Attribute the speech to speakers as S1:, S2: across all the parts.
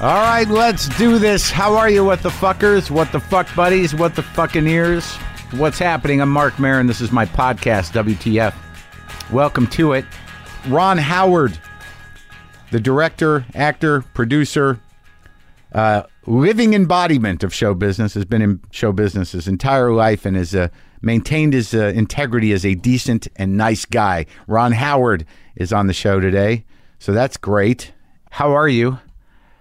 S1: All right, let's do this. How are you, what the fuckers? What the fuck buddies? What the fucking ears? What's happening? I'm Mark Marin. This is my podcast, WTF. Welcome to it. Ron Howard, the director, actor, producer, uh, living embodiment of show business, has been in show business his entire life and has uh, maintained his uh, integrity as a decent and nice guy. Ron Howard is on the show today, so that's great. How are you?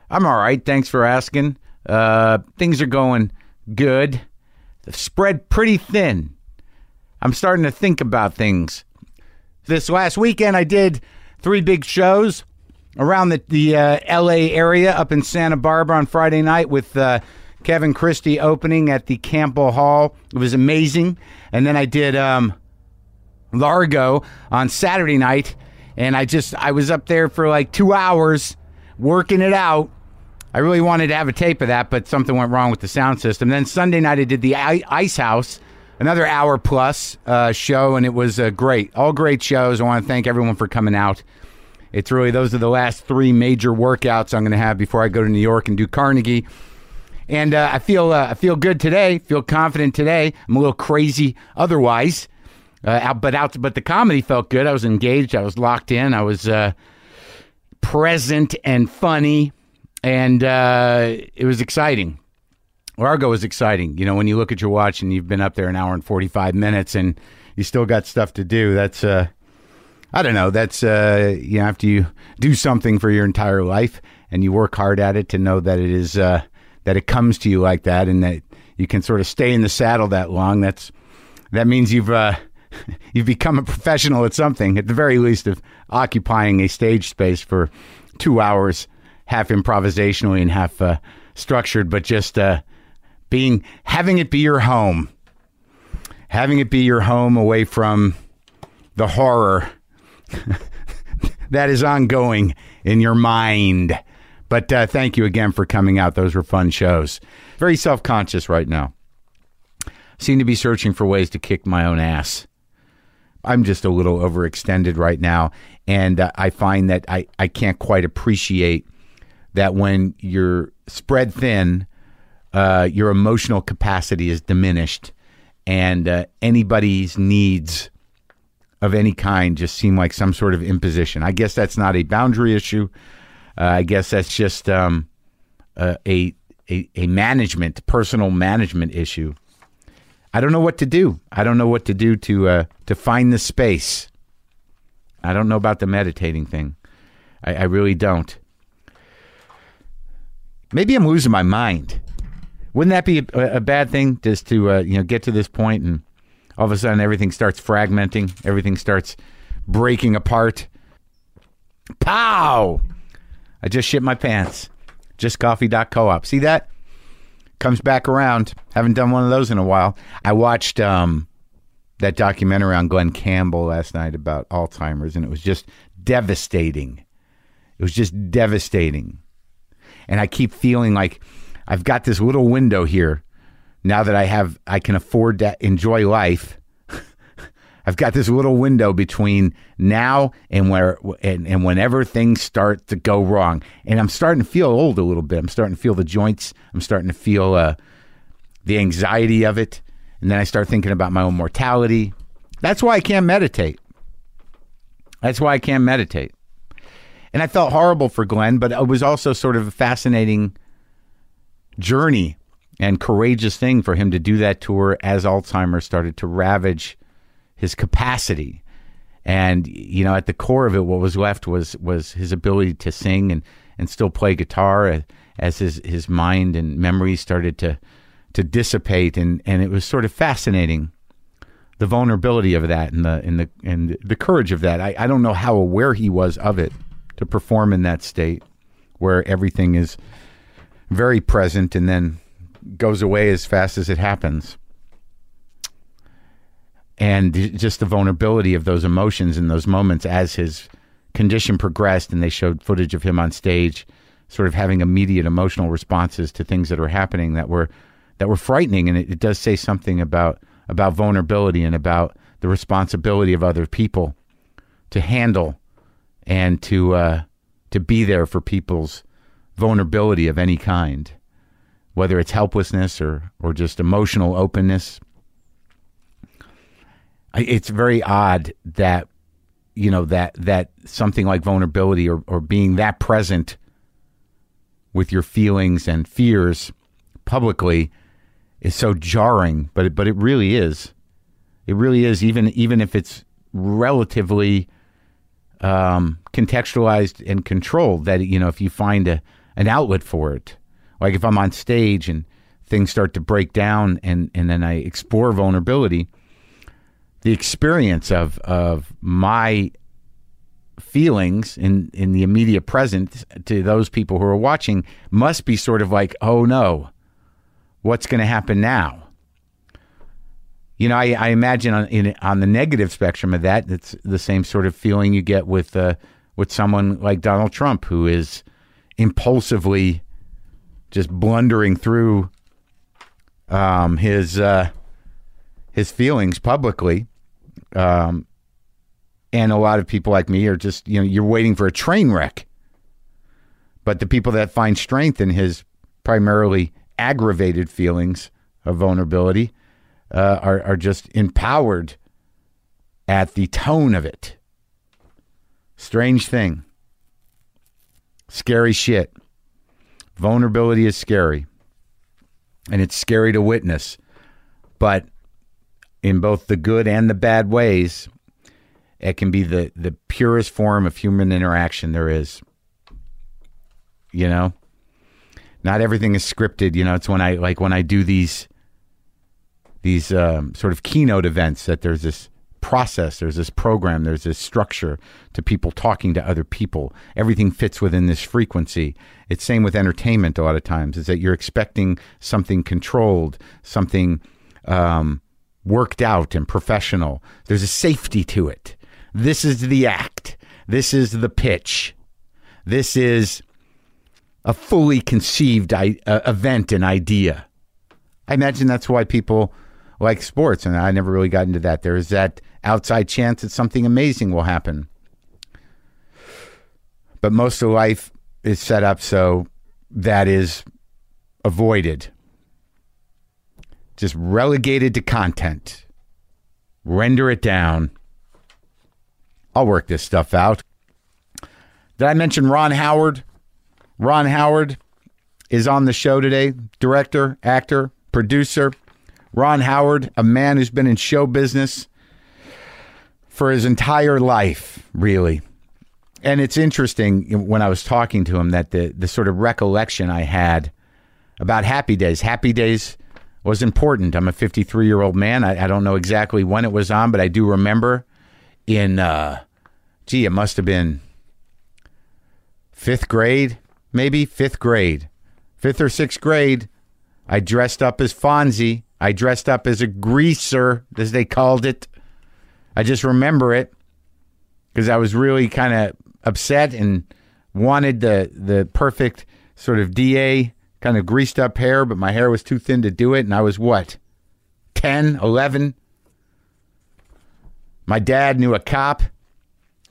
S1: I'm all right. Thanks for asking. Uh, things are going good. The spread pretty thin. I'm starting to think about things. This last weekend, I did three big shows around the, the uh, LA area up in Santa Barbara on Friday night with uh, Kevin Christie opening at the Campbell Hall. It was amazing. And then I did. Um, Largo on Saturday night, and I just I was up there for like two hours working it out. I really wanted to have a tape of that, but something went wrong with the sound system. Then Sunday night I did the I- Ice House, another hour plus uh, show, and it was uh, great. All great shows. I want to thank everyone for coming out. It's really those are the last three major workouts I'm going to have before I go to New York and do Carnegie and uh, I feel uh, I feel good today. Feel confident today. I'm a little crazy otherwise, uh, out, but out but the comedy felt good. I was engaged. I was locked in. I was uh, present and funny, and uh, it was exciting. Largo was exciting. You know, when you look at your watch and you've been up there an hour and forty five minutes, and you still got stuff to do. That's uh, I don't know. That's uh, you know, after you do something for your entire life and you work hard at it to know that it is uh, that it comes to you like that, and that you can sort of stay in the saddle that long. That's that means you've uh, you've become a professional at something, at the very least, of occupying a stage space for two hours, half improvisationally and half uh, structured, but just uh, being having it be your home, having it be your home away from the horror that is ongoing in your mind. But uh, thank you again for coming out. Those were fun shows. Very self conscious right now. Seem to be searching for ways to kick my own ass. I'm just a little overextended right now. And uh, I find that I, I can't quite appreciate that when you're spread thin, uh, your emotional capacity is diminished. And uh, anybody's needs of any kind just seem like some sort of imposition. I guess that's not a boundary issue. Uh, I guess that's just um, uh, a, a a management, personal management issue. I don't know what to do. I don't know what to do to uh, to find the space. I don't know about the meditating thing. I, I really don't. Maybe I'm losing my mind. Wouldn't that be a, a bad thing just to uh, you know get to this point and all of a sudden everything starts fragmenting, everything starts breaking apart. Pow! I just shit my pants. JustCoffee.coop. See that? Comes back around. Haven't done one of those in a while. I watched um, that documentary on Glenn Campbell last night about Alzheimer's, and it was just devastating. It was just devastating. And I keep feeling like I've got this little window here now that I have, I can afford to enjoy life. I've got this little window between now and where and, and whenever things start to go wrong. And I'm starting to feel old a little bit. I'm starting to feel the joints. I'm starting to feel uh, the anxiety of it. And then I start thinking about my own mortality. That's why I can't meditate. That's why I can't meditate. And I felt horrible for Glenn, but it was also sort of a fascinating journey and courageous thing for him to do that tour as Alzheimer's started to ravage his capacity. And you know, at the core of it, what was left was was his ability to sing and and still play guitar a- as his his mind and memories started to to dissipate, and and it was sort of fascinating the vulnerability of that and the and the and the courage of that. I, I don't know how aware he was of it to perform in that state where everything is very present and then goes away as fast as it happens and j- just the vulnerability of those emotions in those moments as his condition progressed and they showed footage of him on stage sort of having immediate emotional responses to things that are happening that were that were frightening and it, it does say something about about vulnerability and about the responsibility of other people to handle and to uh, to be there for people's vulnerability of any kind, whether it's helplessness or, or just emotional openness. I- It's very odd that, you know, that, that something like vulnerability or, or being that present with your feelings and fears publicly is so jarring, but it, but it really is. It really is, even even if it's relatively um, contextualized and controlled. That you know, if you find a an outlet for it, like if I'm on stage and things start to break down, and and then I explore vulnerability, the experience of of my feelings in in the immediate present to those people who are watching must be sort of like, oh no, what's going to happen now? You know, I, I imagine on in, on the negative spectrum of that, it's the same sort of feeling you get with uh, with someone like Donald Trump, who is impulsively just blundering through um, his uh, his feelings publicly, um, and a lot of people like me are just you know you're waiting for a train wreck. But the people that find strength in his primarily aggravated feelings of vulnerability uh, are, are just empowered at the tone of it. Strange thing. Scary shit. Vulnerability is scary. And it's scary to witness. But in both the good and the bad ways, it can be the, the purest form of human interaction there is. You know? Not everything is scripted. You know, it's when I like when I do these these um, sort of keynote events that there's this process, there's this program, there's this structure to people talking to other people. Everything fits within this frequency. It's same with entertainment a lot of times is that you're expecting something controlled, something um, worked out and professional. There's a safety to it. This is the act. This is the pitch. This is a fully conceived I- uh, event and idea. I imagine that's why people like sports, and I never really got into that. There is that outside chance that something amazing will happen. But most of life is set up so that is avoided, just relegated to content. Render it down. I'll work this stuff out. Did I mention Ron Howard? Ron Howard, is on the show today. Director, actor, producer, Ron Howard, a man who's been in show business for his entire life, really. And it's interesting when I was talking to him that the the sort of recollection I had about Happy Days. Happy Days was important. I'm a 53 year old man. I, I don't know exactly when it was on, but I do remember in, uh, gee, it must have been fifth grade, maybe fifth grade, fifth or sixth grade. I dressed up as Fonzie. I dressed up as a greaser, as they called it. I just remember it because I was really kind of upset and wanted the the perfect sort of DA kind of greased up hair, but my hair was too thin to do it. And I was what, 10, 11? My dad knew a cop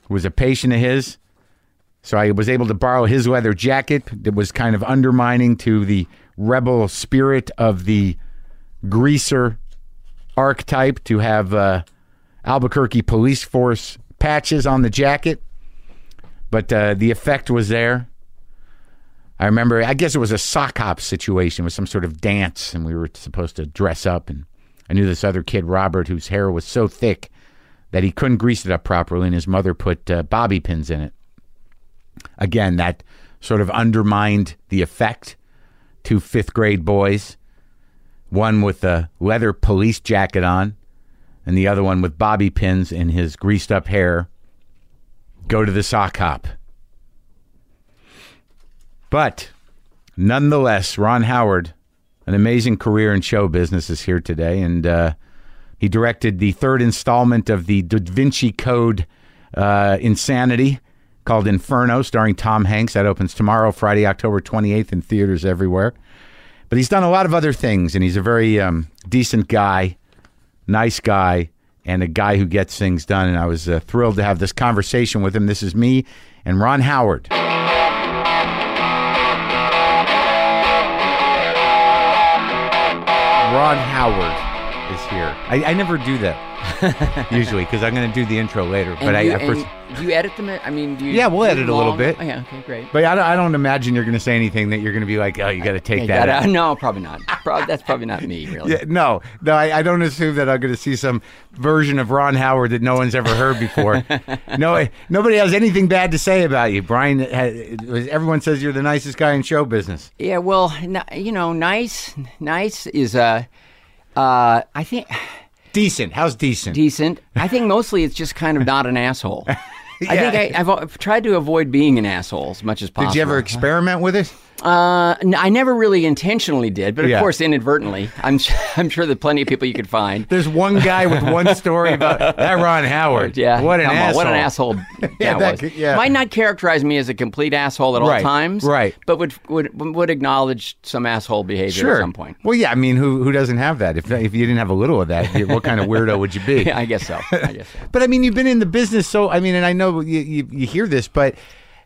S1: who was a patient of his. So I was able to borrow his leather jacket that was kind of undermining to the rebel spirit of the greaser archetype to have uh, Albuquerque police force patches on the jacket. But uh, the effect was there. I remember, I guess it was a sock hop situation with some sort of dance, and we were supposed to dress up. And I knew this other kid, Robert, whose hair was so thick that he couldn't grease it up properly, and his mother put uh, bobby pins in it again that sort of undermined the effect two fifth grade boys one with a leather police jacket on and the other one with bobby pins in his greased up hair go to the sock hop but nonetheless ron howard an amazing career in show business is here today and uh, he directed the third installment of the Da Vinci Code uh, Insanity called Inferno, starring Tom Hanks. That opens tomorrow, Friday, October 28th, in theaters everywhere. But he's done a lot of other things, and he's a very um, decent guy, nice guy, and a guy who gets things done. And I was uh, thrilled to have this conversation with him. This is me and Ron Howard. Ron Howard is here. I, I never do that usually because I'm going to do the intro later.
S2: And
S1: But I,
S2: you,
S1: I first,
S2: and do you edit them? in? I mean, do you?
S1: Yeah, we'll
S2: do
S1: edit a little
S2: long-
S1: bit.
S2: Oh, yeah, okay, great.
S1: but I don't, I don't imagine you're going to say anything that you're going to be like, oh, you got to take that.
S2: Yeah, that-
S1: out.
S2: uh, no, probably not. Prob- that's probably not me, really.
S1: Yeah, no, no, I, I don't assume that I'm going to see some version of Ron Howard that no one's ever heard before. no, nobody has anything bad to say about you, Brian. had- Everyone says you're the nicest guy in show business.
S2: Yeah, well, n- you know, nice, nice is uh, uh, I think
S1: Decent. How's decent?
S2: decent. I think mostly it's just kind of not an asshole. I
S1: Yeah.
S2: think I, I've, I've tried to avoid being an asshole as much as possible.
S1: Did you ever experiment with it?
S2: Uh, n- I never really intentionally did, but of
S1: Yeah.
S2: course, inadvertently. I'm su- I'm sure there are plenty of people you could find.
S1: There's one guy with one story about that Ron Howard.
S2: Yeah,
S1: What an
S2: come
S1: asshole.
S2: on, what an asshole that
S1: Yeah, that
S2: was.
S1: could- yeah.
S2: Might not characterize me as a complete asshole at
S1: Right,
S2: all times,
S1: right.
S2: But would would would acknowledge some asshole behavior
S1: Sure.
S2: at some point.
S1: Well, yeah. I mean, who who doesn't have that? If if you didn't have a little of that, what kind of weirdo would you be?
S2: Yeah, I guess so. I guess so.
S1: But I mean, you've been in the business, so I mean, and I know you you, you hear this, but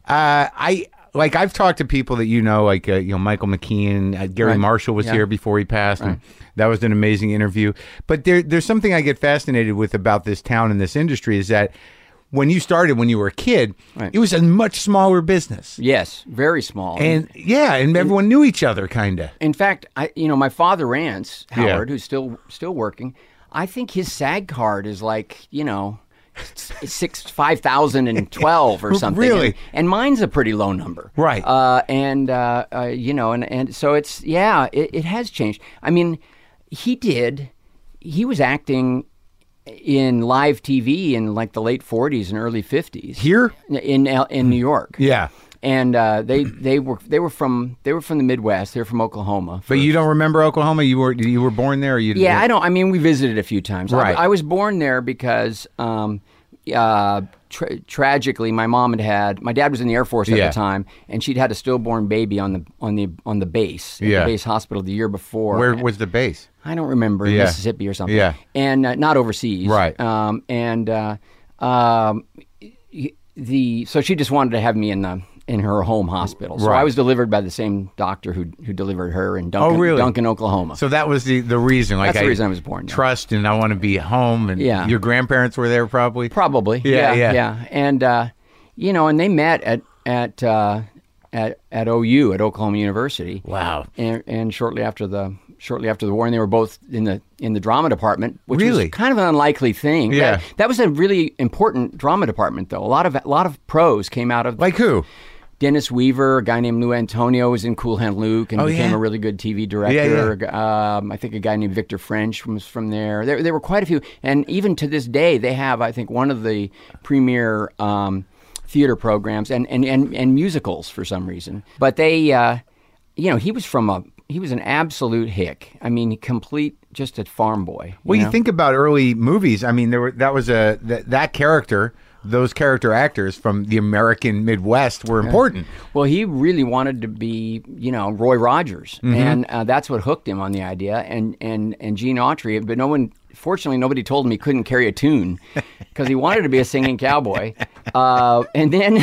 S1: uh, I like I've talked to people that you know, like uh, you know Michael McKean, uh, Gary
S2: Right.
S1: Marshall was
S2: Yeah.
S1: here before he passed, and that was an amazing interview. But there there's something I get fascinated with about this town and this industry is that when you started when you were a kid,
S2: Right.
S1: it was a much smaller business,
S2: Yes, very small.
S1: and yeah, and everyone knew each other, kind of.
S2: in fact, I you know my father Rance
S1: Yeah.
S2: Howard, who's still still working. I think his SAG card is like you know. s- Six five thousand and twelve or something.
S1: Really?
S2: and, and mine's a pretty low number,
S1: Right.
S2: Uh, and uh, uh, you know, and and so it's yeah, it, it has changed. I mean, he did. He was acting in live TV in like the late forties and early fifties
S1: Here?
S2: in L- in New York.
S1: Yeah,
S2: and uh, they they were they were from they were from the Midwest. They were from Oklahoma.
S1: but you don't remember Oklahoma? You were you were born there? Or you
S2: yeah, I don't. I mean, we visited a few times. I-
S1: Right.
S2: I, was born there because. Um, uh, tra- tragically, my mom had had my dad was in the Air Force at
S1: Yeah.
S2: the time, and she'd had a stillborn baby on the on the on the base, at
S1: Yeah.
S2: the base hospital the year before.
S1: Where was the base?
S2: I don't remember in
S1: Yeah.
S2: Mississippi or something.
S1: Yeah.
S2: and uh, not overseas.
S1: Right.
S2: Um, and uh, um, y- the so she just wanted to have me in the in her home hospital. So
S1: Right. Oh,
S2: I was delivered by the same doctor who who delivered her in Duncan,
S1: really?
S2: Duncan, Oklahoma.
S1: So that was the, the reason. Like
S2: That's the reason I was born there.
S1: Trust and I want to be home. And
S2: Yeah.
S1: your grandparents were there probably.
S2: Probably.
S1: Yeah,
S2: Yeah,
S1: yeah.
S2: yeah. And uh, you know, and they met at at uh, at at OU at Oklahoma University.
S1: Wow.
S2: And, and shortly after the shortly after the war, and they were both in the in the drama department, which
S1: Really?
S2: was kind of an unlikely thing.
S1: Yeah.
S2: that, that was a really important drama department, though. A lot of a lot of pros came out of
S1: Like who?
S2: Dennis Weaver, a guy named Lou Antonio, was in Cool Hand Luke and
S1: Oh,
S2: became
S1: yeah.
S2: a really good TV director. Um, I think a guy named Victor French was from there. There, there were quite a few, and even to this day, they have I think one of the premier um, theater programs and, and, and, and musicals for some reason. But they, uh, you know, he was from a he was an absolute hick. I mean, complete just a farm boy.
S1: Well, you
S2: know?
S1: think about early movies. I mean, there were that was a that, that character, those character actors from the American Midwest were important.
S2: Well, he really wanted to be, you know, Roy Rogers,
S1: Mm-hmm.
S2: and uh, that's what hooked him on the idea. And and and Gene Autry, but no one, fortunately, nobody told him he couldn't carry a tune because he wanted to be a singing cowboy. Uh, and then,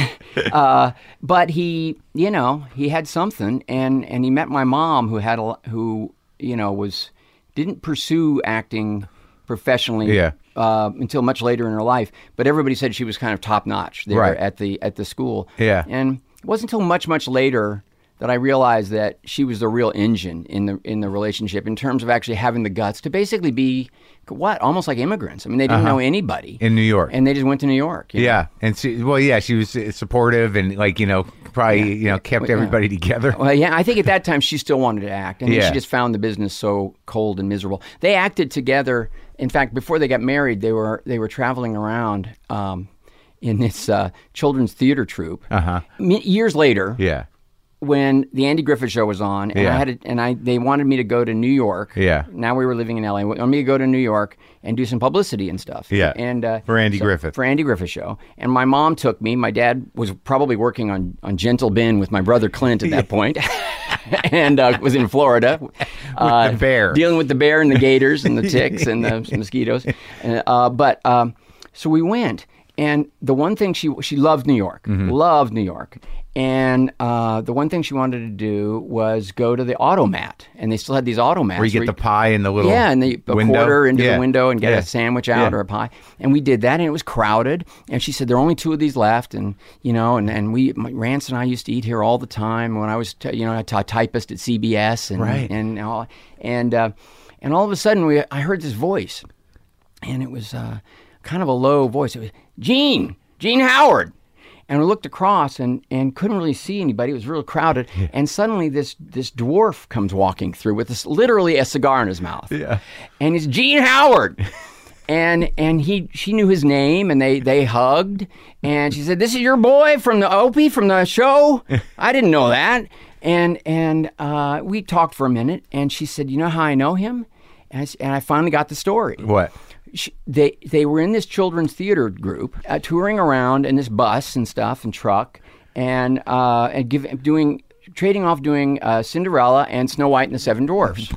S2: uh, but he, you know, he had something, and and he met my mom, who had a lo- who, you know, was didn't pursue acting professionally
S1: Yeah.
S2: uh, until much later in her life. But everybody said she was kind of top notch there
S1: Right.
S2: at the at the school.
S1: Yeah.
S2: And it wasn't until much, much later that I realized that she was the real engine in the in the relationship in terms of actually having the guts to basically be what almost like immigrants. I mean, they didn't know anybody
S1: Uh-huh. In New York.
S2: and they just went to New York. you know?
S1: yeah, and she, well, yeah, she was uh, supportive and like you know probably you know kept everybody together.
S2: Well, yeah, I think at that time she still wanted to act, and then
S1: Yeah.
S2: she just found the business so cold and miserable. They acted together. In fact, before they got married, they were they were traveling around um, in this uh, children's theater troupe.
S1: Uh-huh.
S2: Me- Years later,
S1: Yeah,
S2: when the Andy Griffith show was on, and
S1: Yeah.
S2: I had a, and I they wanted me to go to New York.
S1: Yeah.
S2: Now we were living in LA. Wanted me to go to New York and do some publicity and stuff.
S1: Yeah.
S2: And uh,
S1: For Andy Griffith.
S2: For Andy Griffith show. And my mom took me. My dad was probably working on on Gentle Ben with my brother Clint at that point. and uh, was in Florida, uh,
S1: the bear.
S2: dealing with the bear and the gators and the ticks and the mosquitoes. And, uh, but um, uh, so we went, And the one thing she she loved New York,
S1: Mm-hmm.
S2: loved New York, and uh, the one thing she wanted to do was go to the automat, and they still had these automats
S1: Where you get the pie in the little
S2: yeah, and the a
S1: window.
S2: quarter into
S1: Yeah.
S2: the window and get
S1: Yeah.
S2: a sandwich out
S1: Yeah.
S2: or a pie. And we did that, and it was crowded. And she said there are only two of these left, and you know, and and we my, Rance and I used to eat here all the time when I was t- you know a ty- typist at CBS and
S1: Right.
S2: and all, and uh, and all of a sudden we I heard this voice, and it was uh, kind of a low voice. It was Gene Gene Howard. And we looked across and, and couldn't really see anybody. It was real crowded. And suddenly, this this dwarf comes walking through with this, literally a cigar in his mouth
S1: Yeah.
S2: and it's Gene Howard. And and he she knew his name and they they hugged and she said, This is your boy from the Opie from the show? I didn't know that. And and uh, we talked for a minute and she said, You know how I know him? And I, s- and I finally got the story
S1: What?
S2: she, they they were in this children's theater group uh, touring around in this bus and stuff and truck and uh, and give, doing trading off doing uh, Cinderella and Snow White and the Seven Dwarfs.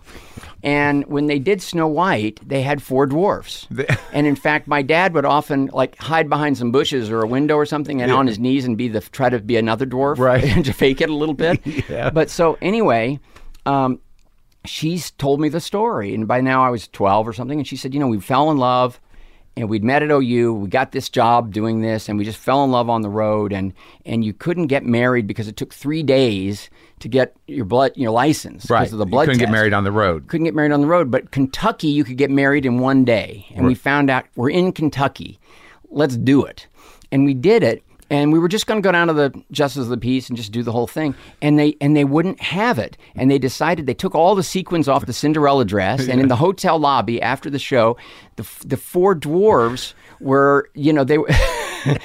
S2: And when they did Snow White, they had four dwarfs. and in fact, my dad would often like hide behind some bushes or a window or something, and on his knees and be the try to be another dwarf,
S1: Right.
S2: and to fake it a little bit. But so anyway, um, she's told me the story, and by now I was 12 or something, and she said, you know, we fell in love, and we'd met at OU, we got this job doing this, and we just fell in love on the road, and and you couldn't get married because it took three days to get your blood, your license, because
S1: Right.
S2: of the
S1: You
S2: blood
S1: couldn't get
S2: test
S1: married on the road.
S2: couldn't get married on the road, but Kentucky, you could get married in one day. And we found out we're in Kentucky. Let's do it. And we did it. And we were just going to go down to the justice of the peace and just do the whole thing. And they and they wouldn't have it. And they decided they took all the sequins off the Cinderella dress. And in the hotel lobby after the show, the f- the four dwarves were you know they were.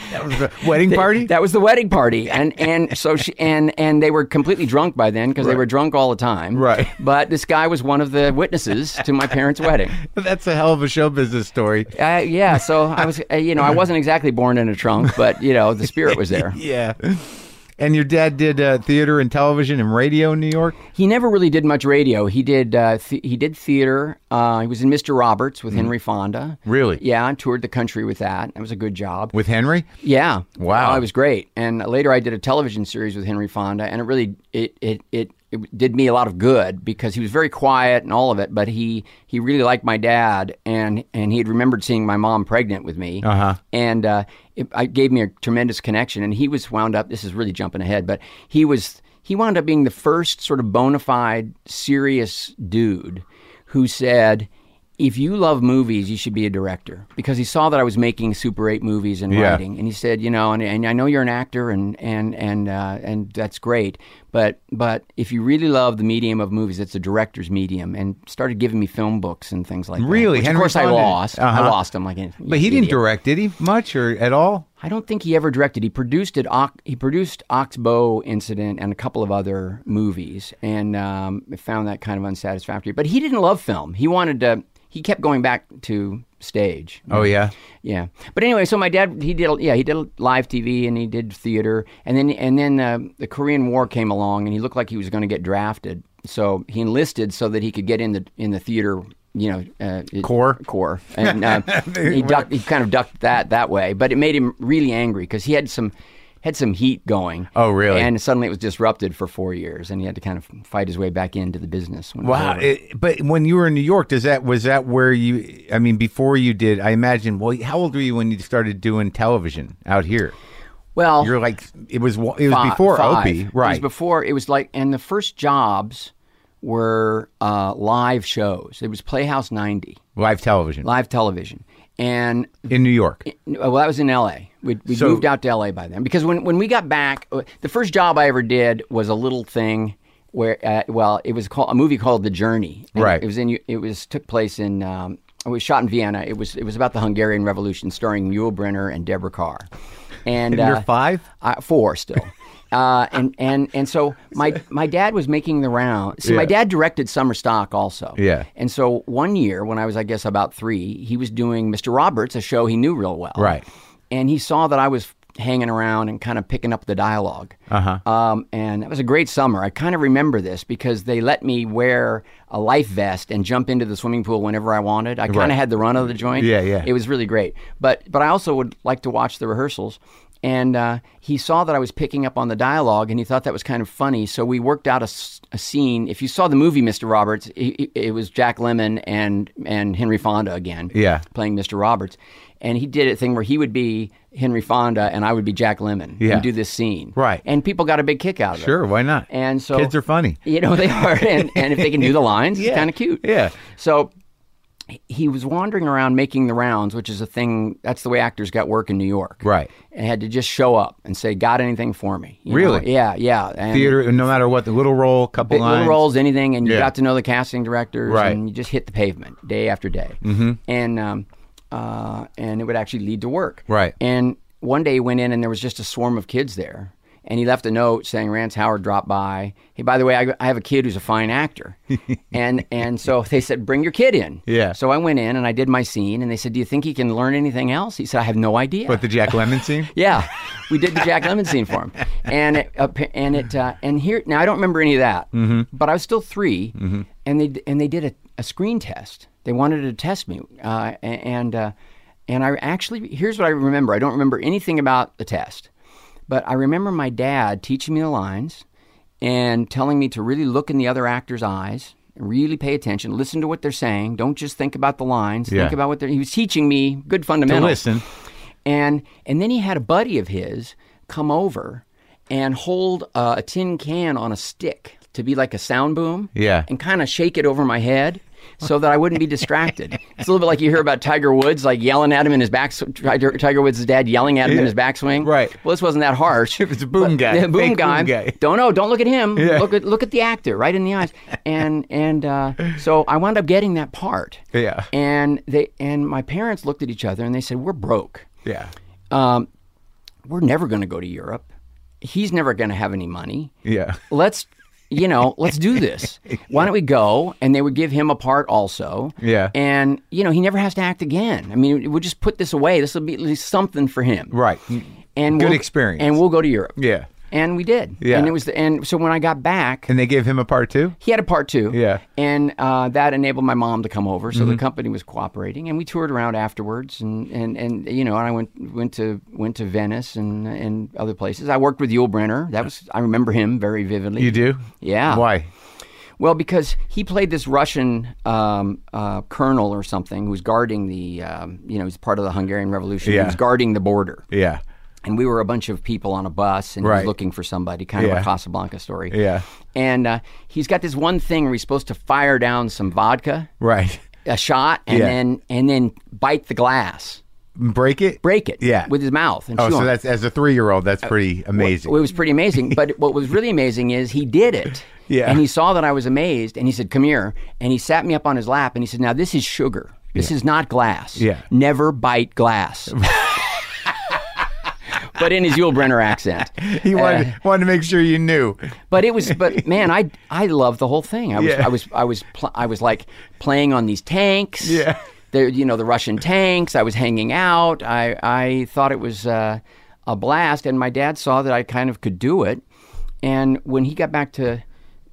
S1: Wedding
S2: Th-
S1: party?
S2: That was the wedding party, and and so she and and they were completely drunk by then because they were drunk all the time.
S1: Right.
S2: But this guy was one of the witnesses to my parents' wedding.
S1: That's a hell of a show business story.
S2: Uh, yeah. So I was, uh, you know, I wasn't exactly born in a trunk, but you know, the spirit was there.
S1: Yeah. And your dad did uh, theater and television and radio in New York?
S2: He never really did much radio. He did uh, th- he did theater. Uh, he was in Mister Roberts with Henry Fonda.
S1: Mm-hmm. Really?
S2: Yeah. I toured the country with that. That was a good job.
S1: With Henry?
S2: Yeah.
S1: Wow.
S2: Oh, it was great. And later I did a television series with Henry Fonda and it really it it, it it did me a lot of good because he was very quiet and all of it, but he he really liked my dad and and he had remembered seeing my mom pregnant with me.
S1: Uh-huh.
S2: And uh it, it gave me a tremendous connection and he was wound up this is really jumping ahead, but he was he wound up being the first sort of bona fide serious dude who said if you love movies, you should be a director because he saw that I was making Super 8 movies and
S1: Yeah.
S2: writing. And he said, you know, and, and I know you're an actor and and and uh, and that's great, but but if you really love the medium of movies, it's a director's medium, and started giving me film books and things like that.
S1: Really?
S2: which
S1: Henry
S2: of course, I
S1: Fonda-
S2: lost.
S1: Uh-huh.
S2: I lost him like. an
S1: But he didn't
S2: idiot.
S1: direct, did he? Much or at all?
S2: I don't think he ever directed. He produced it. Oc- He produced Oxbow Incident and a couple of other movies, and um, I found that kind of unsatisfactory. But he didn't love film. He wanted to. He kept going back to stage.
S1: Oh, yeah.
S2: Yeah, but anyway, so my dad he did yeah he did live TV and he did theater and then and then uh, the Korean War came along and he looked like he was going to get drafted, so he enlisted so that he could get in the in the theater you know uh, it-
S1: Corps?
S2: corps and uh, he ducked, he kind of ducked that that way, but it made him really angry because he had some had some heat going.
S1: Oh, really?
S2: And suddenly it was disrupted for four years and he had to kind of fight his way back into the business. When it was
S1: Wow.
S2: over.
S1: It- but when you were in New York, does that was that where you, I mean, before you did, I imagine, well, how old were you when you started doing television out here?
S2: well,
S1: You're like, it was, wa- it was
S2: fi-
S1: before
S2: five.
S1: Opie,
S2: It
S1: right?
S2: was before it was like, and the first jobs were uh, live shows. It was Playhouse 90,
S1: Live television
S2: live television, and
S1: in New York.
S2: well, that was in L.A. We, we
S1: So-
S2: moved out to L.A. by then because when when we got back, uh, the first job I ever did was a little thing where, uh, well, it was called a movie called The Journey. And
S1: Right.
S2: It was in it was took place in. Um, it was shot in Vienna. It was it was about the Hungarian Revolution, starring Muehlbrenner and Deborah Carr. And,
S1: And you're
S2: uh,
S1: five?
S2: uh, four still. Uh, and, and and so my my dad was making the round. See,
S1: Yeah.
S2: my dad directed summer stock also.
S1: Yeah.
S2: And so one year when I was, I guess, about three, he was doing Mr. Roberts, a show he knew real well.
S1: Right.
S2: And he saw that I was hanging around and kind of picking up the dialogue.
S1: Uh-huh.
S2: Um, and that was a great summer. I kind of remember this because they let me wear a life vest and jump into the swimming pool whenever I wanted. I kind of had the run of the joint.
S1: Yeah, yeah.
S2: It was really great. But but I also would like to watch the rehearsals. And uh, he saw that I was picking up on the dialogue, and he thought that was kind of funny. So we worked out a, s- a scene. If you saw the movie Mr. Roberts, it, it was Jack Lemmon and and Henry Fonda again
S1: Yeah.
S2: playing Mr. Roberts. And he did a thing where he would be Henry Fonda and I would be Jack Lemon
S1: Yeah.
S2: and do this scene.
S1: Right.
S2: And people got a big kick out of it.
S1: Sure, why not?
S2: And so
S1: Kids are funny.
S2: You know, they are. And, and if they can do the lines,
S1: Yeah.
S2: it's kind of cute.
S1: Yeah.
S2: So he- he was wandering around making the rounds, which is a thing, that's the way actors got work in New York.
S1: Right.
S2: And had to just show up and say, Got anything for me? you know?
S1: Really?
S2: Yeah, yeah. And
S1: Theater, no matter what, the little role, couple
S2: big
S1: lines.
S2: little roles, anything, and you
S1: Yeah.
S2: got to know the casting directors,
S1: Right.
S2: and you just hit the pavement day after day, mm-hmm. and um, uh, and it would actually lead to work,
S1: Right.
S2: And one day he went in, and there was just a swarm of kids there, and he left a note saying Rance Howard dropped by. Hey, by the way, I, I have a kid who's a fine actor, and and so they said bring your kid in.
S1: Yeah.
S2: So I went in and I did my scene, and they said, do you think he can learn anything else? He said, I have no idea.
S1: But the Jack Lemon scene?
S2: Yeah, we did the Jack Lemmon scene for him, and it, uh, and it uh, and here now I don't remember any of that,
S1: Mm-hmm.
S2: but I was still 3 and they and they did a, a screen test. They wanted to test me, uh, a- and uh, and I actually here's what I remember. I don't remember anything about the test, but I remember my dad teaching me the lines and telling me to really look in the other actor's eyes. Really pay attention. Listen to what they're saying. Don't just think about the lines.
S1: Yeah.
S2: Think about what they're. He was teaching me good fundamentals
S1: Listen.
S2: and and then he had a buddy of his come over and hold uh, a tin can on a stick to be like a sound boom
S1: Yeah.
S2: and kind of shake it over my head so that I wouldn't be distracted. It's a little bit like you hear about Tiger Woods, like yelling at him in his back. Tiger, Tiger Woods' dad yelling at him in his backswing.
S1: Right.
S2: Well, this wasn't that harsh.
S1: It's a boom guy.
S2: Yeah, boom
S1: Fake
S2: guy.
S1: boom guy.
S2: Don't know. Don't look at him. Look at look at the actor right in the eyes. And and uh, so I wound up getting that part.
S1: Yeah.
S2: And they and my parents looked at each other and they said, "We're broke.
S1: Yeah.
S2: Um, we're never going to go to Europe. He's never going to have any money.
S1: Yeah.
S2: Let's." You know, let's do this. Why don't we go? And they would give him a part also.
S1: Yeah.
S2: And, you know, he never has to act again. I mean, we'll just put this away. This will be at least something for him.
S1: Right.
S2: And
S1: Good
S2: we'll-
S1: experience.
S2: And we'll go to Europe.
S1: Yeah.
S2: And we did.
S1: Yeah.
S2: And it was the, and so when I got back,
S1: And they gave him a part too?
S2: he had a part two.
S1: Yeah. Mm-hmm.
S2: And uh, that enabled my mom to come over, so the company was cooperating, and we toured around afterwards, and, and, and you know, and I went went to went to Venice and and other places. I worked with Yul Brenner. That was I remember him very vividly.
S1: You do?
S2: Yeah.
S1: Why?
S2: Well, because he played this Russian um, uh, colonel or something who was guarding the, um, you know, he's part of the Hungarian Revolution.
S1: Yeah.
S2: He was guarding the border
S1: Yeah.
S2: and we were a bunch of people on a bus and he
S1: Right.
S2: was looking for somebody kind of
S1: Yeah.
S2: a casablanca story
S1: Yeah.
S2: and uh, he's got this one thing where he's supposed to fire down some vodka
S1: Right.
S2: a shot and
S1: Yeah.
S2: then and then bite the glass
S1: Break it?
S2: break it
S1: Yeah.
S2: with his mouth and
S1: Oh,
S2: chew
S1: so
S2: on it. Uh,
S1: that's as a three year old, that's pretty amazing.
S2: Well, it was pretty amazing. But what was really amazing is he did it.
S1: Yeah.
S2: And he saw that I was amazed and he said, Come here. And he sat me up on his lap and he said, Now this is sugar. This is not glass.
S1: Yeah.
S2: Never bite glass. but in his Yul Brenner accent. Uh,
S1: he wanted, wanted to make sure you knew.
S2: But it was, but man, I I loved the whole thing. I was
S1: Yeah.
S2: I was I was pl- I was like playing on these tanks.
S1: Yeah.
S2: the you know the Russian tanks. I was hanging out. I I thought it was uh, a blast, and my dad saw that I kind of could do it. And when he got back to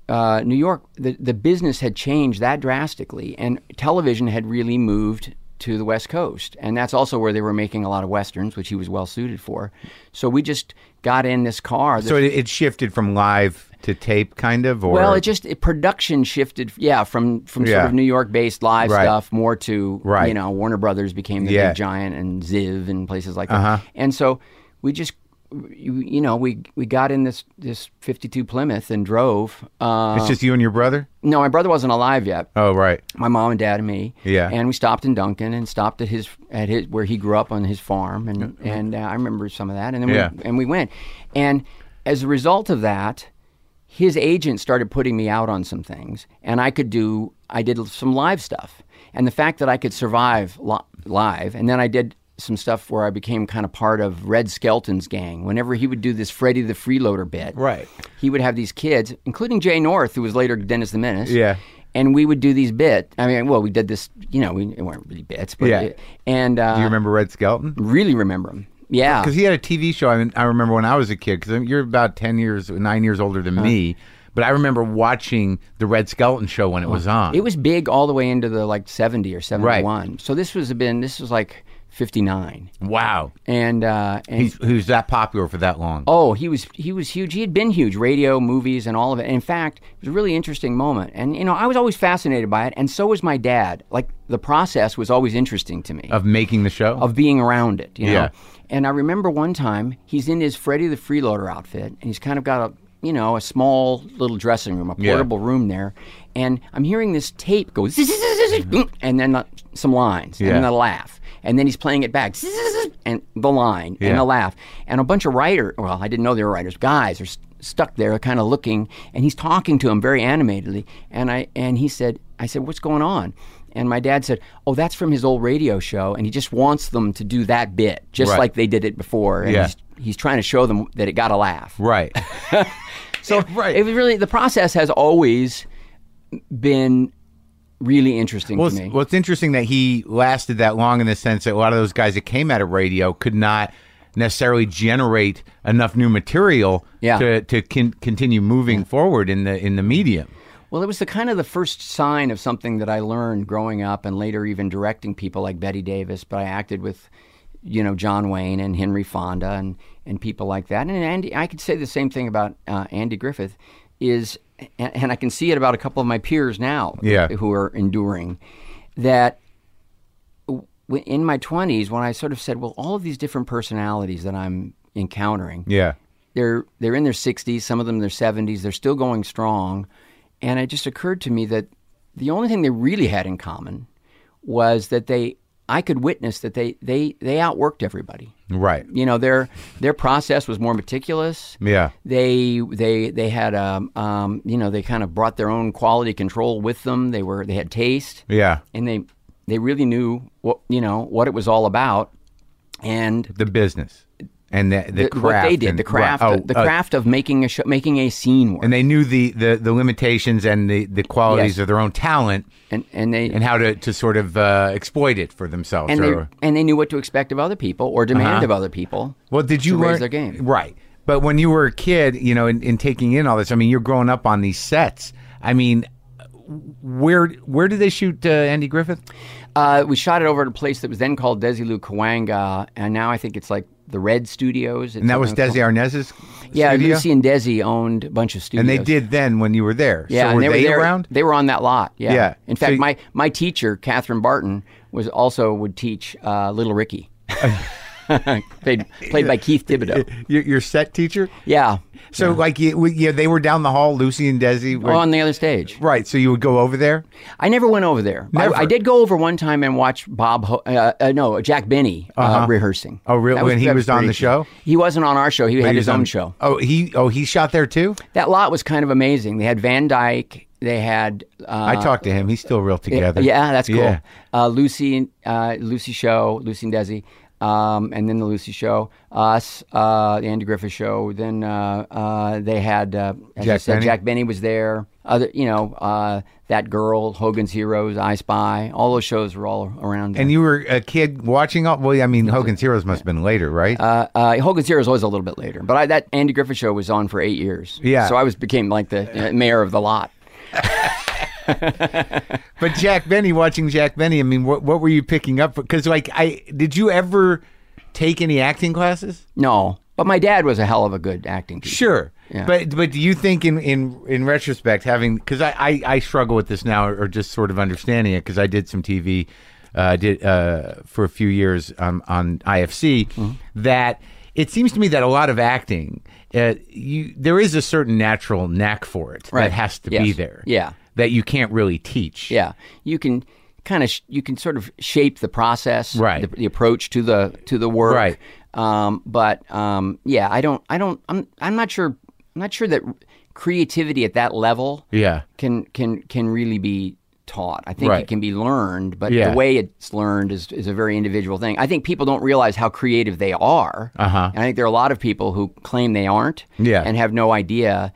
S2: uh, New York, the the business had changed that drastically, and television had really moved to the West Coast, and that's also where they were making a lot of westerns, which he was well suited for. So we just got in this car. this
S1: So it, it shifted from live to tape, kind of? Or
S2: well, it just it, production shifted, yeah, from from
S1: Yeah.
S2: sort of New York based live
S1: Right.
S2: stuff more to
S1: Right.
S2: you know Warner Brothers became the
S1: Yeah. Uh-huh.
S2: big giant and Ziv and places like that. And so we just you, you know we we got in this this 52 Plymouth and drove. Uh,
S1: it's just you and your brother?
S2: no, my brother wasn't alive yet.
S1: Oh, right.
S2: My mom and dad and me.
S1: Yeah.
S2: And we stopped in Duncan and stopped at his at his where he grew up on his farm and and uh, I remember some of that and then
S1: Mm-hmm. Yeah.
S2: we, and we went and as a result of that his agent started putting me out on some things and I could do I did some live stuff and the fact that I could survive li- live and then I did some stuff where I became kind of part of Red Skelton's gang. Whenever he would do this Freddy the Freeloader bit,
S1: Right.
S2: he would have these kids, including Jay North, who was later Dennis the Menace.
S1: Yeah.
S2: And we would do these bits. I mean, well, we did this, you know, we it weren't really bits, but
S1: Yeah.
S2: it- and uh,
S1: Do you remember Red Skelton?
S2: really remember them. Yeah.
S1: Because he had a TV show. I, mean, I remember when I was a kid. Because you're about ten years, nine years older than me. But I remember watching the Red Skeleton show when it was on.
S2: Oh. It was big all the way into the like 70 or 71. So this was been this was like 59.
S1: wow,
S2: And uh and
S1: he's who's that popular for that long?
S2: oh, he was he was huge. He had been huge, radio, movies and all of it. And in fact, it was a really interesting moment. And you know, I was always fascinated by it and so was my dad. Like the process was always interesting to me
S1: Of making the show.
S2: of being around it, you know.
S1: Yeah.
S2: And I remember one time he's in his Freddy the Freeloader outfit, and he's kind of got a you know a small little dressing room, a
S1: Yeah.
S2: portable room there. And I'm hearing this tape go, "Zzz, zzz, zzz, zzz," boom, and then uh, some lines,
S1: Yeah.
S2: and then a laugh, and then he's playing it back, "Zzz, zzz, zzz," and the line,
S1: Yeah.
S2: and a laugh, and a bunch of writer. Well, I didn't know they were writers. Guys are st- stuck there, kind of looking, and he's talking to him very animatedly. And I and he said, I said, what's going on? And my dad said, oh, that's from his old radio show, and he just wants them to do that bit, just
S1: Right.
S2: like they did it before. And
S1: Yeah.
S2: he's, he's trying to show them that it got a laugh.
S1: right.
S2: So
S1: right.
S2: it was really the process has always been really interesting
S1: Well,
S2: to me.
S1: it's, well, it's interesting that he lasted that long in the sense that a lot of those guys that came out of radio could not necessarily generate enough new material
S2: Yeah.
S1: to, to con- continue moving forward in the in the medium.
S2: Well, it was the kind of the first sign of something that I learned growing up, and later even directing people like Betty Davis. But I acted with, you know, John Wayne and Henry Fonda and and people like that. And Andy, I could say the same thing about uh, Andy Griffith. Is and, and I can see it about a couple of my peers now,
S1: Yeah.
S2: who are enduring that w- in my 20s when i sort of said well all of these different personalities that i'm encountering
S1: Yeah.
S2: they're they're in their 60s, some of them in their 70s, they're still going strong, and it just occurred to me that the only thing they really had in common was that they I could witness that they they they outworked everybody.
S1: Right.
S2: You know, their their process was more meticulous.
S1: Yeah.
S2: They they they had um, um you know, they kind of brought their own quality control with them. They were they had taste
S1: Yeah.
S2: and they they really knew what you know what it was all about. And
S1: The business and the, the,
S2: the-
S1: craft.
S2: what they did,
S1: and-
S2: the craft,
S1: right.
S2: the
S1: uh,
S2: craft of making a show, making a scene work,
S1: and they knew the, the, the limitations and the, the qualities
S2: Yes.
S1: of their own talent
S2: and and they
S1: and
S2: and,
S1: how to, to sort of uh, exploit it for themselves. or,
S2: they and they knew what to expect of other people or demand
S1: Uh-huh.
S2: of other people.
S1: Well, did you
S2: to
S1: learn
S2: raise their game?
S1: Right. But when you were a kid, you know, in, in taking in all this, I mean, you're growing up on these sets. I mean, where where did they shoot uh, Andy Griffith?
S2: Uh, we shot it over at a place that was then called Desilu Kawanga, and now I think it's like the Red Studios.
S1: And that was Desi Arnaz's
S2: Yeah,
S1: studio?
S2: Lucy and Desi owned a bunch of studios,
S1: And they did then when you were there.
S2: Yeah,
S1: so were
S2: and
S1: they,
S2: were there,
S1: around?
S2: They were on that lot. Yeah.
S1: Yeah.
S2: In
S1: So
S2: fact,
S1: you-
S2: my my teacher, Catherine Barton, was also would teach uh, Little Ricky, played played by Keith Thibodeau.
S1: Your, your set teacher.
S2: Yeah.
S1: So like, you, we, yeah, they were down the hall. Lucy and Desi. Were,
S2: Or on the other stage.
S1: right. So you would go over there.
S2: I never went over there. I-
S1: Never.
S2: I, did go over one time and watch Bob, Ho- uh, uh, no, Jack Benny uh, rehearsing.
S1: Oh, really?
S2: That
S1: When he
S2: that
S1: was on
S2: pretty
S1: the
S2: cool.
S1: show?
S2: He wasn't on our show. He had
S1: He
S2: his
S1: was on-
S2: own show.
S1: Oh, he oh he shot there too.
S2: That lot was kind of amazing. They had Van Dyke. They had. Uh,
S1: I talked to him. He's still real together.
S2: yeah, that's cool.
S1: Yeah.
S2: Uh, Lucy, uh, Lucy Show, Lucy and Desi, um, and then the Lucy Show, us, uh, the Andy Griffith Show. Then uh, uh, they had uh, as I
S1: Jack
S2: said,
S1: Benny?
S2: Jack Benny was there. Other, you know, uh, that girl, Hogan's Heroes, I Spy. All those shows were all around.
S1: And you were a kid watching all. Well, I mean, Hogan's Heroes must have been later, right?
S2: uh, uh, Hogan's Heroes was a little bit later, but I, that Andy Griffith Show was on for eight years.
S1: Yeah.
S2: so I was became like the uh, mayor of the lot.
S1: But Jack Benny, watching Jack Benny, I mean, what what were you picking up? Because like, I did you ever take any acting classes?
S2: No, but my dad was a hell of a good acting teacher.
S1: Sure,
S2: Yeah.
S1: but but do you think in in in retrospect, having because I, I I struggle with this now, or just sort of understanding it because I did some TV, uh, I did uh, for a few years on on IFC
S2: Mm-hmm.
S1: that. It seems to me that a lot of acting, uh, you there is a certain natural knack for it that
S2: Right.
S1: has to
S2: Yes.
S1: be there.
S2: Yeah.
S1: that you can't really teach.
S2: Yeah, you can kind of sh- you can sort of shape the process,
S1: Right.
S2: The, the approach to the to the work,
S1: Right.
S2: Um, but um, yeah, I don't, I don't, I'm, I'm not sure, I'm not sure that creativity at that level,
S1: Yeah.
S2: can can can really be taught. I think
S1: Right.
S2: it can be learned, but
S1: Yeah.
S2: the way it's learned is is a very individual thing. I think people don't realize how creative they are. Uh-huh. And I think there are a lot of people who claim they aren't
S1: Yeah.
S2: and have no idea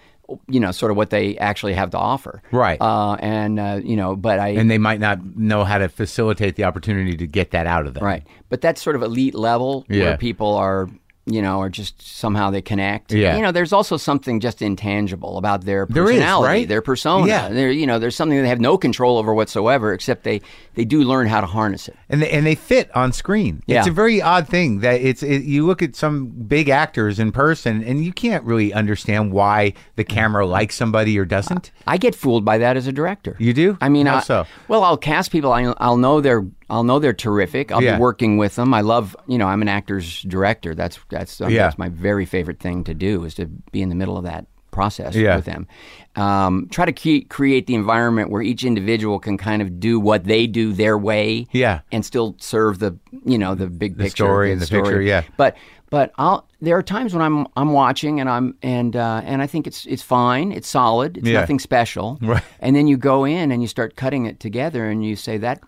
S2: you know, sort of what they actually have to offer.
S1: Right.
S2: Uh, and uh, you know, but I
S1: and they might not know how to facilitate the opportunity to get that out of them.
S2: right, but that's sort of elite level
S1: Yeah.
S2: where people are. You know, or just somehow they connect.
S1: Yeah.
S2: You know, there's also something just intangible about their
S1: is,
S2: personality,
S1: right?
S2: their persona.
S1: Yeah.
S2: They're, you know, there's something they have no control over whatsoever, except they they do learn how to harness it.
S1: and they, and they fit on screen.
S2: Yeah.
S1: It's a very odd thing that it's it, you look at some big actors in person and you can't really understand why the camera likes somebody or doesn't.
S2: I get fooled by that as a director.
S1: You do?
S2: I mean,
S1: How
S2: I,
S1: so?
S2: Well, I'll cast people. I, I'll know they're I'll know they're terrific. I'll
S1: Yeah.
S2: be working with them. I love you know I'm an actor's director. That's that's I mean,
S1: Yeah.
S2: that's my very favorite thing to do is to be in the middle of that process
S1: Yeah.
S2: with them. Um, try to cre- create the environment where each individual can kind of do what they do their way.
S1: Yeah.
S2: and still serve the you know the big picture
S1: story and the picture, yeah.
S2: but but I'll there are times when I'm I'm watching and I'm and uh, and I think it's it's fine, it's solid, it's
S1: Yeah.
S2: nothing special.
S1: Right.
S2: And then you go in and you start cutting it together and you say that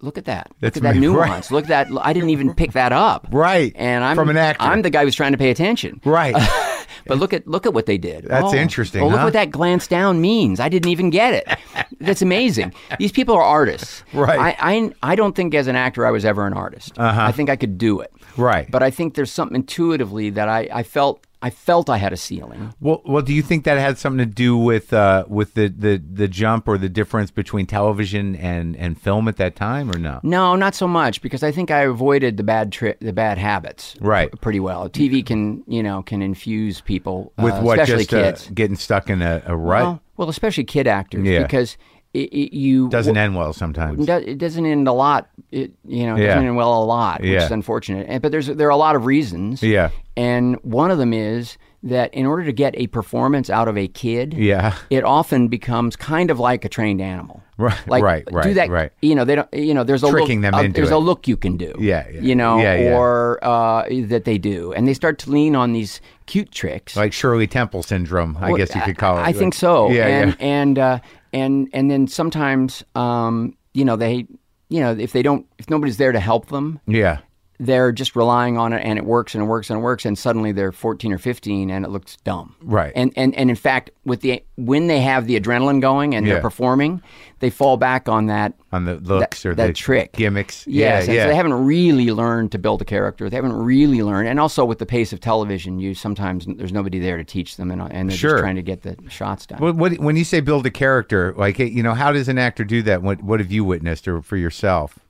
S2: look at that.
S1: That's
S2: look at that
S1: me, right.
S2: nuance. Look at that I didn't even pick that up.
S1: Right.
S2: And I'm
S1: From an actor.
S2: I'm the guy who's trying to pay attention.
S1: Right.
S2: But look at look at what they did.
S1: That's interesting,
S2: Oh, look
S1: huh?
S2: what that glance down means. I didn't even get it. That's amazing. These people are artists.
S1: Right.
S2: I, I I don't think as an actor I was ever an artist. Uh-huh. I think I could do it.
S1: Right.
S2: But I think there's something intuitively that I, I felt I felt I had a ceiling.
S1: well, well, do you think that had something to do with uh, with the, the the jump or the difference between television and and film at that time or no?
S2: No, not so much because I think I avoided the bad tri- the bad habits
S1: Right.
S2: p- pretty well. TV can you know can infuse people
S1: With
S2: uh,
S1: what
S2: especially
S1: just uh,
S2: kids.
S1: getting stuck in a, a rut
S2: well, well, especially kid actors
S1: Yeah.
S2: because it, it, you
S1: doesn't end well sometimes.
S2: do- it doesn't end a lot. It you know it
S1: Yeah.
S2: doesn't end well a lot, which
S1: Yeah.
S2: is unfortunate. And, but there's there are a lot of reasons.
S1: Yeah.
S2: and one of them is that in order to get a performance out of a kid,
S1: Yeah.
S2: it often becomes kind of like a trained animal.
S1: Right,
S2: like,
S1: right, right,
S2: Do that,
S1: right.
S2: You know, they don't. You know, there's a
S1: Tricking
S2: look,
S1: them
S2: a-
S1: into
S2: There's
S1: it.
S2: a look you can do.
S1: Yeah, yeah.
S2: You know,
S1: Yeah, yeah.
S2: or uh, that they do, and they start to lean on these cute tricks.
S1: Like Shirley Temple syndrome, I
S2: Well,
S1: guess you could call it.
S2: I think so.
S1: Yeah,
S2: and
S1: yeah.
S2: and uh, and and then sometimes, um, you know, they, you know, if they don't, if nobody's there to help them,
S1: Yeah.
S2: they're just relying on it, and it works, and it works, and it works, and suddenly they're 14 or 15, and it looks dumb.
S1: Right.
S2: And and and in fact, with the when they have the adrenaline going and
S1: Yeah.
S2: they're performing, they fall back on that.
S1: On the looks or
S2: that
S1: the
S2: trick.
S1: gimmicks.
S2: Yes,
S1: yeah,
S2: and
S1: yeah.
S2: so they haven't really learned to build a character. They haven't really learned, and also with the pace of television, you sometimes there's nobody there to teach them, and, and they're
S1: Sure.
S2: just trying to get the shots down.
S1: What, what, when you say build a character, like you know, how does an actor do that? What What have you witnessed or for yourself?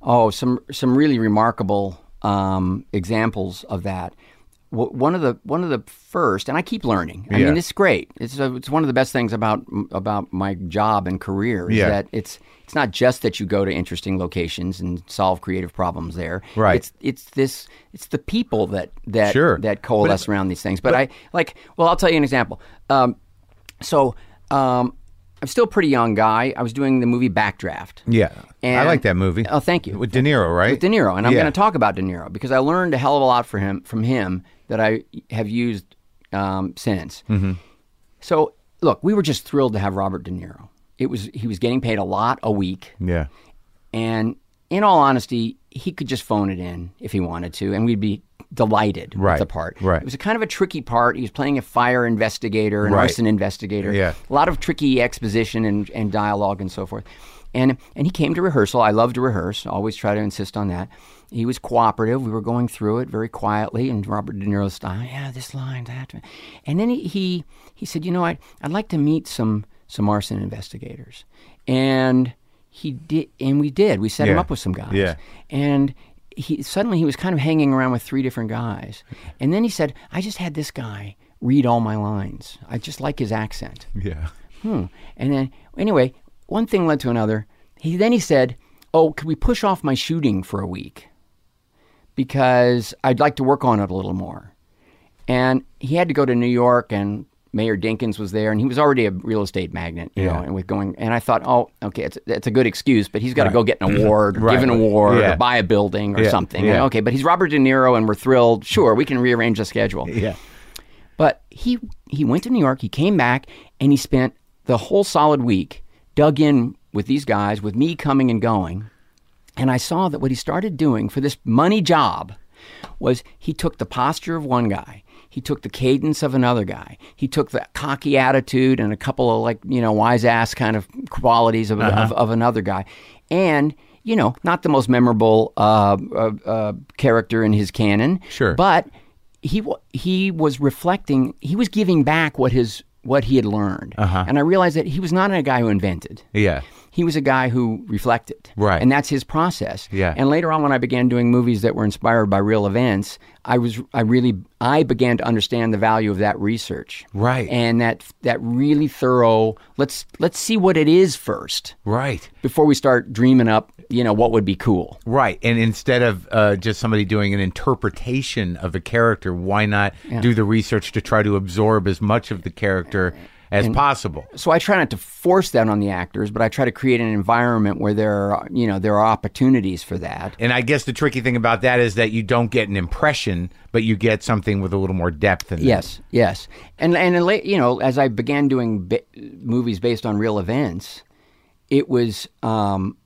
S2: Oh, some some really remarkable um, examples of that. W- one of the one of the first, and I keep learning. I
S1: Yeah.
S2: mean, it's great. It's a, it's one of the best things about about my job and career is
S1: Yeah.
S2: that it's it's not just that you go to interesting locations and solve creative problems there.
S1: Right.
S2: It's it's this it's the people that that
S1: Sure.
S2: that coalesce around these things. But, I like well, I'll tell you an example. Um, so. Um, I'm still a pretty young guy. I was doing the movie Backdraft.
S1: Yeah, I
S2: And-
S1: like that movie.
S2: Oh, thank you.
S1: With De Niro, right?
S2: With De Niro, and I'm
S1: Yeah.
S2: going to talk about De Niro because I learned a hell of a lot from him from him that I have used um, since.
S1: Mm-hmm.
S2: So look, we were just thrilled to have Robert De Niro. It was he was getting paid a lot a week,
S1: Yeah,
S2: and in all honesty, he could just phone it in if he wanted to, and we'd be delighted
S1: Right,
S2: with the part.
S1: right.
S2: It was a kind of a tricky part. He was playing a fire investigator, an
S1: Right.
S2: arson investigator.
S1: Yeah.
S2: A lot of tricky exposition and, and dialogue and so forth. And and he came to rehearsal. I love to rehearse. Always try to insist on that. He was cooperative. We were going through it very quietly, and Robert De Niro's style. Yeah, this line, that. And then he he, he said, you know, I I'd like to meet some some arson investigators. And he did, and we did. We set him
S1: Yeah.
S2: up with some guys.
S1: Yeah.
S2: And he suddenly he was kind of hanging around with three different guys. And then he said, I just had this guy read all my lines. I just like his accent.
S1: yeah.
S2: Hmm. And then anyway, one thing led to another. He then he said, Oh, could we push off my shooting for a week? Because I'd like to work on it a little more. And he had to go to New York and Mayor Dinkins was there and he was already a real estate magnate, you know, and with going and I thought, oh, okay, it's that's a good excuse, but he's gotta go get an award or give an award
S1: Yeah.
S2: or buy a building or
S1: Yeah.
S2: something.
S1: Yeah.
S2: Okay, but he's Robert De Niro and we're thrilled. Sure, we can rearrange the schedule.
S1: Yeah.
S2: But he he went to New York, he came back, and he spent the whole solid week dug in with these guys, with me coming and going. And I saw that what he started doing for this money job was he took the posture of one guy, he took the cadence of another guy, he took the cocky attitude and a couple of like you know wise ass kind of qualities of, of, of another guy, and you know not the most memorable uh, uh, uh, character in his canon,
S1: Sure.
S2: but he wa- he was reflecting, he was giving back what his what he had learned, and I realized that he was not a guy who invented
S1: Yeah.
S2: he was a guy who reflected.
S1: Right.
S2: And that's his process.
S1: Yeah.
S2: And later on when I began doing movies that were inspired by real events, I was I really I began to understand the value of that research.
S1: Right.
S2: And that that really thorough let's let's see what it is first
S1: Right.
S2: before we start dreaming up, you know, what would be cool.
S1: Right. And instead of uh, just somebody doing an interpretation of a character, why not do the research to try to absorb as much of the character as possible?
S2: so I try not to force that on the actors, but I try to create an environment where there are, you know, there are opportunities for that.
S1: And I guess the tricky thing about that is that you don't get an impression, but you get something with a little more depth in it.
S2: Yes, yes, and and in late, you know, as I began doing ba- movies based on real events, it was um,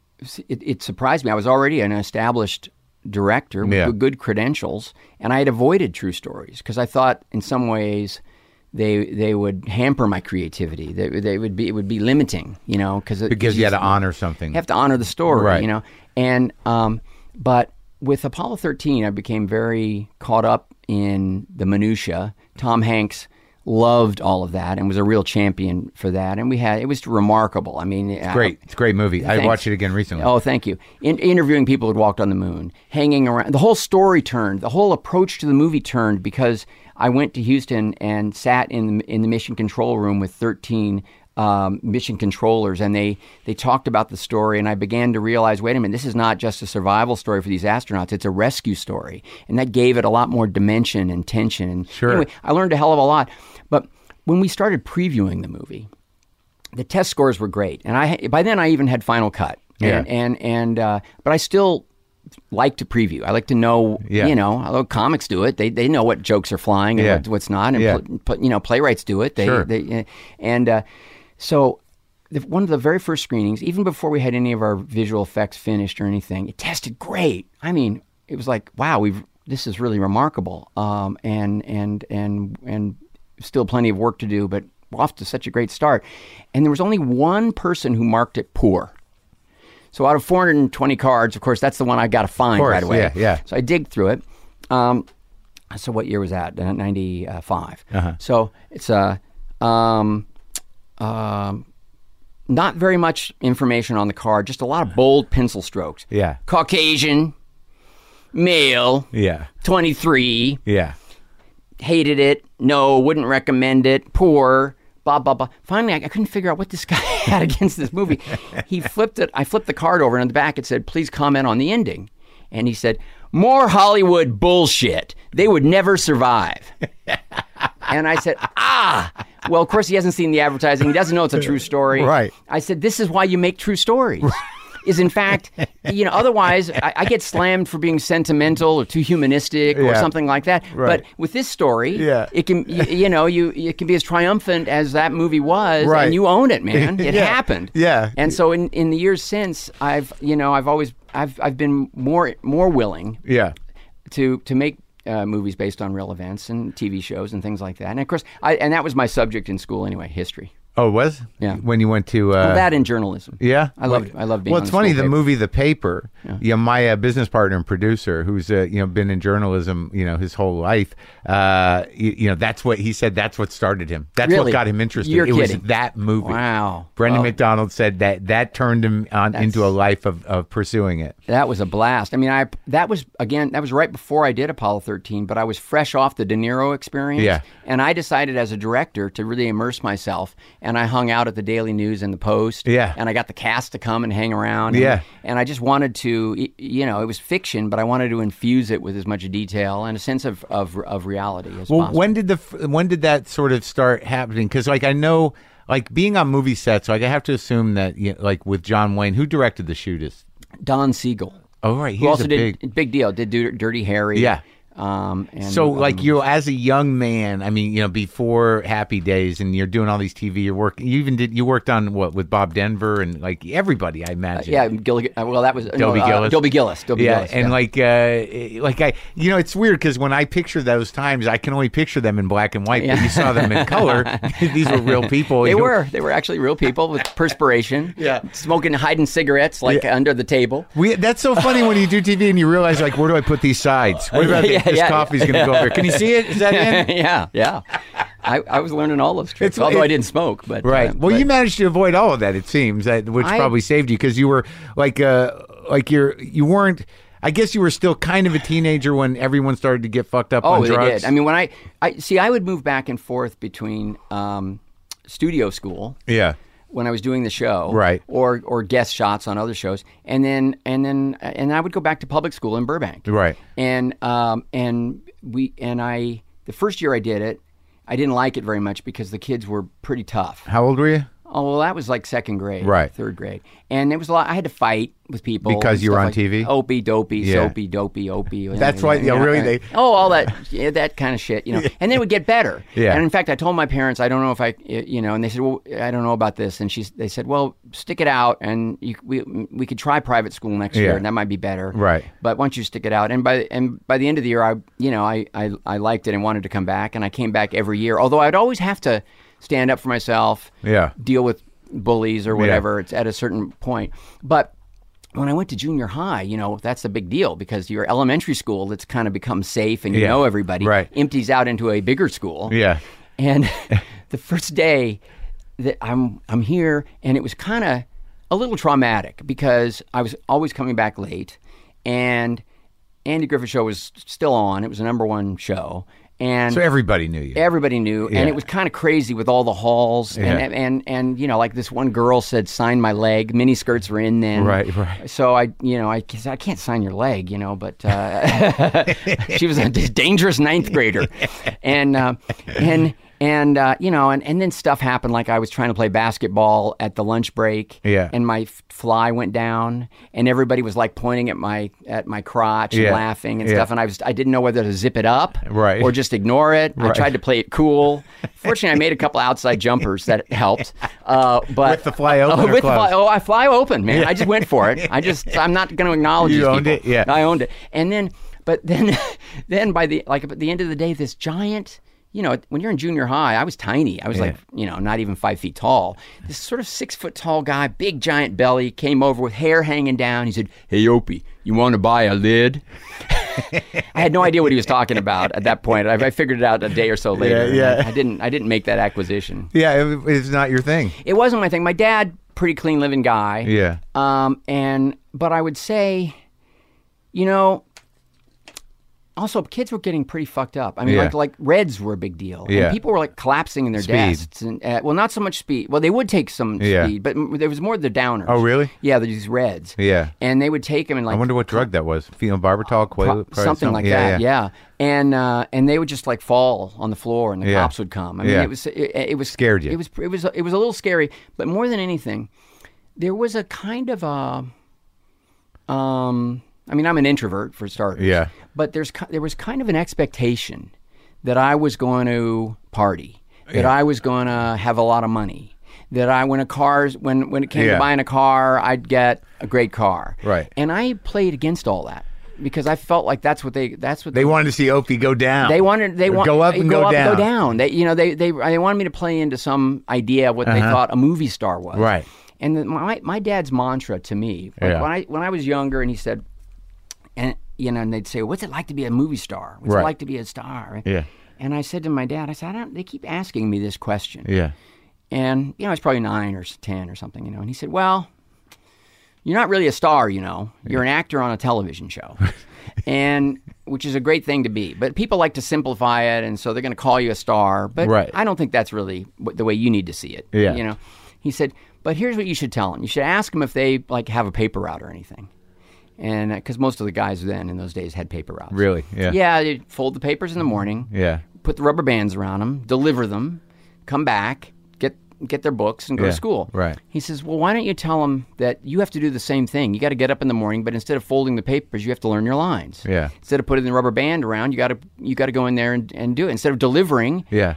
S2: it, it surprised me. I was already an established director with
S1: Yeah.
S2: good credentials, and I had avoided true stories because I thought, in some ways, they they would hamper my creativity. They, they would be it would be limiting, you know, because
S1: Because you had to honor something.
S2: you have to honor the story,
S1: Right.
S2: you know. And um, but with Apollo 13, I became very caught up in the minutia. Tom Hanks loved all of that and was a real champion for that. And we had it was remarkable. I mean, I-
S1: Great. It's a great movie. I
S2: Thanks.
S1: watched it again recently.
S2: Oh, thank you. In- interviewing people who'd walked on the moon, hanging around. The whole story turned. The whole approach to the movie turned because I went to Houston and sat in in the mission control room with thirteen. Um, mission controllers and they they talked about the story and I began to realize wait a minute this is not just a survival story for these astronauts it's a rescue story and that gave it a lot more dimension and tension and
S1: Sure.
S2: anyway I learned a hell of a lot but when we started previewing the movie the test scores were great, and I by then I even had Final Cut, and
S1: Yeah.
S2: and, and uh, but I still like to preview. I like to know,
S1: Yeah.
S2: you know, although comics do it, they they know what jokes are flying and
S1: Yeah.
S2: what, what's not, and
S1: Yeah.
S2: pl- pl- you know, playwrights do it. They,
S1: Sure.
S2: they and uh, so. The, one of the very first screenings, even before we had any of our visual effects finished or anything, it tested great. I mean, it was like, wow, we've this is really remarkable. Um, and and and and still plenty of work to do, but we're off to such a great start. And there was only one person who marked it poor. So out of 420 cards, of course, that's the one I got to find
S1: course,
S2: right away.
S1: yeah, yeah.
S2: So I digged through it. Um, so what year was that? Uh, 95.
S1: Uh-huh.
S2: So it's a um, um, not very much information on the card, just a lot of bold pencil strokes.
S1: Uh-huh. Yeah.
S2: Caucasian, male,
S1: Yeah.
S2: 23,
S1: Yeah.
S2: hated it, no, wouldn't recommend it, poor, blah, blah, blah. Finally, I, I couldn't figure out what this guy had against this movie. He flipped it, I flipped the card over, and on the back it said, please comment on the ending. And he said, more Hollywood bullshit. They would never survive. and I said, ah, well, of course he hasn't seen the advertising. He doesn't know it's a true story.
S1: Right.
S2: I said, this is why you make true stories. Is in fact, you know, otherwise I, I get slammed for being sentimental or too humanistic or
S1: Yeah.
S2: something like that.
S1: Right.
S2: But with this story,
S1: Yeah.
S2: it can you, you know you it can be as triumphant as that movie was,
S1: Right.
S2: and you own it, man. It
S1: Yeah.
S2: happened.
S1: Yeah.
S2: And so in in the years since, I've you know I've always I've I've been more more willing
S1: Yeah.
S2: to to make uh, movies based on real events and TV shows and things like that. And of course, I and that was my subject in school anyway, history.
S1: Oh, it was?
S2: Yeah.
S1: When you went to. Uh,
S2: that and journalism.
S1: Yeah,
S2: I loved- I loved being
S1: Well,
S2: on
S1: it's
S2: the
S1: funny. The
S2: school paper.
S1: movie, The Paper. Yeah, my uh, business partner and producer, who's uh, you know been in journalism, you know his whole life. Uh, you, you know that's what he said. That's what started him. That's what
S2: Really?
S1: got him interested.
S2: You're
S1: it
S2: kidding.
S1: was that movie.
S2: Wow. Oh.
S1: Brendan
S2: Well-
S1: McDonald said that that turned him on into a life of, of pursuing it.
S2: That was a blast. I mean, I that was again that was right before I did Apollo 13, but I was fresh off the De Niro experience.
S1: Yeah.
S2: And I decided as a director to really immerse myself, and I hung out at the Daily News and the Post.
S1: Yeah.
S2: And I got the cast to come and hang around.
S1: Yeah.
S2: And, and I just wanted to, y- you know, it was fiction, but I wanted to infuse it with as much detail and a sense of of, of reality as
S1: Well,
S2: possible.
S1: when did the f- when did that sort of start happening? Because like I know, like being on movie sets, like I have to assume that you know, like with John Wayne, who directed The Shootist.
S2: Don Siegel.
S1: Oh right, he
S2: who
S1: was
S2: also
S1: a
S2: did
S1: big
S2: big deal. Did Dir- Dirty Harry.
S1: Yeah.
S2: Um, and,
S1: So,
S2: um,
S1: like you, as a young man, I mean, you know, before Happy Days, and you're doing all these TV, you're working. You even did. You worked on what with Bob Denver and like everybody, I imagine.
S2: yeah, Gilligan. uh, Well, that was
S1: Dobie
S2: no, uh,
S1: Gillis.
S2: Dobie Gillis. Dobie
S1: yeah,
S2: Gillis,
S1: and like, uh, like I, you know, it's weird because when I picture those times, I can only picture them in black and white. But you saw them in color. These were real people.
S2: They
S1: Oh, You-
S2: were. They were actually real people with perspiration.
S1: Yeah.
S2: Smoking, hiding cigarettes like under the table.
S1: We, that's so funny when you do TV and you realize like, where do I put these sides? What about
S2: Yeah,
S1: this
S2: yeah,
S1: coffee's going to go over? here? Can you see it? Is that in?
S2: yeah, yeah. I, I was learning all those tricks,
S1: It's-
S2: although
S1: it-
S2: I didn't smoke. But
S1: Right.
S2: uh,
S1: well,
S2: but-
S1: you managed to avoid all of that. It seems that which
S2: I-
S1: probably saved you because you were like, uh, like you're you weren't. I guess you were still kind of a teenager when everyone started to get fucked up
S2: Oh,
S1: on
S2: they
S1: drugs.
S2: did. I mean, when I, I see, I would move back and forth between um, studio school
S1: yeah.
S2: when I was doing the show,
S1: Right.
S2: or or guest shots on other shows, and then and then and I would go back to public school in Burbank,
S1: Right.
S2: And um and we and I the first year I did it, I didn't like it very much because the kids were pretty tough.
S1: How old were you?
S2: Oh well, that was like second grade,
S1: Right.
S2: Third grade, and it was a lot. I had to fight with people
S1: Because
S2: and
S1: you
S2: stuff
S1: were on
S2: like-
S1: TV?
S2: Opie, dopey,
S1: Yeah.
S2: soapy, dopey, opie.
S1: That's why- yeah, really, they-
S2: oh all that yeah, that kind of shit, you know. And then it would get better.
S1: Yeah.
S2: And in fact, I told my parents, I don't know if I, you know, and they said, well, I don't know about this, and she, they said, well, stick it out, and you, we we could try private school next
S1: Yeah.
S2: year, and that might be better,
S1: Right.
S2: But once you stick it out, and by and by the end of the year, I you know I I, I liked it and wanted to come back, and I came back every year, although I'd always have to stand up for myself
S1: Yeah.
S2: deal with bullies or whatever. It's at a certain point. But when I went to junior high, you know, that's the big deal because your elementary school that's kind of become safe and you
S1: Yeah,
S2: know everybody
S1: right.
S2: empties out into a bigger school.
S1: Yeah.
S2: And the first day that I'm I'm here and it was kind of a little traumatic because I was always coming back late and Andy Griffith show was still on. It was the number one show. And
S1: So everybody knew you.
S2: Everybody knew, and it was kind of crazy with all the halls, and,
S1: Yeah.
S2: and and you know, like this one girl said, "Sign my leg." Mini skirts were in then,
S1: Right, right.
S2: So I, you know, I said, I can't sign your leg, you know, but uh, she was a d- dangerous ninth grader, and uh, and and uh, you know, and and then stuff happened, like I was trying to play basketball at the lunch break,
S1: Yeah.
S2: and my f- fly went down, and everybody was like pointing at my at my crotch, and
S1: Yeah.
S2: laughing and
S1: Yeah.
S2: stuff, and I was I didn't know whether to zip it up,
S1: Right.
S2: or just just ignore it. I tried to play it cool. Fortunately, I made a couple outside jumpers that helped. Uh, but
S1: With the fly open
S2: Oh,
S1: or
S2: with the
S1: closed?
S2: fly, oh, I fly open, man. I just went for it. I just I'm not going to acknowledge
S1: You
S2: these
S1: owned
S2: people.
S1: it? Yeah.
S2: I owned it. And then, but then, then by the like at the end of the day, this giant. You know, when you're in junior high, I was tiny. I was like, you know, not even five feet tall. This sort of six foot tall guy, big giant belly, came over with hair hanging down. He said, "Hey, Opie, you want to buy a lid?" I had no idea what he was talking about at that point. I, I figured it out a day or so later.
S1: Yeah, yeah.
S2: I, I didn't. I didn't make that acquisition.
S1: Yeah, it, it's not your thing.
S2: It wasn't my thing. My dad, pretty clean living guy.
S1: Yeah.
S2: Um. And but I would say, you know. Also, kids were getting pretty fucked up. I mean,
S1: Yeah.
S2: like like reds were a big deal.
S1: Yeah.
S2: And people were like collapsing in their desks. And uh, well, not so much speed. Well, they would take some
S1: Yeah.
S2: speed, but m- there was more the downers.
S1: Oh, really?
S2: Yeah, there's these reds.
S1: Yeah.
S2: And they would take them and like
S1: I wonder what drug that was. Phenobarbital,
S2: Pro-
S1: Quaalude, probably
S2: something like that. Yeah, and uh, and they would just like fall on the floor, and the
S1: Yeah.
S2: cops would come. I mean,
S1: Yeah.
S2: it was it, it was
S1: Scared you.
S2: It was it was it was a little scary, but more than anything, there was a kind of a. Um, I mean, I'm an introvert for starters.
S1: Yeah.
S2: But there's ki- there was kind of an expectation that I was going to party, that I was going to have a lot of money. That I when a car's when when it came
S1: Yeah.
S2: to buying a car, I'd get a great car.
S1: Right.
S2: And I played against all that because I felt like that's what they that's what
S1: They wanted to see Opie go down.
S2: they wanted they
S1: Or
S2: want
S1: go up and go, down.
S2: go down. They you know they they they wanted me to play into some idea of what they thought a movie star was.
S1: Uh-huh. Right.
S2: And then my my dad's mantra to me like
S1: Yeah.
S2: when I when I was younger and he said and you know and they'd say what's it like to be a movie star? What's
S1: Right.
S2: it like to be a star?
S1: Yeah.
S2: And I said to my dad, I said, I don't, they keep asking me this question.
S1: Yeah.
S2: And, you know, I was probably nine or s- 10 or something, you know. And he said, Well, you're not really a star, you know. You're an actor on a television show. and which is a great thing to be. But people like to simplify it. And so they're going to call you a star. But
S1: Right.
S2: I don't think that's really w- the way you need to see it.
S1: Yeah.
S2: You know, he said, But here's what you should tell them you should ask them if they, like, have a paper route or anything. And because most of the guys then in those days had paper routes.
S1: Really? Yeah.
S2: Yeah. They'd fold the papers in the morning
S1: Yeah.
S2: put the rubber bands around them, deliver them, come back, get get their books and go
S1: Yeah,
S2: to school.
S1: right.
S2: He says, well, why don't you tell them that you have to do the same thing? You got to get up in the morning, but instead of folding the papers, you have to learn your lines.
S1: Yeah.
S2: Instead of putting the rubber band around, you got to you got to go in there and, and do it. Instead of delivering
S1: Yeah.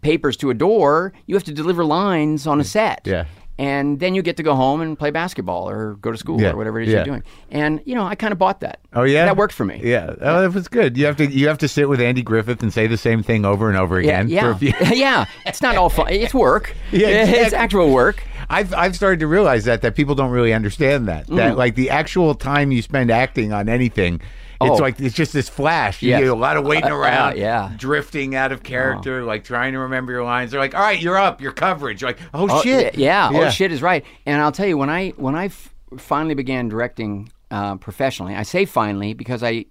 S2: papers to a door, you have to deliver lines on a set.
S1: Mm. Yeah.
S2: And then you get to go home and play basketball or go to school
S1: Yeah,
S2: or whatever it is
S1: yeah.
S2: you're doing. And you know, I kind of bought that.
S1: Oh yeah,
S2: that worked for me.
S1: Yeah, oh, that was good. You have to you have to sit with Andy Griffith and say the same thing over and over
S2: Yeah,
S1: again. For
S2: yeah,
S1: a few,
S2: yeah. It's not all fun. It's work.
S1: Yeah,
S2: it's
S1: exactly.
S2: actual work.
S1: I've I've started to realize that that people don't really understand that
S2: Mm-hmm.
S1: that like the actual time you spend acting on anything.
S2: Oh.
S1: It's like it's just this flash. You
S2: Yes. Uh,
S1: do a lot of waiting around,
S2: yeah. Uh-huh.
S1: drifting out of character, like trying to remember your lines. They're like, "All right, you're up. Your coverage." You're like, "Oh,
S2: Oh,
S1: shit,
S2: y- Yeah, Oh shit is right. And I'll tell you when I when I f- finally began directing uh, professionally. I say finally because I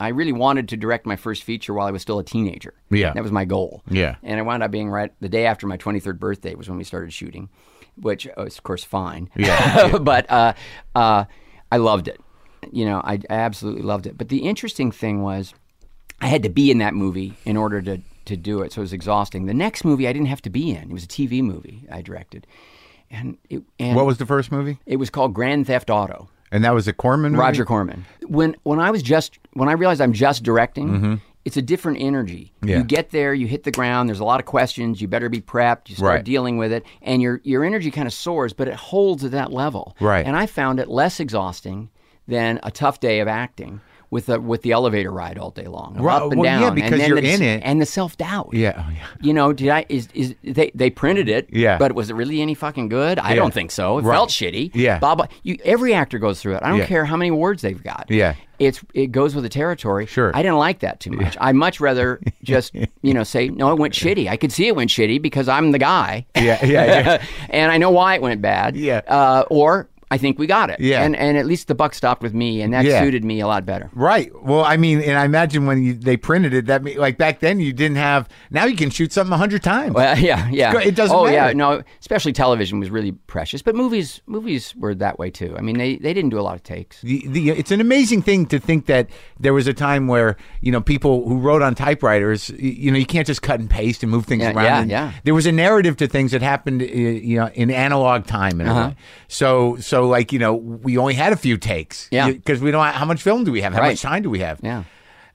S2: I really wanted to direct my first feature while I was still a teenager.
S1: Yeah.
S2: that was my goal.
S1: Yeah.
S2: and I wound up being right the day after my 23rd birthday was when we started shooting, which was of course fine.
S1: Yeah,
S2: but uh, uh, I loved it. You know, I, I absolutely loved it. But the interesting thing was, I had to be in that movie in order to to do it. So it was exhausting. The next movie I didn't have to be in. It was a TV movie I directed, and it and
S1: What was the first movie?
S2: it was called Grand Theft Auto.
S1: And that was a Corman. movie?
S2: Roger Corman. When when I was just when I realized I'm just directing, it's a different energy.
S1: Mm-hmm. Yeah.
S2: You get there, you hit the ground. There's a lot of questions. You better be prepped. You start
S1: Right.
S2: dealing with it, and your your energy kind of soars, but it holds at that level.
S1: Right.
S2: And I found it less exhausting than a tough day of acting. With the, with the elevator ride all day long,
S1: Right,
S2: up and
S1: well, yeah,
S2: down,
S1: because
S2: and then
S1: you're
S2: the,
S1: in it.
S2: and the self doubt.
S1: Yeah, oh, yeah.
S2: You know, did I is is they they printed it?
S1: Yeah.
S2: But was it really any fucking good? I don't think so. It felt shitty.
S1: Yeah.
S2: Blah blah. You, every actor goes through it. I don't
S1: Yeah.
S2: care how many awards they've got.
S1: Yeah.
S2: It's it goes with the territory.
S1: Sure.
S2: I didn't like that too much. I much rather just you know say no, it went shitty. I could see it went shitty because I'm the guy.
S1: Yeah, yeah, yeah.
S2: and I know why it went bad.
S1: Yeah.
S2: Uh, or I think we got it.
S1: Yeah.
S2: And and at least the buck stopped with me, and that
S1: Yeah.
S2: suited me a lot better.
S1: Right. Well, I mean, and I imagine when you, they printed it, that me- like back then you didn't have. Now you can shoot something a hundred times.
S2: Well, yeah, yeah.
S1: great. It doesn't
S2: Oh, yeah.
S1: matter.
S2: No, especially television was really precious, but movies, movies were that way too. I mean, they, they didn't do a lot of takes.
S1: The, the, it's an amazing thing to think that there was a time where you know people who wrote on typewriters, y- you know, you can't just cut and paste and move things
S2: Yeah,
S1: around.
S2: yeah,
S1: and
S2: yeah.
S1: There was a narrative to things that happened, uh, you know, in analog time. In
S2: Uh-huh.
S1: a way. So, so like you know, we only had a few takes.
S2: Yeah.
S1: Because we don't. How much film do we have? How
S2: Right.
S1: much time do we have?
S2: Yeah.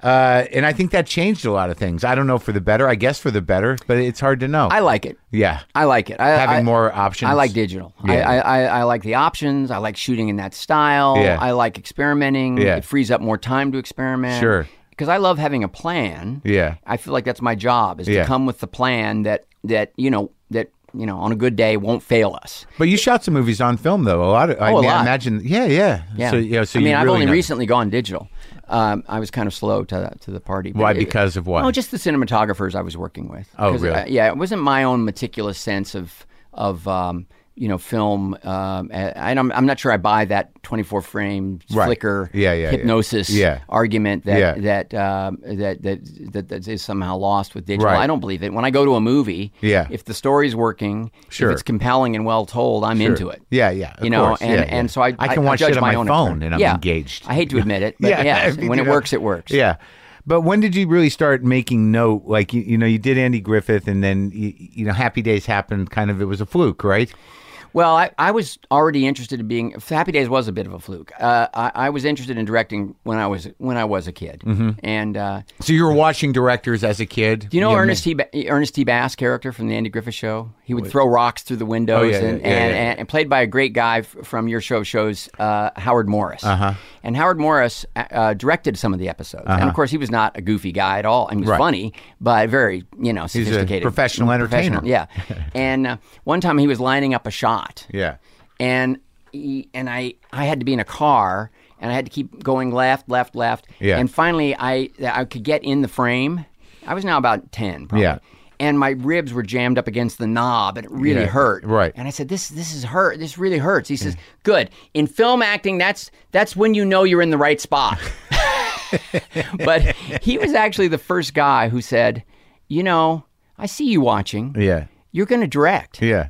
S1: Uh, and I think that changed a lot of things. I don't know for the better. I guess for the better, but it's hard to know.
S2: I like it.
S1: yeah.
S2: I like it. I,
S1: Having
S2: I-
S1: more options.
S2: I like digital. I,
S1: Yeah.
S2: I, I, I like the options. I like shooting in that style.
S1: Yeah.
S2: I like experimenting.
S1: Yeah.
S2: It frees up more time to experiment.
S1: Sure.
S2: Because I love having a plan.
S1: Yeah.
S2: I feel like that's my job is
S1: Yeah.
S2: to come with the plan that that you know that you know on a good day won't fail us.
S1: But you shot some movies on film, though. A lot. Of, I,
S2: Oh, a
S1: mean, I
S2: lot.
S1: imagine. Yeah, yeah.
S2: Yeah.
S1: So, yeah, so
S2: I mean,
S1: you
S2: I've
S1: really
S2: only
S1: know.
S2: recently gone digital. Um, I was kind of slow to to the party. but
S1: Why?
S2: it-
S1: Because of what?
S2: Oh, just the cinematographers I was working with.
S1: Oh,
S2: 'Cause,
S1: really?
S2: uh, yeah, it wasn't my own meticulous sense of of um, you know film. Um, I, I'm, I'm not sure I buy that 24 frame
S1: Right.
S2: flicker
S1: Yeah, yeah, yeah.
S2: hypnosis
S1: Yeah.
S2: argument that
S1: Yeah.
S2: that, um, that that that that is somehow lost with digital.
S1: Right.
S2: I don't believe it. When I go to a movie,
S1: Yeah.
S2: if the story's working,
S1: Sure.
S2: if it's compelling and well told, I'm into it.
S1: Yeah, yeah. of
S2: you know,
S1: course.
S2: and,
S1: Yeah,
S2: and
S1: yeah.
S2: so I
S1: I can watch
S2: judge
S1: shit on my,
S2: own
S1: phone
S2: effort.
S1: and I'm
S2: yeah.
S1: engaged.
S2: I hate to admit it, but yes,
S1: if you
S2: when it
S1: do
S2: works, it works.
S1: Yeah. But when did you really start making note? Like you, you know, you did Andy Griffith, and then you, you know, Happy Days happened. Kind of, it was a fluke, right?
S2: Well, I, I was already interested in being. Happy Days was a bit of a fluke. Uh, I, I was interested in directing when I was when I was a kid,
S1: Mm-hmm.
S2: and uh,
S1: So you were watching directors as a kid.
S2: Do you know
S1: Yeah,
S2: Ernest T. Ba- Ernest T. Bass character from the Andy Griffith Show? He would throw rocks through the windows,
S1: Oh, yeah, yeah,
S2: and,
S1: yeah,
S2: and,
S1: yeah, yeah.
S2: And, and played by a great guy f- from your show of shows, uh, Howard Morris. Uh-huh. And Howard Morris uh, uh, directed some of the episodes, and of course he was not a goofy guy at all, and he was
S1: Uh-huh. Right.
S2: funny, but very you know
S1: a
S2: sophisticated,
S1: professional entertainer.
S2: yeah, and uh, one time he was lining up a shot
S1: Yeah.
S2: and he, and I I had to be in a car and I had to keep going left, left, left.
S1: Yeah.
S2: And finally, I I could get in the frame. I was now about ten, probably.
S1: Yeah.
S2: And my ribs were jammed up against the knob, and it really
S1: Yeah,
S2: hurt.
S1: right.
S2: And I said, "This this is hurt. This really hurts." He says, "Good. In film acting, that's that's when you know you're in the right spot." but he was actually the first guy who said, "You know, I see you watching.
S1: Yeah.
S2: You're going to direct."
S1: Yeah.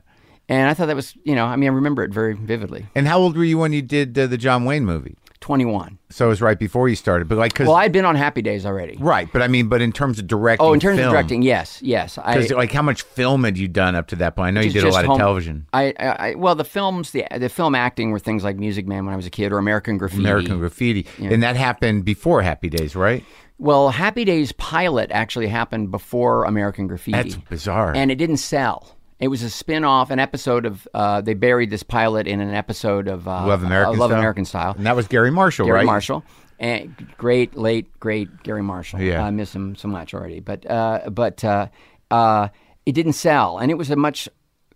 S2: And I thought that was, you know, I mean, I remember it very vividly.
S1: And how old were you when you did uh, the John Wayne movie?
S2: 21.
S1: So it was right before you started, but like, cause,
S2: Well, I'd been on Happy Days already.
S1: right, but I mean, but in terms of directing,
S2: Oh, in terms
S1: film,
S2: of directing, yes, yes. I,
S1: 'cause, like how much film had you done up to that point? I know you
S2: Just-
S1: did a
S2: just
S1: lot
S2: home-
S1: of television.
S2: I, I, I well, the films, the the film acting were things like Music Man when I was a kid, or American Graffiti.
S1: American Graffiti, and that happened before Happy Days, right?
S2: Well, Happy Days pilot actually happened before American Graffiti.
S1: That's bizarre.
S2: and it didn't sell. It was a spin-off, an episode of. Uh, they buried this pilot in an episode of uh,
S1: Love American
S2: uh, Love
S1: Style?
S2: American Style.
S1: and that was Gary Marshall,
S2: Gary
S1: right?
S2: Marshall, and great, late, great Gary Marshall.
S1: Yeah.
S2: I miss him so much already. But uh, but uh, uh, it didn't sell, and it was a much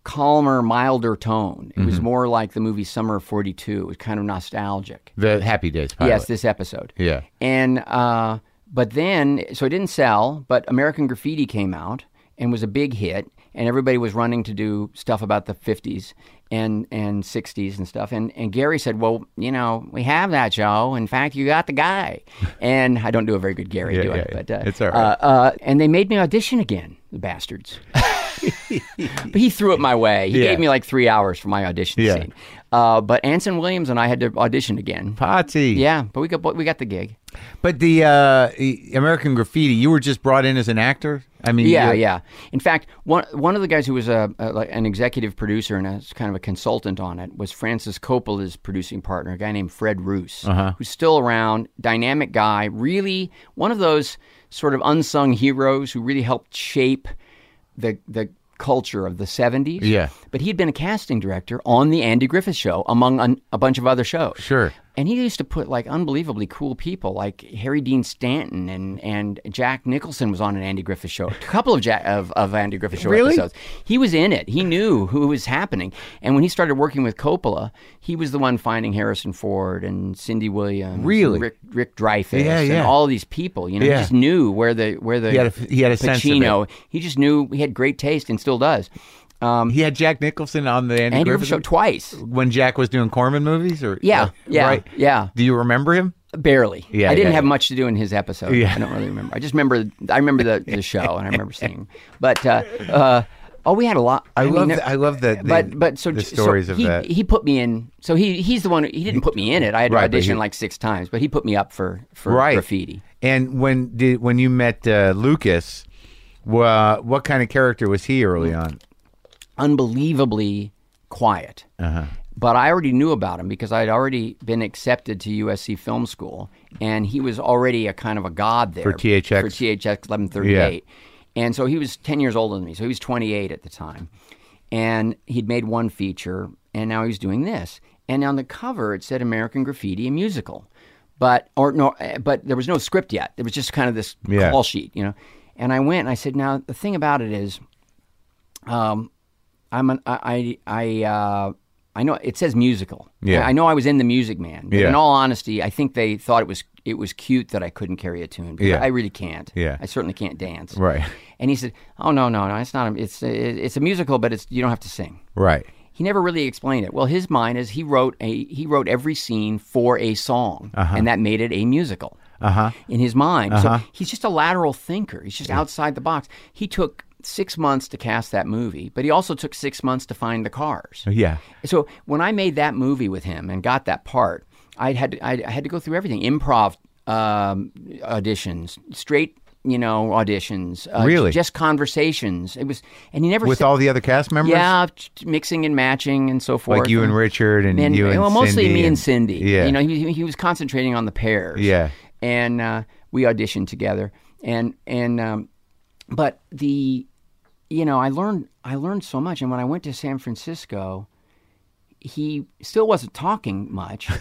S2: calmer, milder tone. It was
S1: Mm-hmm.
S2: more like the movie Summer of '42. It was kind of nostalgic.
S1: The Happy Days pilot.
S2: Yes, this episode.
S1: Yeah.
S2: And uh, but then, so it didn't sell. But American Graffiti came out and was a big hit, and everybody was running to do stuff about the '50s and and '60s and stuff. And and Gary said, "Well, you know, we have that show. In fact, you got the guy." and I don't do a very good Gary,
S1: Yeah,
S2: do
S1: yeah,
S2: I? But uh,
S1: it's all right.
S2: Uh, uh, and they made me audition again, the bastards. But he threw it my way. He
S1: Yeah.
S2: gave me like three hours for my audition
S1: Yeah.
S2: scene. Uh, but Anson Williams and I had to audition again.
S1: Potsy.
S2: Yeah, but we got but we got the gig.
S1: But the uh, e- American Graffiti, you were just brought in as an actor. I mean,
S2: Yeah,
S1: you-
S2: yeah. In fact, one one of the guys who was a, a like an executive producer and a kind of a consultant on it was Francis Coppola's producing partner, a guy named Fred Roos,
S1: Uh-huh.
S2: who's still around, dynamic guy, really one of those sort of unsung heroes who really helped shape the the culture of the 70s.
S1: Yeah.
S2: But he'd been a casting director on the Andy Griffith show among an, a bunch of other shows.
S1: Sure.
S2: And he used to put like unbelievably cool people, like Harry Dean Stanton and, and Jack Nicholson was on an Andy Griffith show, a couple of Jack, of, of Andy Griffith show
S1: Really?
S2: episodes. He was in it. He knew who was happening. And when he started working with Coppola, he was the one finding Harrison Ford and Cindy Williams, and
S1: Really?
S2: Rick, Rick Dreyfuss,
S1: Yeah, yeah.
S2: and all these people. You know,
S1: Yeah.
S2: he just knew where the where the
S1: He had a- he had a sense of
S2: Pacino. He just knew he had great taste and still does. Um,
S1: He had Jack Nicholson on the Andy,
S2: Andy
S1: Griffith
S2: Griffith show twice.
S1: when Jack was doing Corman movies, or
S2: Yeah, yeah,
S1: right,
S2: yeah.
S1: Do you remember him?
S2: Barely.
S1: Yeah,
S2: I didn't
S1: yeah,
S2: have
S1: yeah.
S2: much to do in his episode.
S1: Yeah.
S2: I don't really remember. I just remember. I remember the, the show, and I remember seeing. But uh, uh, oh, we had a lot.
S1: I,
S2: mean,
S1: love,
S2: there-
S1: the, I love the, the
S2: but but so
S1: the
S2: so
S1: stories of
S2: he,
S1: that.
S2: He put me in. So he he's the one. He didn't put me in it. I had to
S1: Right, but
S2: audition
S1: he-
S2: like six times, but he put me up for for
S1: Right.
S2: graffiti.
S1: and when did when you met uh, Lucas, wha what kind of character was he early
S2: Mm.
S1: on?
S2: Unbelievably quiet.
S1: Uh-huh.
S2: But I already knew about him because I'd already been accepted to USC Film School, and he was already a kind of a god there
S1: For THX.
S2: for THX eleven thirty eight, and so he was ten years older than me, so he was twenty eight at the time, and he'd made one feature, and now he's doing this, and on the cover it said American Graffiti, a musical, but or no, eh, but there was no script yet. There was just kind of this
S1: Yeah.
S2: call sheet, you know, and I went and I said, now the thing about it is. I'm an I I I, uh, I know it says musical.
S1: Yeah.
S2: I, I know I was in the Music Man. But
S1: Yeah.
S2: In all honesty, I think they thought it was it was cute that I couldn't carry a tune. because
S1: Yeah.
S2: I really can't.
S1: Yeah.
S2: I certainly can't dance.
S1: Right.
S2: And he said, "Oh no no no, it's not. A, it's a, it's a musical, but it's you don't have to sing."
S1: Right.
S2: He never really explained it. Well, his mind is he wrote a he wrote every scene for a song,
S1: Uh-huh.
S2: and that made it a musical. In his mind, so he's just a lateral thinker. He's just outside the box. He took six months to cast that movie, but he also took six months to find the cars.
S1: Yeah.
S2: So when I made that movie with him and got that part, I had to, I had to go through everything: improv um, auditions, straight you know auditions, uh,
S1: Really?
S2: just conversations. It was, and he never
S1: With
S2: said-
S1: all the other cast members.
S2: yeah, t- mixing and matching and so forth.
S1: Like you and Richard and,
S2: and-
S1: you and
S2: well, mostly
S1: Cindy
S2: me and Cindy.
S1: Yeah.
S2: you know, he, he was concentrating on the pairs.
S1: Yeah.
S2: and uh, we auditioned together, and and um, but the, you know, I learned I learned so much, and when I went to San Francisco, he still wasn't talking much.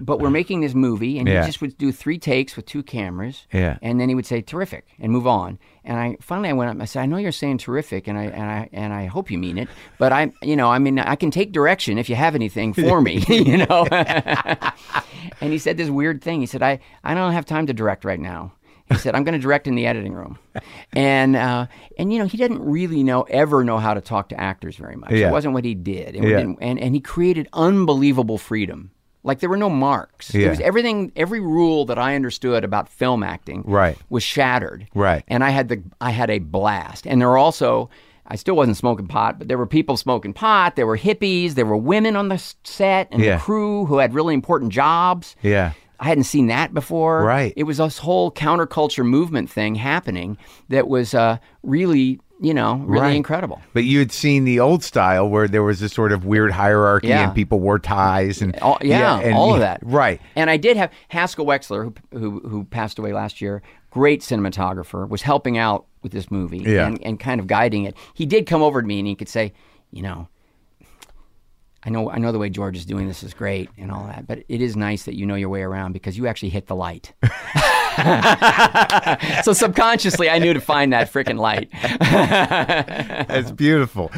S2: But we're making this movie, and
S1: Yeah.
S2: he just would do three takes with two cameras,
S1: Yeah.
S2: and then he would say terrific and move on. And I finally I went up and I said, I know you're saying terrific and I and I and I hope you mean it, but I you know, I mean I can take direction if you have anything for me, you know. and he said this weird thing. He said, I, I don't have time to direct right now. He said, I'm going to direct in the editing room. And, uh, and you know, he didn't really know, ever know how to talk to actors very much.
S1: Yeah.
S2: It wasn't what he did. And, we
S1: Yeah.
S2: didn't- and, and he created unbelievable freedom. Like there were no marks. There
S1: Yeah.
S2: was everything, every rule that I understood about film acting
S1: Right.
S2: was shattered.
S1: Right.
S2: And I had the I had a blast. And there were also I still wasn't smoking pot, but there were people smoking pot. There were hippies. There were women on the s- set and
S1: Yeah.
S2: the crew who had really important jobs.
S1: Yeah.
S2: I hadn't seen that before.
S1: Right.
S2: It was this whole counterculture movement thing happening that was uh, really, you know, really
S1: Right.
S2: incredible.
S1: But you had seen the old style where there was this sort of weird hierarchy
S2: Yeah.
S1: and people wore ties and
S2: All, yeah,
S1: and-
S2: all of that.
S1: Right.
S2: And I did have Haskell Wexler, who, who who passed away last year, great cinematographer, was helping out with this movie
S1: Yeah.
S2: and, and kind of guiding it. He did come over to me and he could say, you know, I know I know the way George is doing this is great and all that, but it is nice that you know your way around because you actually hit the light. so subconsciously, I knew to find that freaking light.
S1: That's beautiful.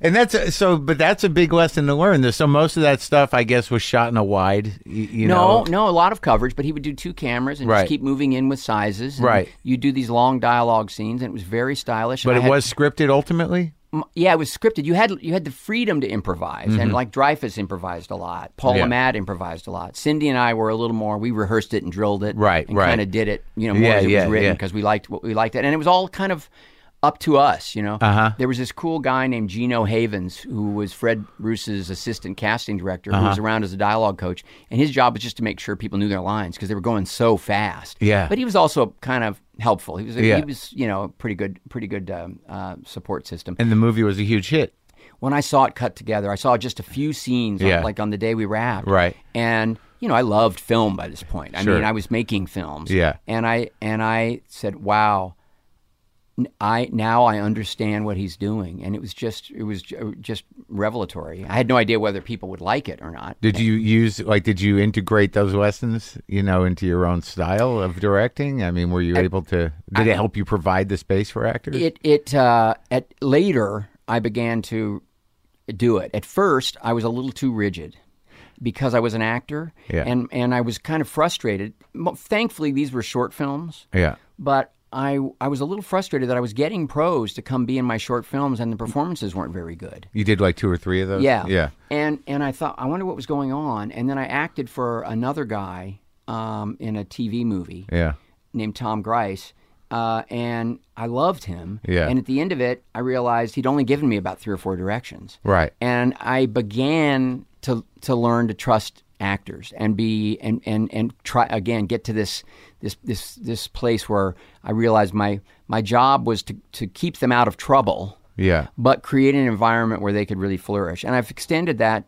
S1: And that's a, so but that's a big lesson to learn. So most of that stuff I guess was shot in a wide, y- you,
S2: No,
S1: know.
S2: no, a lot of coverage, but he would do two cameras and
S1: Right.
S2: just keep moving in with sizes. and
S1: Right.
S2: You do these long dialogue scenes, and it was very stylish.
S1: But
S2: and
S1: it
S2: I had-
S1: was scripted ultimately?
S2: m- yeah, it was scripted. You had you had the freedom to improvise, and like Dreyfus improvised a lot, Paul
S1: Mm-hmm. Yeah.
S2: Amat improvised a lot. Cindy and I were a little more. We rehearsed it and drilled it,
S1: Right,
S2: and
S1: right.
S2: kind of did it, you know, more
S1: Yeah,
S2: as it
S1: yeah,
S2: was written
S1: yeah.
S2: because we liked what we liked it, and it was all kind of up to us, you know.
S1: Uh-huh.
S2: There was this cool guy named Gino Havens who was Fred Bruce's assistant casting director, who
S1: Uh-huh.
S2: was around as a dialogue coach, and his job was just to make sure people knew their lines because they were going so fast.
S1: Yeah.
S2: but he was also kind of helpful. He was
S1: Yeah.
S2: he was you know pretty good pretty good um, uh, support system
S1: And the movie was a huge hit.
S2: when I saw it cut together, I saw just a few scenes, on-
S1: Yeah.
S2: like on the day we wrapped,
S1: Right.
S2: And you know, I loved film by this point. I
S1: Sure.
S2: mean, I was making films,
S1: Yeah.
S2: And I and I said, "Wow, n- I now I understand what he's doing." And it was just it was ju- just revelatory. I had no idea whether people would like it or not.
S1: Did you use like did you integrate those lessons, you know, into your own style of directing? I mean, were you able to did it help you provide the space for actors?
S2: It it uh, at later I began to do it. At first, I was a little too rigid because I was an actor,
S1: Yeah.
S2: and and I was kind of frustrated. Mo- Thankfully, these were short films,
S1: yeah.
S2: but. I, I was a little frustrated that I was getting pros to come be in my short films and the performances weren't very good.
S1: You did like two or three of those?
S2: Yeah.
S1: Yeah.
S2: And and I thought I wonder what was going on. And then I acted for another guy um, in a TV movie
S1: Yeah.
S2: named Tom Grice, uh, and I loved him.
S1: Yeah.
S2: And at the end of it, I realized he'd only given me about three or four directions.
S1: Right.
S2: And I began to to learn to trust actors and be and and and try again get to this this this this place where I realized my my job was to to keep them out of trouble
S1: Yeah.
S2: but create an environment where they could really flourish. And I've extended that.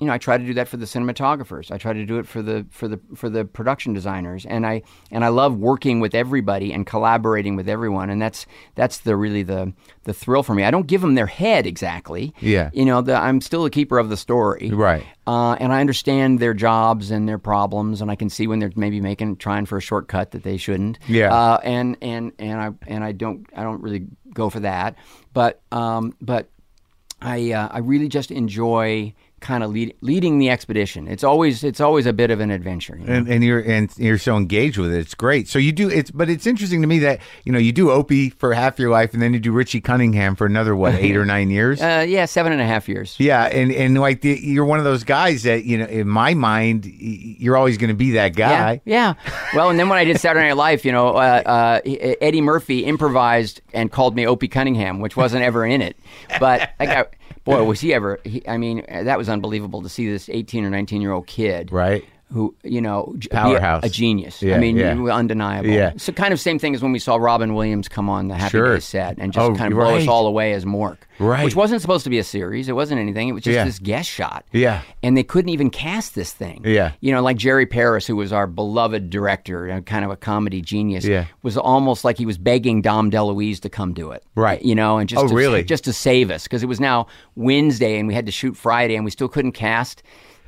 S2: You know, I try to do that for the cinematographers. I try to do it for the for the for the production designers. And I and I love working with everybody and collaborating with everyone. And that's that's the really the the thrill for me. I don't give them their head exactly.
S1: Yeah.
S2: You know, the, I'm still the keeper of the story.
S1: Right.
S2: Uh, and I understand their jobs and their problems, and I can see when they're maybe making trying for a shortcut that they shouldn't.
S1: Yeah.
S2: Uh, and and and I and I don't I don't really go for that, but um, but I uh, I really just enjoy kind of lead, leading the expedition. It's always it's always a bit of an adventure. you know?
S1: and, and you're and you're so engaged with it. It's great. So you do it's, but it's interesting to me that you know you do Opie for half your life, and then you do Richie Cunningham for another what eight or nine years.
S2: Uh, yeah, seven and a half years.
S1: Yeah, and and like the, you're one of those guys that you know in my mind y- you're always going to be that guy.
S2: Yeah, yeah. Well, and then when I did Saturday Night Live, you know, uh, uh, Eddie Murphy improvised and called me Opie Cunningham, which wasn't ever in it. But I got, boy, was he ever? He, I mean, uh, that was unbelievable to see this 18 or 19 year old kid,
S1: Right.
S2: Who you know, j- be a-
S1: Powerhouse.
S2: a, genius.
S1: Yeah,
S2: I mean,
S1: yeah.
S2: you- undeniable.
S1: Yeah.
S2: So kind of same thing as when we saw Robin Williams come on the Happy
S1: Sure.
S2: Days set and just
S1: Oh,
S2: kind of blow us
S1: right.
S2: all away as Mork,
S1: Right.
S2: Which wasn't supposed to be a series. It wasn't anything. It was just
S1: Yeah.
S2: this guest shot.
S1: Yeah.
S2: And they couldn't even cast this thing.
S1: Yeah.
S2: You know, like Jerry Paris, who was our beloved director and kind of a comedy genius,
S1: Yeah.
S2: was almost like he was begging Dom DeLuise to come do it.
S1: Right.
S2: You know, and just
S1: Oh,
S2: to,
S1: really?
S2: just to save us because it was now Wednesday and we had to shoot Friday and we still couldn't cast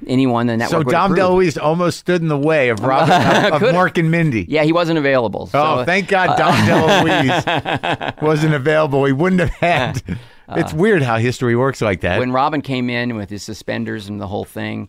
S2: anyone. The network
S1: So
S2: would
S1: Dom
S2: approve.
S1: DeLuise almost stood in the way of Robin of, of Mark and Mindy.
S2: Yeah, he wasn't available. So, uh,
S1: Oh, thank God Dom DeLuise wasn't available. He wouldn't have had.
S2: Uh.
S1: it's weird how history works like that.
S2: when Robin came in with his suspenders and the whole thing,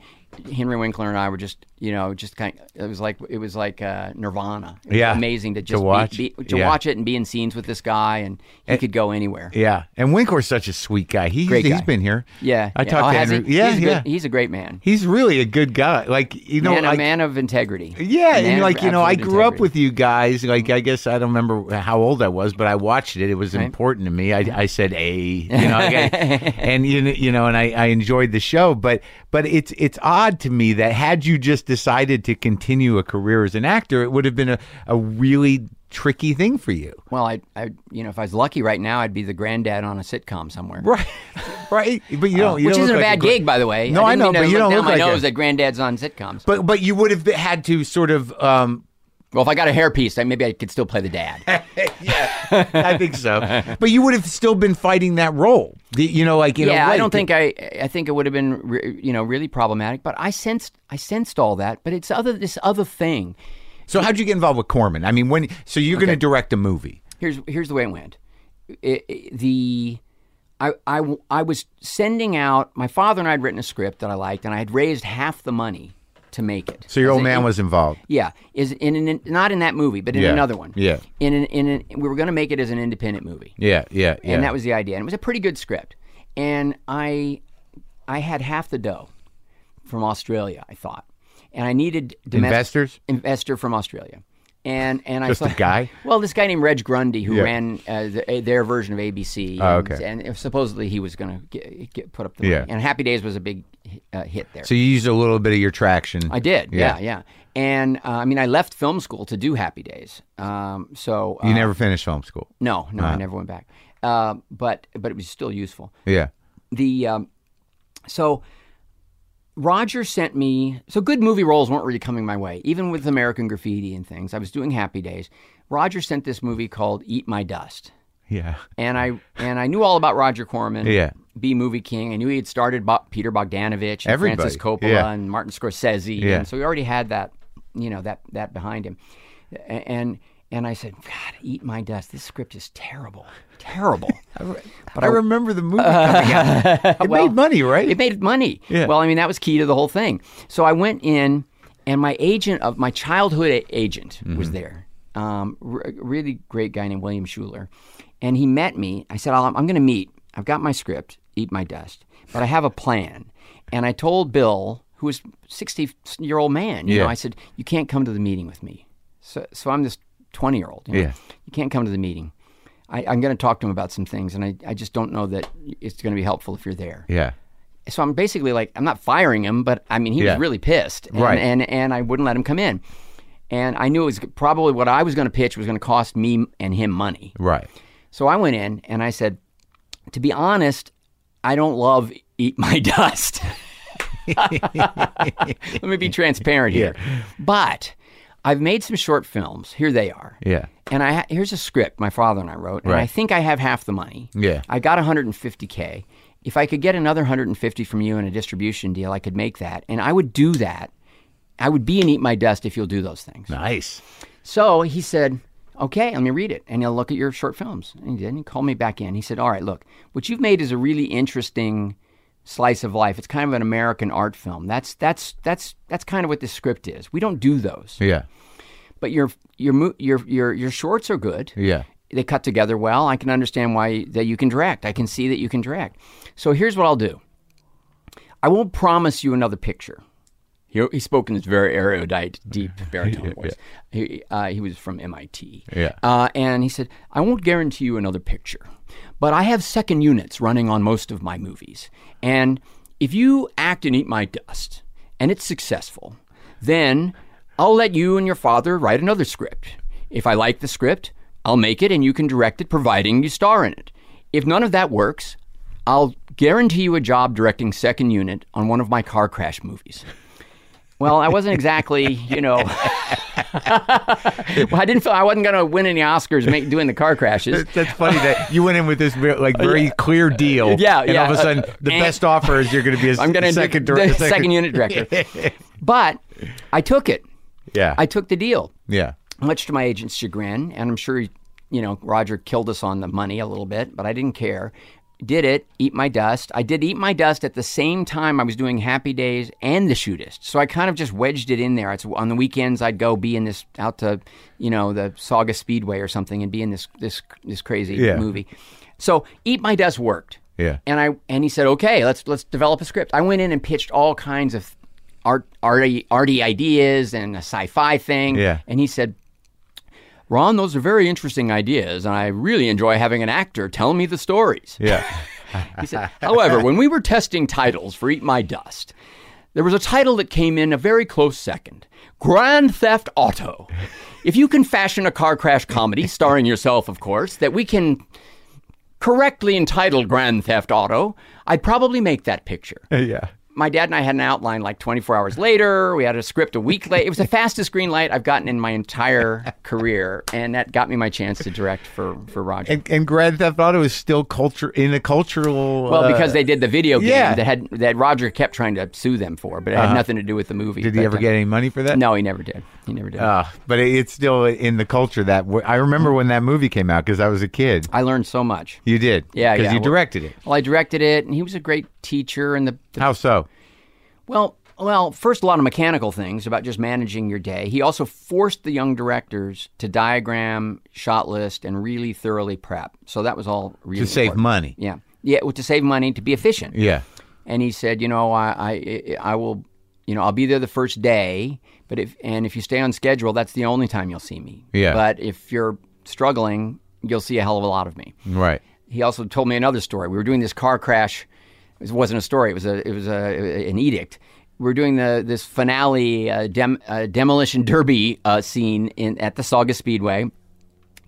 S2: Henry Winkler and I were just you know, just kind of, it was like, it was like uh, Nirvana. It was
S1: Yeah.
S2: Amazing to just be-
S1: watch.
S2: be, to
S1: Yeah.
S2: watch it and be in scenes with this guy, and he could go anywhere.
S1: Yeah, and Winkor's such a sweet guy. He
S2: Great
S1: he's
S2: guy.
S1: been here.
S2: Yeah.
S1: I
S2: yeah.
S1: talked
S2: Oh,
S1: to
S2: has he?
S1: Andrew. Yeah,
S2: he's a
S1: yeah.
S2: Good, he's a great man.
S1: he's really a good guy. Like you know,
S2: man, a
S1: like
S2: man of integrity.
S1: yeah,
S2: A man
S1: and
S2: of
S1: like you know, I
S2: absolute
S1: grew up
S2: integrity.
S1: with you guys. Like I guess I don't remember how old I was, but I watched it. It was important to me. I, I said a, you know, like, I- and you kn- you know, and I, I enjoyed the show. But but it's it's odd to me that had you just decided to continue a career as an actor, it would have been a, a really tricky thing for you.
S2: Well, I, I, you know, if I was lucky right now, I'd be the granddad on a sitcom somewhere.
S1: Right, right. But you don't. you
S2: Uh, Which
S1: don't
S2: isn't
S1: look
S2: a
S1: like
S2: bad
S1: gr-
S2: gig, by the way.
S1: No, I
S2: didn't
S1: know,
S2: mean to
S1: but you
S2: look
S1: don't
S2: down
S1: look
S2: my
S1: like
S2: nose
S1: it.
S2: that granddad's on sitcoms.
S1: But but you would have had to sort of. Um,
S2: well, if I got a hairpiece, I, maybe I could still play the dad.
S1: yeah, I think so. But you would have still been fighting that role. The- you know, like in a
S2: yeah,
S1: way.
S2: I don't think I. I think it would have been, re, you know, really problematic. But I sensed, I sensed all that. But it's other this other thing.
S1: So how'd you get involved with Corman? I mean, when? So you're going to direct a movie?
S2: here's here's the way it went. It- it- the I, I, w- I was sending out my father and I had written a script that I liked and I had raised half the money to make it.
S1: So your
S2: As
S1: old
S2: a-
S1: man was involved.
S2: yeah is in an, not in that movie but in
S1: Yeah,
S2: another one
S1: yeah.
S2: in an, in an, we were going to make it as an independent movie
S1: Yeah, yeah, yeah.
S2: and that was the idea and it was a pretty good script and I I had half the dough from Australia I thought and I needed domestic
S1: Investors?
S2: investor from Australia. And and I
S1: Just a
S2: thought-
S1: guy?
S2: Well, this guy named Reg Grundy who
S1: Yeah.
S2: ran uh, the, uh, their version of ABC.
S1: Oh,
S2: and,
S1: okay.
S2: and if supposedly he was going to get put up the
S1: Yeah.
S2: money. And Happy Days was a big uh, hit there.
S1: so you used a little bit of your traction.
S2: I did.
S1: Yeah.
S2: Yeah, yeah. And uh, I mean, I left film school to do Happy Days. Um, so uh,
S1: You never Uh-huh. finished film school.
S2: no, no, I never went back. Uh, but but it was still useful
S1: Yeah.
S2: the um, so Roger sent me so good movie roles weren't really coming my way, even with American Graffiti and things. I was doing Happy Days. Roger sent this movie called Eat My Dust,
S1: Yeah.
S2: and I and I knew all about Roger Corman.
S1: Yeah.
S2: B movie king. I knew he had started Bo- Peter Bogdanovich, and
S1: Everybody,
S2: Francis Coppola,
S1: yeah.
S2: and Martin Scorsese.
S1: Yeah.
S2: And so he already had that, you know, that that behind him, A- and. And I said, God, eat my dust. This script is terrible, terrible.
S1: But I, remember the movie coming out. It made money, right?
S2: Oh. It made money.
S1: Yeah.
S2: Well, I mean, that was key to the whole thing. So I went in, and my agent of my childhood a- agent
S1: Mm-hmm.
S2: was there. Um, r- a really great guy named William Schuler, and he met me. I said, I'll, "I'm going to meet. I've got my script, eat my dust, but I have a plan." And I told Bill, who was 60 year old man, you
S1: Yeah.
S2: know, I said, "You can't come to the meeting with me." So, so I'm this 20 year old. You know?
S1: Yeah.
S2: You can't come to the meeting. I, I'm going to talk to him about some things, and I, I just don't know that it's going to be helpful if you're there
S1: yeah.
S2: so I'm basically like I'm not firing him, but I mean he
S1: Yeah.
S2: was really pissed, and,
S1: Right.
S2: And and I wouldn't let him come in, and I knew it was probably what I was going to pitch was going to cost me and him money.
S1: Right.
S2: So I went in and I said, to be honest, I don't love eat my dust. Let me be transparent here, but I've made some short films. Here they are.
S1: Yeah.
S2: And I ha- here's a script my father and I wrote, and I
S1: Right.
S2: think I have half the money.
S1: Yeah.
S2: I got 150k. If I could get another 150 from you in a distribution deal, I could make that, and I would do that. I would be and eat my dust if you'll do those things.
S1: Nice.
S2: So he said, "Okay, let me read it, and he'll look at your short films." And he did. And he called me back in. He said, "All right, look, what you've made is a really interesting slice of life. It's kind of an American art film. That's that's that's that's kind of what this script is. We don't do those,
S1: Yeah.
S2: but your your mo- your your your shorts are good
S1: Yeah.
S2: they cut together well. I can understand why that you can direct. I can see that you can direct. So here's what I'll do. I won't promise you another picture. He, he spoke in this very erudite, deep baritone voice. He, uh, he was from MIT.
S1: Yeah.
S2: Uh, and he said, I won't guarantee you another picture, but I have second units running on most of my movies. And if you act and eat my dust and it's successful, then I'll let you and your father write another script. If I like the script, I'll make it and you can direct it, providing you star in it. If none of that works, I'll guarantee you a job directing second unit on one of my car crash movies. Well, I wasn't exactly, you know. well, I didn't feel I wasn't going to win any Oscars make, doing the car crashes.
S1: That's funny that you went in with this very- like very clear deal.
S2: Yeah,
S1: And
S2: yeah.
S1: all of a sudden,
S2: Uh,
S1: the
S2: and-
S1: best offer is you're going to be a
S2: I'm going to
S1: second
S2: do,
S1: dir-
S2: the second unit director. but I took it.
S1: Yeah.
S2: I took the deal,
S1: yeah.
S2: much to my agent's chagrin, and I'm sure you know Roger killed us on the money a little bit, but I didn't care. did it, Eat My Dust. I did Eat My Dust at the same time I was doing Happy Days and The Shootist. So I kind of just wedged it in there. It's on the weekends I'd go be in this out to, you know, the Saga Speedway or something and be in this this this crazy
S1: Yeah.
S2: movie. So Eat My Dust worked.
S1: Yeah.
S2: And I and he said, "Okay, let's let's develop a script." I went in and pitched all kinds of art arty, arty ideas and a sci-fi thing.
S1: Yeah.
S2: And he said, "Ron, those are very interesting ideas, and I really enjoy having an actor tell me the stories."
S1: Yeah.
S2: He said, however, when we were testing titles for Eat My Dust, there was a title that came in a very close second Grand Theft Auto. If you can fashion a car crash comedy, starring yourself, of course, that we can correctly entitle Grand Theft Auto, I'd probably make that picture
S1: yeah.
S2: my dad and I had an outline like 24 hours later. We had a script a week late. It was the fastest green light I've gotten in my entire career, and that got me my chance to direct for for Roger.
S1: And, and Grand Theft Auto is still culture in a cultural.
S2: well,
S1: uh,
S2: because they did the video game
S1: yeah. Uh-huh.
S2: that had that Roger kept trying to sue them for, but it had nothing to do with the movie.
S1: did he
S2: But,
S1: ever
S2: uh,
S1: get any money for that?
S2: No, he never did. He never did.
S1: Uh, but it, it's still in the culture that w- I remember when that movie came out because I was a kid.
S2: I learned so much.
S1: You did,
S2: Yeah,
S1: because
S2: yeah.
S1: you directed it.
S2: Well, I directed it, and he was a great teacher, and the, the
S1: How so?
S2: Well, well, first a lot of mechanical things about just managing your day. He also forced the young directors to diagram, shot list, and really thoroughly prep. So that was all really
S1: To save
S2: important.
S1: money.
S2: Yeah, yeah, well, to save money, to be efficient.
S1: Yeah,
S2: And he said, you know, I, I, I will, you know, I'll be there the first day, but if and if you stay on schedule, that's the only time you'll see me.
S1: Yeah.
S2: But if you're struggling, you'll see a hell of a lot of me
S1: right.
S2: he also told me another story. We were doing this car crash. It wasn't a story. It was a it was a, an edict. We were doing the this finale uh, dem, uh, demolition derby uh, scene in at the Sauga Speedway,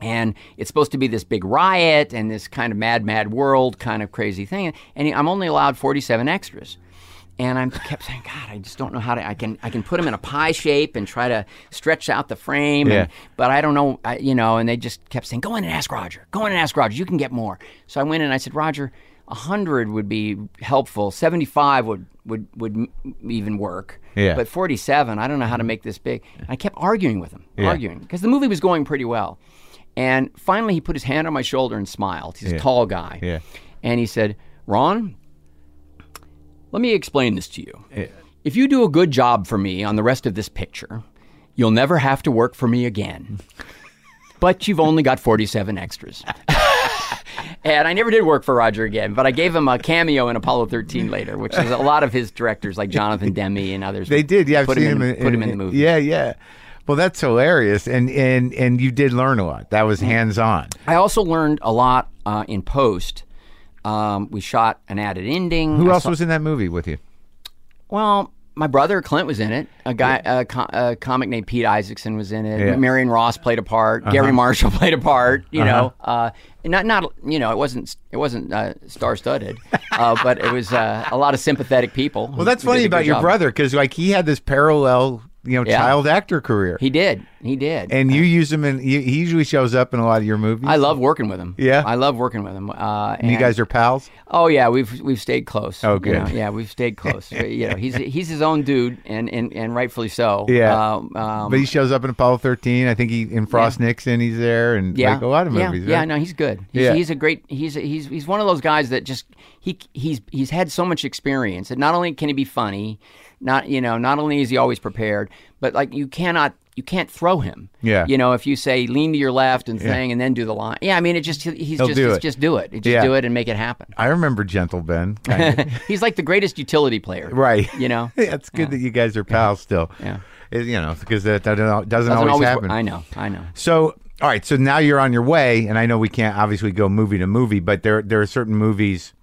S2: and it's supposed to be this big riot and this kind of mad mad world kind of crazy thing. And I'm only allowed 47 extras. And I'm kept saying, God, I just don't know how to. I can I can put them in a pie shape and try to stretch out the frame, and,
S1: Yeah.
S2: but I don't know, I, you know. And they just kept saying, "Go in and ask Roger. Go in and ask Roger. You can get more." So I went in and I said, "Roger, hundred would be helpful. Seventy-five would would would m- even work.
S1: Yeah.
S2: But forty-seven, I don't know how to make this big." And I kept arguing with him, arguing because the movie was going pretty well. And finally, he put his hand on my shoulder and smiled. He's a tall guy.
S1: Yeah.
S2: And he said, "Ron, let me explain this to you." If you do a good job for me on the rest of this picture, you'll never have to work for me again. but you've only got 47 extras. and I never did work for Roger again, but I gave him a cameo in Apollo 13 later, which is a lot of his directors like Jonathan Demme and others.
S1: They did. Yeah, I've
S2: put
S1: seen
S2: him in,
S1: in,
S2: put him in the movie.
S1: Yeah, yeah. Well, that's hilarious, and and and you did learn a lot. That
S2: Mm-hmm.
S1: was hands on.
S2: I also learned a lot uh, in post. Um, we shot an added ending.
S1: Who
S2: I
S1: else was in that movie with you?
S2: Well, my brother Clint was in it. A guy, a, co- a comic named Pete Isaacson was in it.
S1: Yeah. Uh-huh.
S2: Marion Ross played a part. Gary Marshall played a part. You know, uh, not not you know, it wasn't it wasn't uh, star studded, uh, but it was uh, a lot of sympathetic people.
S1: Well, that's funny about your brother because like he had this parallel, you know,
S2: Yeah.
S1: child actor career,
S2: He did. He did.
S1: and you use him in. He he usually shows up in a lot of your movies.
S2: I love working with him.
S1: Yeah?
S2: I love working with him. Uh,
S1: and you
S2: and-
S1: guys are pals.
S2: Oh yeah, we've we've stayed close.
S1: Oh,
S2: you
S1: good.
S2: know, yeah, we've stayed close. you know, he's he's his own dude, and and, and rightfully so.
S1: Yeah.
S2: Um, um,
S1: But he shows up in Apollo 13. I think he in Frost Nixon. He's there, and like a lot of
S2: yeah,
S1: movies.
S2: Yeah,
S1: right?
S2: no, he's good. He's,
S1: Yeah.
S2: he's a great. He's a, he's he's one of those guys that just he he's he's had so much experience that not only can he be funny, not you know not only is he always prepared, but like you cannot you can't throw him.
S1: Yeah.
S2: you know if you say lean to your left and thing and then do the line. Yeah, I mean it just he- he's just
S1: do
S2: it's
S1: it.
S2: just do it. Just
S1: Yeah.
S2: do it and make it happen.
S1: I remember Gentle Ben. kind of.
S2: He's like the greatest utility player.
S1: right.
S2: You know.
S1: Yeah, it's good that you guys are pals still.
S2: Yeah.
S1: It- you know, because that, that uh, doesn't al- doesn't
S2: Doesn't
S1: always,
S2: always work.
S1: happen.
S2: I know. I know.
S1: So, all right. So now you're on your way, and I know we can't obviously go movie to movie, but there there are certain movies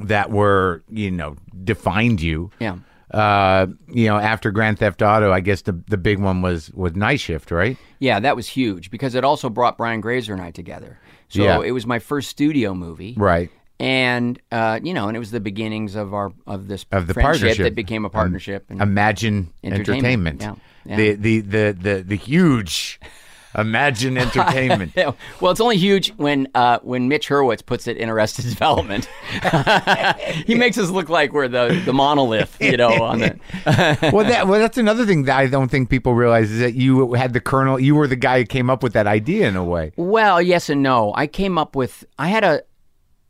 S1: that were you know defined you.
S2: Yeah.
S1: Uh, you know, after Grand Theft Auto, I guess the the big one was was Night Shift, right?
S2: Yeah, that was huge because it also brought Brian Grazer and I together. So
S1: Yeah.
S2: it was my first studio movie.
S1: Right.
S2: and uh, you know, and it was the beginnings of our of this
S1: Of the
S2: friendship
S1: partnership. Um,
S2: that became a partnership. and,
S1: Imagine Entertainment.
S2: Entertainment, yeah,
S1: The, the the the the huge Imagine Entertainment.
S2: Yeah, well, it's only huge when uh, when Mitch Hurwitz puts it in Arrested Development. he makes us look like we're the, the monolith, you know. On the
S1: well, that well that's another thing that I don't think people realize is that you had the kernel. You were the guy who came up with that idea in a way.
S2: well, yes and no. I came up with I had a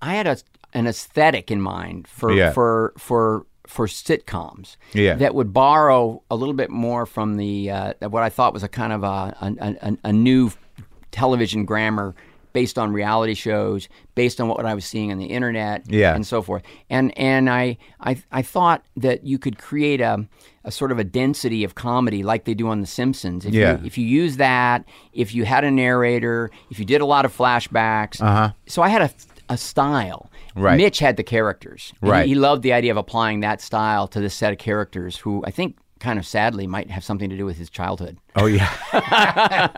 S2: I had a an aesthetic in mind for
S1: Yeah.
S2: for for for sitcoms
S1: Yeah.
S2: that would borrow a little bit more from the uh, what I thought was a kind of a a, a a new television grammar based on reality shows, based on what I was seeing on the internet,
S1: Yeah.
S2: and so forth. And and I I, I thought that you could create a, a sort of a density of comedy like they do on The Simpsons. If
S1: Yeah.
S2: You, if you use that, if you had a narrator, if you did a lot of flashbacks. Uh-huh. So I had a, a style.
S1: Right.
S2: Mitch had the characters. And he-
S1: Right.
S2: He, loved the idea of applying that style to this set of characters who I think kind of sadly might have something to do with his childhood.
S1: Oh yeah,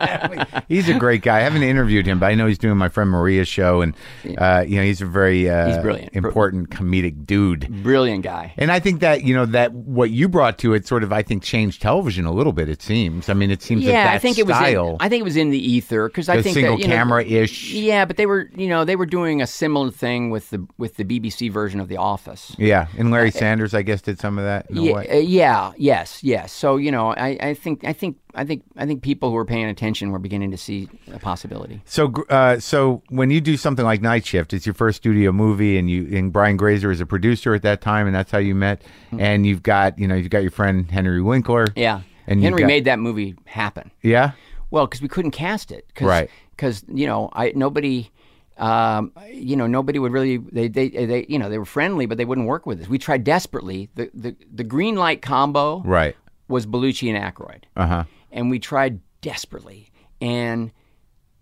S1: he's a great guy. I haven't interviewed him, but I know he's doing my friend Maria's show, and uh, you know he's a very uh,
S2: He's brilliant. Br-
S1: important comedic dude.
S2: Brilliant guy.
S1: And I think that you know that what you brought to it sort of I think changed television a little bit. It seems. I mean, it seems that
S2: yeah,
S1: that
S2: I think it
S1: style,
S2: was. In, I think it was in the ether because I
S1: the
S2: think
S1: single
S2: that, you know,
S1: camera ish.
S2: Yeah, but they were, you know, they were doing a similar thing with the with the BBC version of The Office.
S1: Yeah, and Larry Sanders, I guess, did some of that. In a
S2: yeah,
S1: way.
S2: uh, yeah, yes, yes. So you know, I, I think, I think, I think, I think people who are paying attention were beginning to see a possibility.
S1: So, gr- uh, so when you do something like Night Shift, it's your first studio movie, and you and Brian Grazer is a producer at that time, and that's how you met. And you've got you know you've got your friend Henry Winkler.
S2: Mm-hmm. Yeah,
S1: And you
S2: Henry
S1: got-
S2: made that movie happen.
S1: yeah,
S2: Well, because we couldn't cast it, cause,
S1: Right.
S2: Because you know, I nobody, um, you know, nobody would really. They, they, they, you know, they were friendly, but they wouldn't work with us. We tried desperately. The the the green light combo,
S1: right.
S2: was Belushi and Aykroyd.
S1: Uh huh.
S2: and we tried desperately. And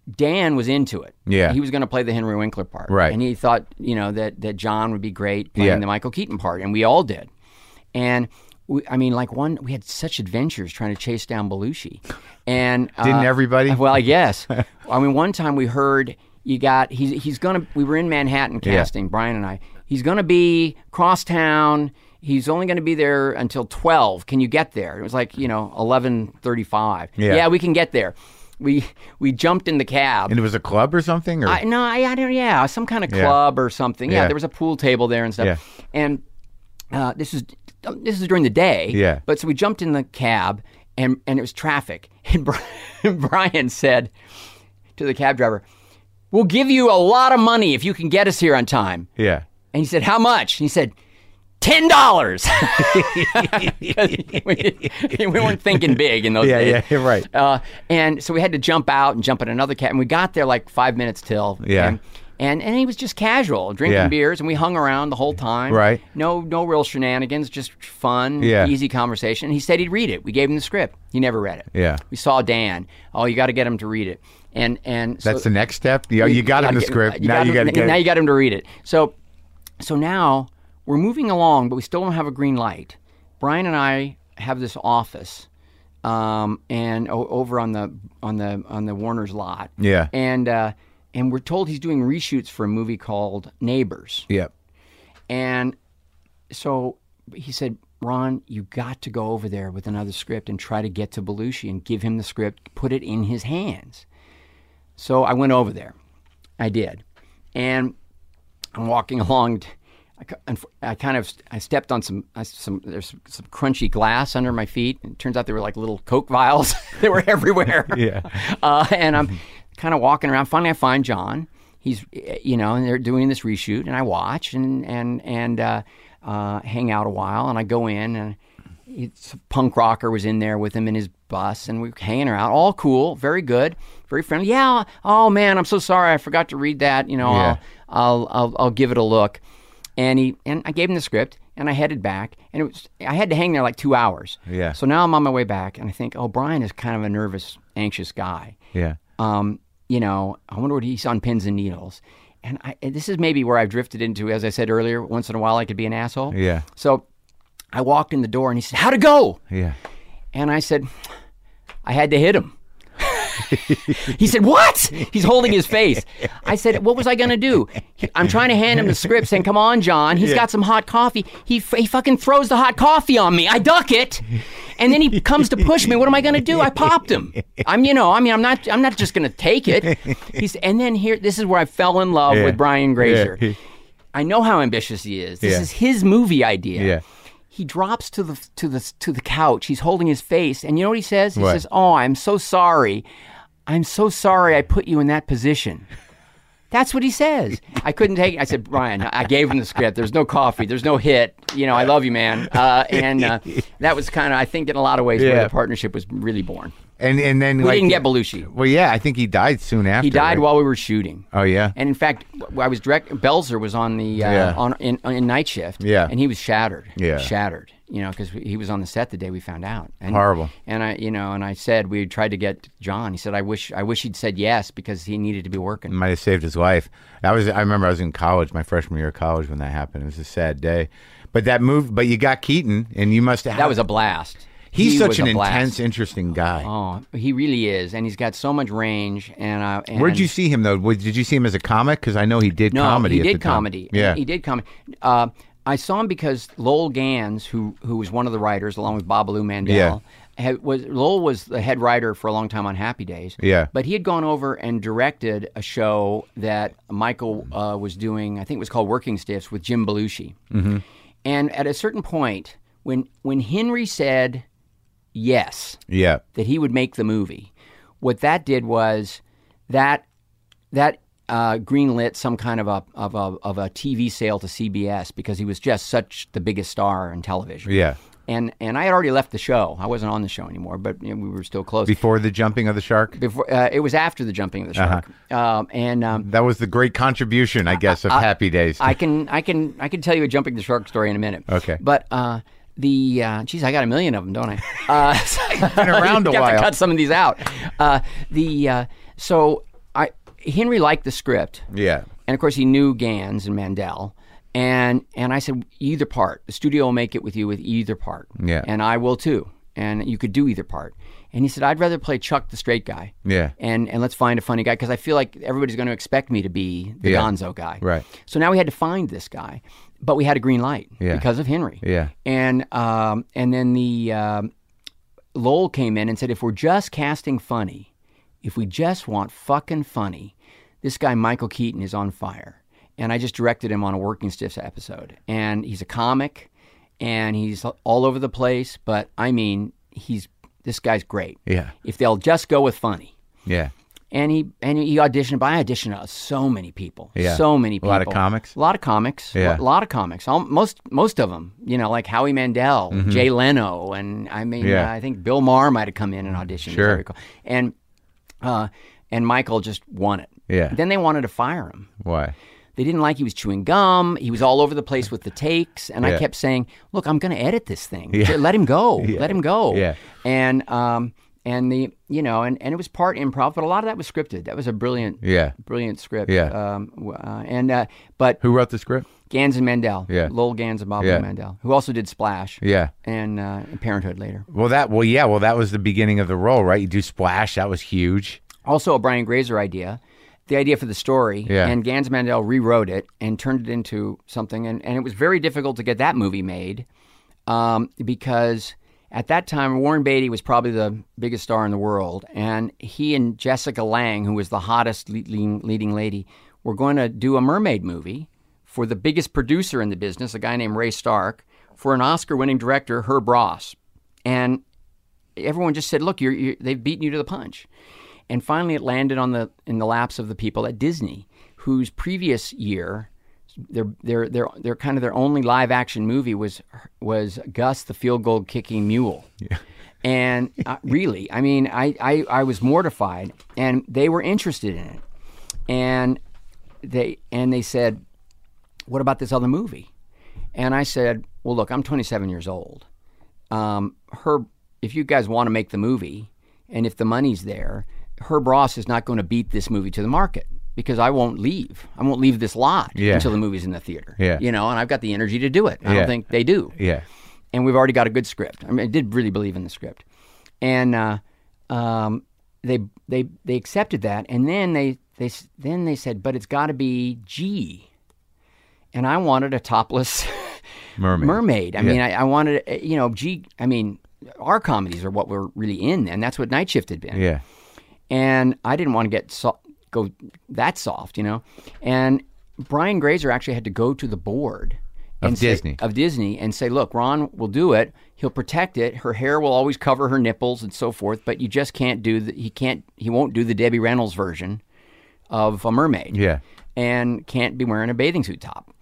S2: Dan was into it.
S1: Yeah.
S2: he was going to play the Henry Winkler part,
S1: Right.
S2: And he thought, you know, that that John would be great playing
S1: Yeah.
S2: the Michael Keaton part, and we all did. And we, I mean, like one, we had such adventures trying to chase down Belushi, and uh,
S1: Didn't everybody?
S2: Well, I guess. I mean, one time we heard you got he's he's gonna. We were in Manhattan casting Brian and I. He's gonna be crosstown. He's only gonna be there until twelve. Can you get there? It was like you know eleven thirty-five.
S1: Yeah.
S2: we can get there. We we jumped in the cab.
S1: And it was a club or something, or
S2: I, no, I, I don't. Yeah, some kind of club or something. Yeah,
S1: Yeah.
S2: there was a pool table there and stuff.
S1: Yeah.
S2: And uh, this is this is during the day.
S1: Yeah.
S2: But so we jumped in the cab and and it was traffic. And Brian, Brian said to the cab driver, "We'll give you a lot of money if you can get us here on time."
S1: yeah,
S2: And he said, "How much?" And he said, ten dollars. we, we weren't thinking big in those
S1: Yeah,
S2: days.
S1: yeah, you're right.
S2: Uh, and so we had to jump out and jump in another cab, and we got there like five minutes till.
S1: Yeah.
S2: And, and, and he was just casual, drinking
S1: Yeah.
S2: beers, and we hung around the whole time.
S1: Right.
S2: No no real shenanigans, just fun,
S1: Yeah.
S2: easy conversation. And he said he'd read it. We gave him the script. He never read it.
S1: Yeah.
S2: We saw Dan. Oh, you got to get him to read it. And and so,
S1: that's the next step. You, you got him the
S2: gotta get-
S1: script. now
S2: got
S1: you
S2: him-
S1: got to get.
S2: now
S1: it.
S2: you got him to read it. So, so now we're moving along, but we still don't have a green light. Brian and I have this office, um, and o- over on the on the on the Warner's lot.
S1: Yeah.
S2: and uh, and we're told he's doing reshoots for a movie called Neighbors,
S1: yeah,
S2: and so he said. Ron, you got to go over there with another script and try to get to Belushi and give him the script, put it in his hands. So I went over there. I did. And I'm walking along. I ki- unf- I kind of I stepped on some I- some there's some crunchy glass under my feet. And it turns out they were like little Coke vials. they were everywhere.
S1: Yeah.
S2: Uh, and I'm kind of walking around. Finally, I find John. He's eh, you know, and they're doing this reshoot, and I watch and and and uh, uh, hang out a while, and I go in and. It's, punk rocker was in there with him in his bus, and we were hanging around. All cool, very good, very friendly. Yeah. Oh man, I'm so sorry. I forgot to read that. You know,
S1: Yeah.
S2: I'll, I'll I'll I'll give it a look. And he and I gave him the script, and I headed back, and it was I had to hang there like two hours.
S1: Yeah.
S2: So now I'm on my way back, and I think, oh, Brian is kind of a nervous, anxious guy
S1: yeah.
S2: um, you know, I wonder what he's on pins and needles. And I, and this is maybe where I've drifted into, as I said earlier, once in a while I could be an asshole.
S1: Yeah.
S2: So I walked in the door and he said, How'd it go?
S1: Yeah.
S2: And I said, I had to hit him. he said, What? He's holding his face. I said, What was I going to do? He- I'm trying to hand him the script saying, Come on, John. He's got some hot coffee. He, f- he fucking throws the hot coffee on me. I duck it. And then he comes to push me. What am I going to do? I popped him. I'm, you know, I mean, I'm not, I'm not just going to take it. He's, and then here, this is where I fell in love
S1: Yeah.
S2: with Brian Grazer.
S1: Yeah.
S2: I know how ambitious he is. This
S1: Yeah.
S2: is his movie idea.
S1: Yeah.
S2: He drops to the to the to the couch. He's holding his face, and you know what he says? He
S1: What?
S2: says, "Oh, I'm so sorry. I'm so sorry. I put you in that position." That's what he says. I couldn't take it. I said, Brian, I gave him the script. There's no coffee. There's no hit. You know, I love you, man. Uh, and uh, that was kind of, I think, in a lot of ways,
S1: Yeah.
S2: where the partnership was really born.
S1: And and then
S2: We
S1: like,
S2: didn't get Belushi.
S1: Well, yeah, I think he died soon after.
S2: He died
S1: right?
S2: while we were shooting.
S1: Oh yeah.
S2: And in fact, w- I was direct. Belzer was on the uh,
S1: Yeah.
S2: on in, in night shift.
S1: Yeah.
S2: and he was shattered.
S1: Yeah.
S2: shattered. You know, because he was on the set the day we found out. And,
S1: Horrible.
S2: And I, you know, and I said we tried to get John. He said, "I wish, I wish he'd said yes because he needed to be working."
S1: might have saved his life. I was I remember I was in college, my freshman year of college when that happened. It was a sad day. But that moved but you got Keaton and you must have
S2: That was a blast.
S1: He's
S2: He
S1: such
S2: was
S1: an
S2: a blast.
S1: intense, interesting guy.
S2: Oh, he really is, and he's got so much range. And, uh, and
S1: Where'd you see him though? Was- Did you see him as a comic? Because I know he did
S2: No,
S1: comedy.
S2: he
S1: at
S2: did
S1: the time.
S2: comedy.
S1: Yeah,
S2: he, he did comedy. Uh, I saw him because Lowell Gans, who who was one of the writers along with Bob Lou Mandel,
S1: Yeah.
S2: had, was Lowell was the head writer for a long time on Happy Days.
S1: Yeah.
S2: but he had gone over and directed a show that Michael uh, was doing. I think it was called Working Stiffs with Jim Belushi. Mm-hmm. And at a certain point, when when Henry said yes,
S1: yeah,
S2: that he would make the movie. What that did was that that uh, greenlit some kind of a, of a of a TV sale to CBS because he was just such the biggest star in television.
S1: yeah.
S2: And and I had already left the show. I wasn't on the show anymore, but you know, we were still close.
S1: Before the jumping of the shark,
S2: Before uh, it was after the jumping of the shark, um, and um,
S1: that was the great contribution, I guess, of Happy Days.
S2: I can I can I can tell you a jumping the shark story in a minute.
S1: Okay.
S2: But uh, the uh, geez, I got a million of them, don't I? Uh, so I-
S1: Been around a
S2: you have
S1: while.
S2: To cut some of these out. Uh, the uh, so I Henry liked the script,
S1: yeah,
S2: and of course he knew Gans and Mandel. And and I said either part. The studio will make it with you with either part.
S1: Yeah.
S2: And I will too. And you could do either part. And he said I'd rather play Chuck the straight guy.
S1: Yeah.
S2: And and let's find a funny guy because I feel like everybody's going to expect me to be the
S1: Yeah.
S2: Gonzo guy.
S1: Right.
S2: So now we had to find this guy, but we had a green light
S1: Yeah.
S2: because of Henry.
S1: Yeah.
S2: And um, and then the um, Lowell came in and said, if we're just casting funny, if we just want fucking funny, this guy Michael Keaton is on fire. And I just directed him on a Working Stiffs episode, and he's a comic, and he's all over the place. But I mean, he's this guy's great.
S1: Yeah.
S2: If they'll just go with funny
S1: yeah.
S2: and he and he auditioned. But I auditioned uh, so many people,
S1: Yeah.
S2: so
S1: A
S2: many people,
S1: lot of comics?
S2: a lot of comics,
S1: Yeah.
S2: a lot of comics. Al- most most of them, you know, like Howie Mandel, Jay Leno, and I mean,
S1: Mm-hmm. Yeah.
S2: uh, I think Bill Maher might have come in and auditioned, if I
S1: Sure.
S2: recall. and uh, and Michael just won it.
S1: Yeah.
S2: Then they wanted to fire him.
S1: Why?
S2: They didn't like he was chewing gum. He was all over the place with the takes, and
S1: Yeah.
S2: I kept saying, "Look, I'm going to edit this thing. J- Let him go. Let him go."
S1: Yeah.
S2: And um and the you know and, and it was part improv, but a lot of that was scripted. That was a brilliant
S1: Yeah.
S2: brilliant script.
S1: Yeah.
S2: Um, w- uh, and uh, but
S1: Who wrote the script?
S2: Gans and Mandel,
S1: Yeah.
S2: Lowell Gans and Bob
S1: Yeah.
S2: Mandel, who also did Splash.
S1: Yeah.
S2: And uh, Parenthood later.
S1: Well, that. Well, yeah. Well, that was the beginning of the role, right? You do splash. That was huge.
S2: also a Brian Grazer idea, the idea for the story.
S1: Yeah.
S2: And Gans Mandel rewrote it and turned it into something. And, and it was very difficult to get that movie made um, because at that time, Warren Beatty was probably the biggest star in the world. And he and Jessica Lang, who was the hottest leading, leading lady, were going to do a mermaid movie for the biggest producer in the business, a guy named Ray Stark, for an Oscar winning director, Herb Ross. And everyone just said, "Look, you're, you're they've beaten you to the punch," and finally it landed on the in the laps of the people at Disney, whose previous year, their their their their kind of their only live action movie was was Gus the field goal kicking mule. And uh, really, I mean, I, I, I was mortified, and they were interested in it, and they and they said, "What about this other movie?" And I said, "Well, look, I'm 27 years old. Um, Herb, if you guys want to make the movie, and if the money's there, Herb Ross is not going to beat this movie to the market because I won't leave. I won't leave this lot
S1: Yeah.
S2: until the movie's in the theater.
S1: Yeah.
S2: You know, and I've got the energy to do it. I
S1: Yeah.
S2: don't think they do
S1: Yeah.
S2: and we've already got a good script. I mean, I did really believe in the script, and uh, um, they they they accepted that, and then they they s- then they said, but it's got to be G, and I wanted a topless
S1: Mermaid.
S2: mermaid. I mean, I, I wanted uh, you know G. I mean, our comedies are what we're really in, and that's what Night Shift had been
S1: Yeah.
S2: and I didn't want to get so- go that soft, you know. And Brian Grazer actually had to go to the board and say-
S1: Disney.
S2: of Disney and say, "Look, Ron will do it. He'll protect it. Her hair will always cover her nipples and so forth. But you just can't do the, he can't he won't do the Debbie Reynolds version of a mermaid.
S1: Yeah.
S2: And can't be wearing a bathing suit top.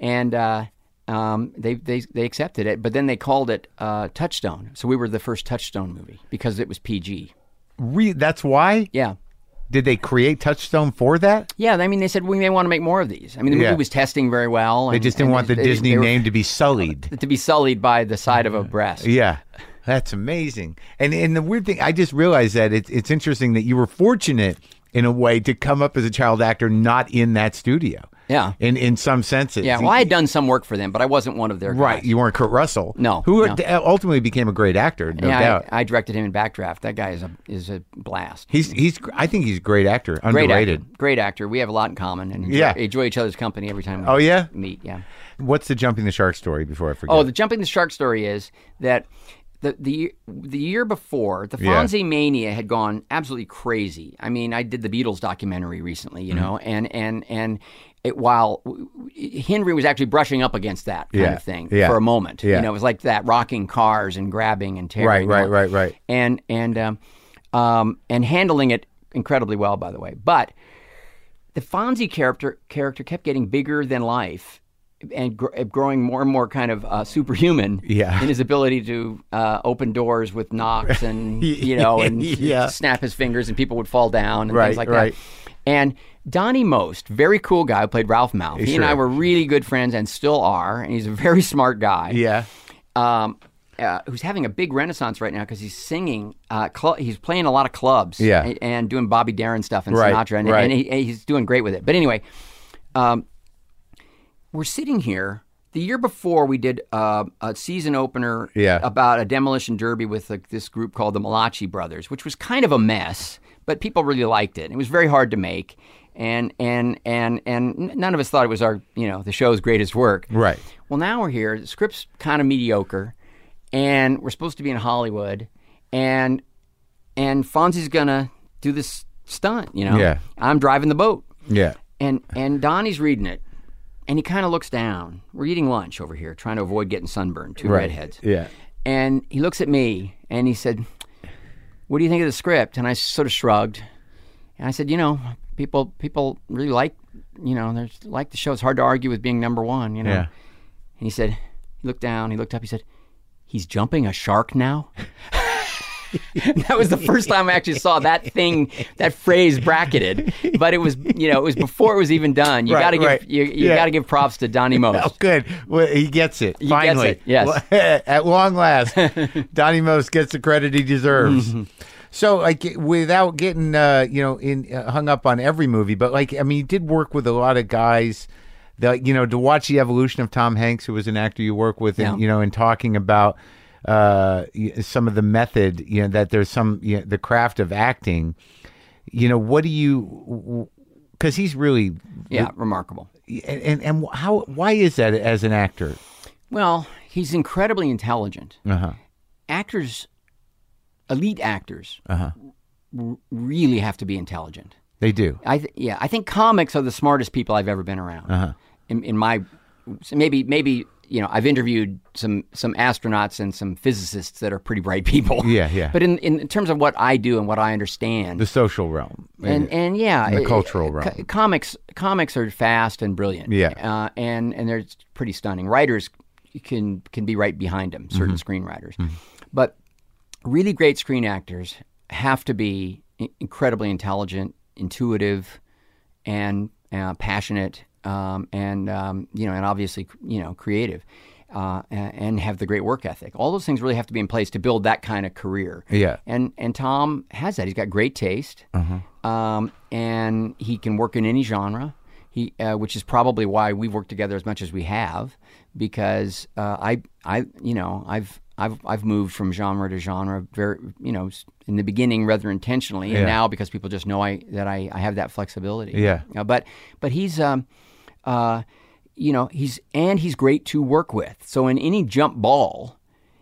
S2: And uh, um, they, they, they accepted it, but then they called it uh, Touchstone. So we were the first Touchstone movie because it was PG.
S1: Re- that's why?
S2: Yeah.
S1: Did they create Touchstone for that?
S2: Yeah, I mean, they said we may want to make more of these. I mean, the
S1: Yeah.
S2: movie was testing very well.
S1: They just didn't want the Disney name to be sullied.
S2: to be sullied by the side of a breast.
S1: Yeah. That's amazing. And and the weird thing, I just realized that it's it's interesting that you were fortunate in a way to come up as a child actor not in that studio.
S2: Yeah.
S1: In in some senses.
S2: Yeah, well, I had done some work for them, but I wasn't one of their
S1: Right,
S2: guys.
S1: you weren't Kurt Russell.
S2: No,
S1: who
S2: no.
S1: ultimately became a great actor, no
S2: yeah, I-
S1: doubt.
S2: I, directed him in Backdraft. That guy is a is a blast.
S1: he's he's. I think he's a great actor,
S2: Great
S1: underrated.
S2: actor. Great actor. We have a lot in common, and enjoy,
S1: Yeah.
S2: enjoy each other's company every time. We
S1: Oh, yeah?
S2: meet. Yeah.
S1: What's the jumping the shark story? Before I forget.
S2: Oh, the jumping the shark story is that the the the year before the
S1: Yeah.
S2: Fonzie mania had gone absolutely crazy. I mean, I did the Beatles documentary recently,
S1: Mm-hmm.
S2: you know, and and and it, while Henry was actually brushing up against that kind
S1: Yeah.
S2: of thing
S1: Yeah.
S2: for a moment,
S1: Yeah.
S2: you know, it was like that rocking cars and grabbing and tearing,
S1: Right,
S2: you
S1: right,
S2: know.
S1: right, right.
S2: and and um, um, and handling it incredibly well, by the way, but the Fonzie character character kept getting bigger than life, and gr- uh, growing more and more kind of uh, superhuman
S1: Yeah.
S2: in his ability to uh, open doors with knocks and you know and
S1: Yeah.
S2: snap his fingers and people would fall down and
S1: Right,
S2: things like
S1: right.
S2: that. And Donnie Most, very cool guy who played Ralph Mouth. He and I
S1: Sure.
S2: were really good friends and still are, and he's a very smart guy
S1: yeah.
S2: um, uh, who's having a big renaissance right now because he's singing. Uh, cl- he's playing a lot of clubs,
S1: Yeah.
S2: and, and doing Bobby Darin stuff and
S1: Right,
S2: Sinatra, and,
S1: right.
S2: and he, and he's doing great with it. But anyway, um, we're sitting here. The year before, we did uh, a season opener
S1: Yeah.
S2: about a demolition derby with like this group called the Malachi Brothers, which was kind of a mess, but people really liked it. It was very hard to make, and and and and n- none of us thought it was our you know the show's greatest work.
S1: Right.
S2: Well, now we're here. The script's kind of mediocre, and we're supposed to be in Hollywood, and and Fonzie's gonna do this stunt. You know,
S1: Yeah.
S2: I'm driving the boat,
S1: Yeah.
S2: and and Donnie's reading it, and he kind of looks down. We're eating lunch over here, trying to avoid getting sunburned. Two redheads.
S1: Yeah.
S2: And he looks at me and he said, "What do you think of the script?" And I sort of shrugged. And I said, "You know, people people really like, you know, they like the show. It's hard to argue with being number one, you know."
S1: Yeah.
S2: And he said, he looked down, he looked up, he said, "He's jumping a shark now." that was the first time I actually saw that thing, that phrase bracketed. But it was, you know, it was before it was even done. You
S1: Right,
S2: got to give
S1: right.
S2: you, you
S1: Yeah.
S2: got to give props to Donnie Most.
S1: Oh, good. Well, he gets it. Finally.
S2: it, yes.
S1: At long last, Donnie Most gets the credit he deserves.
S2: Mm-hmm.
S1: So, like, without getting, uh, you know, in uh, hung up on every movie, but like, I mean, you did work with a lot of guys. That you know, to watch the evolution of Tom Hanks, who was an actor you work with, and
S2: Yeah.
S1: you know, and talking about uh, y- some of the method, you know, that there's some you know, the craft of acting. You know, what do you? Because he's really
S2: Yeah, remarkable.
S1: and, and and how why is that as an actor?
S2: Well, he's incredibly intelligent.
S1: Uh-huh.
S2: Actors, elite actors,
S1: Uh-huh.
S2: r- really have to be intelligent.
S1: They do.
S2: I th- yeah, I think comics are the smartest people I've ever been around.
S1: Uh-huh.
S2: In, in my so maybe maybe you know I've interviewed some some astronauts and some physicists that are pretty bright people.
S1: Yeah, yeah.
S2: But in in terms of what I do and what I understand,
S1: The social realm.
S2: and and yeah,
S1: the
S2: it-
S1: cultural
S2: it-
S1: realm.
S2: co- comics comics are fast and brilliant.
S1: Yeah.
S2: uh, and and they're pretty stunning. Writers can can be right behind them. Certain
S1: Mm-hmm.
S2: screenwriters, but really great screen actors have to be i- incredibly intelligent, intuitive, and uh, passionate, um, and um, you know, and obviously you know, creative. Uh, a- and have the great work ethic. All those things really have to be in place to build that kind of career
S1: Yeah.
S2: and and Tom has that. He's got great taste,
S1: Uh-huh.
S2: um, and he can work in any genre. He, uh, which is probably why we've worked together as much as we have, because uh, I, I, you know, I've, I've, I've moved from genre to genre, very, you know, s- in the beginning rather intentionally, and
S1: Yeah.
S2: now because people just know I that I, I have that flexibility.
S1: Yeah.
S2: Uh, but, but he's, um, uh, you know, he's and he's great to work with. So in any jump ball,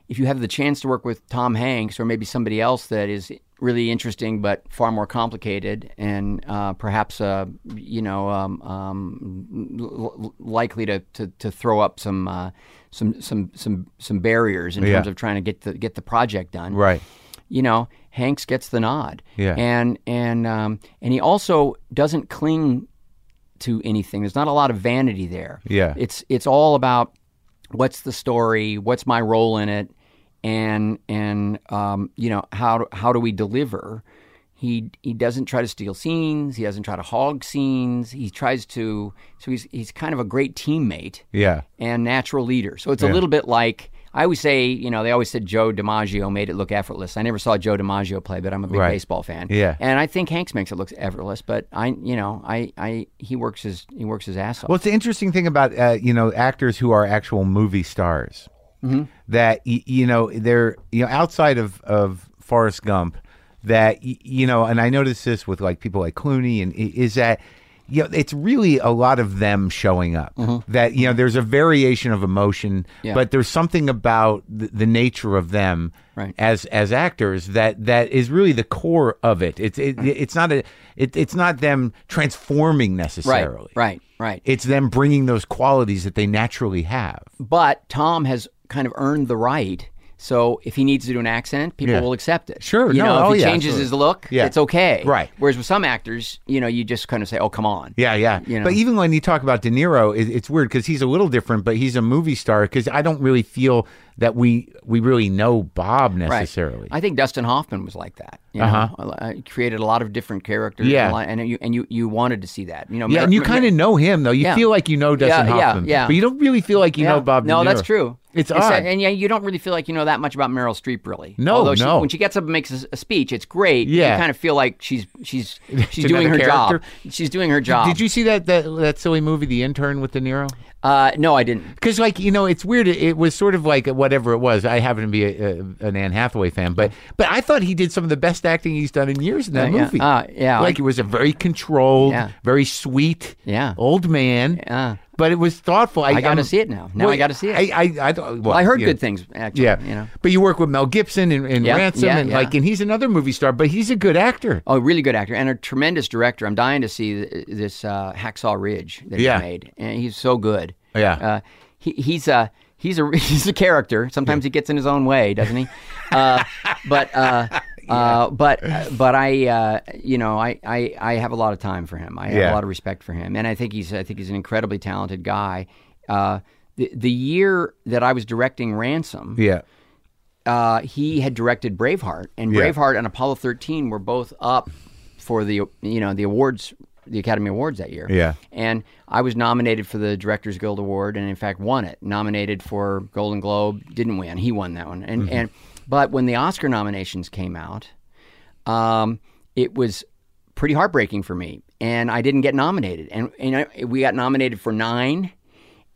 S2: if you have the chance to work with Tom Hanks or maybe somebody else that is really interesting but far more complicated and uh, perhaps uh, you know um, um, l- l- likely to, to, to throw up some uh, some some some some barriers in
S1: Yeah.
S2: terms of trying to get the get the project done
S1: Right.
S2: you know, Hanks gets the nod.
S1: Yeah.
S2: And and um, and he also doesn't cling to anything. There's not a lot of vanity there.
S1: Yeah.
S2: It's it's all about what's the story, what's my role in it, and and um, you know how do- how do we deliver. He he doesn't try to steal scenes. He doesn't try to hog scenes. He tries to so he's he's kind of a great teammate
S1: Yeah.
S2: and natural leader. So it's a little bit like I always say, you know, they always said Joe DiMaggio made it look effortless. I never saw Joe DiMaggio play, but I'm a big
S1: Right.
S2: baseball fan.
S1: Yeah.
S2: and I think Hanks makes it look effortless, but I, you know, I, I he works his he works his ass off.
S1: Well, it's the interesting thing about uh, you know actors who are actual movie stars
S2: Mm-hmm.
S1: that y- you know they're you know outside of of Forrest Gump that y- you know, and I notice this with like people like Clooney and i- is that. You know, it's really a lot of them showing up. That you know, there's a variation of emotion,
S2: Mm-hmm. Yeah.
S1: but there's something about the, the nature of them
S2: Right.
S1: as as actors that that is really the core of it. It's it, it's not a it, it's not them transforming
S2: right,
S1: necessarily
S2: right, right.
S1: it's them bringing those qualities that they naturally have.
S2: but Tom has kind of earned the right. So if he needs to do an accent, people
S1: Yeah.
S2: will accept it.
S1: Sure,
S2: you
S1: no,
S2: know, if
S1: oh,
S2: he
S1: yeah,
S2: changes
S1: absolutely.
S2: his look,
S1: Yeah.
S2: it's okay.
S1: Right.
S2: Whereas with some actors, you know, you just kind of say, "Oh, come on."
S1: Yeah, yeah.
S2: You know.
S1: But even when you talk about De Niro, it, it's weird because he's a little different, but he's a movie star. Because I don't really feel that we we really know Bob
S2: Right.
S1: necessarily. Uh-huh.
S2: I think Dustin Hoffman was like that. You know, I- I created a lot of different characters.
S1: Yeah.
S2: and, a lot- and you and you you wanted to see that. You know,
S1: Yeah,
S2: Mer-
S1: and you
S2: Mer-
S1: kind of know him though. You
S2: Yeah.
S1: feel like you know Dustin
S2: Yeah, yeah,
S1: Hoffman,
S2: yeah.
S1: but you don't really feel like you know Bob. De
S2: No, that's
S1: Niro.
S2: true. uh,
S1: It's
S2: and, so-
S1: odd.
S2: and yeah, you don't really feel like you know that much about Meryl Streep, really.
S1: No,
S2: Although she,
S1: no.
S2: When she gets up and makes a, a speech, it's great.
S1: Yeah.
S2: you kind of feel like she's she's she's
S1: It's
S2: doing her
S1: another
S2: job.
S1: character.
S2: She's doing her job.
S1: Did you see that, that that silly movie, The Intern, with De Niro?
S2: Uh, no, I didn't.
S1: Because, like, you know, it's weird. It, it was sort of like whatever it was. I happen to be a, a, an Anne Hathaway fan, but but I thought he did some of the best acting he's done in years in that
S2: Yeah, yeah.
S1: movie.
S2: Uh, yeah,
S1: like it was a very controlled,
S2: Yeah.
S1: very sweet,
S2: Yeah.
S1: old man.
S2: Yeah.
S1: But it was thoughtful. I,
S2: I got to
S1: I'm-
S2: see it now. Now I
S1: Well,
S2: got to see it.
S1: I I, I, don't- well,
S2: I heard
S1: you
S2: good
S1: know,
S2: things. Actually,
S1: Yeah,
S2: you know.
S1: but you work with Mel Gibson and, and
S2: Yeah,
S1: Ransom,
S2: yeah,
S1: and
S2: yeah.
S1: like, and he's another movie star, but he's a good actor.
S2: Oh, really good actor and a tremendous director. I'm dying to see th- this uh, Hacksaw Ridge that
S1: Yeah.
S2: he made, and he's so good.
S1: Yeah.
S2: uh, he, he's a he's a he's a character. Sometimes he gets in his own way, doesn't he? uh, but uh, uh, but uh, but I uh, you know I, I I have a lot of time for him. I have
S1: Yeah.
S2: a lot of respect for him, and I think he's I think he's an incredibly talented guy. Uh, the the year that I was directing Ransom,
S1: Yeah,
S2: uh, he had directed Braveheart, and
S1: Yeah.
S2: Braveheart and Apollo 13 were both up for the you know the awards, the Academy Awards that year.
S1: Yeah.
S2: and I was nominated for the Directors Guild Award, and in fact won it. Nominated for Golden Globe, didn't win. He won that one, and
S1: Mm-hmm.
S2: and but when the Oscar nominations came out, um, it was pretty heartbreaking for me, and I didn't get nominated. And and I, we got nominated for nine,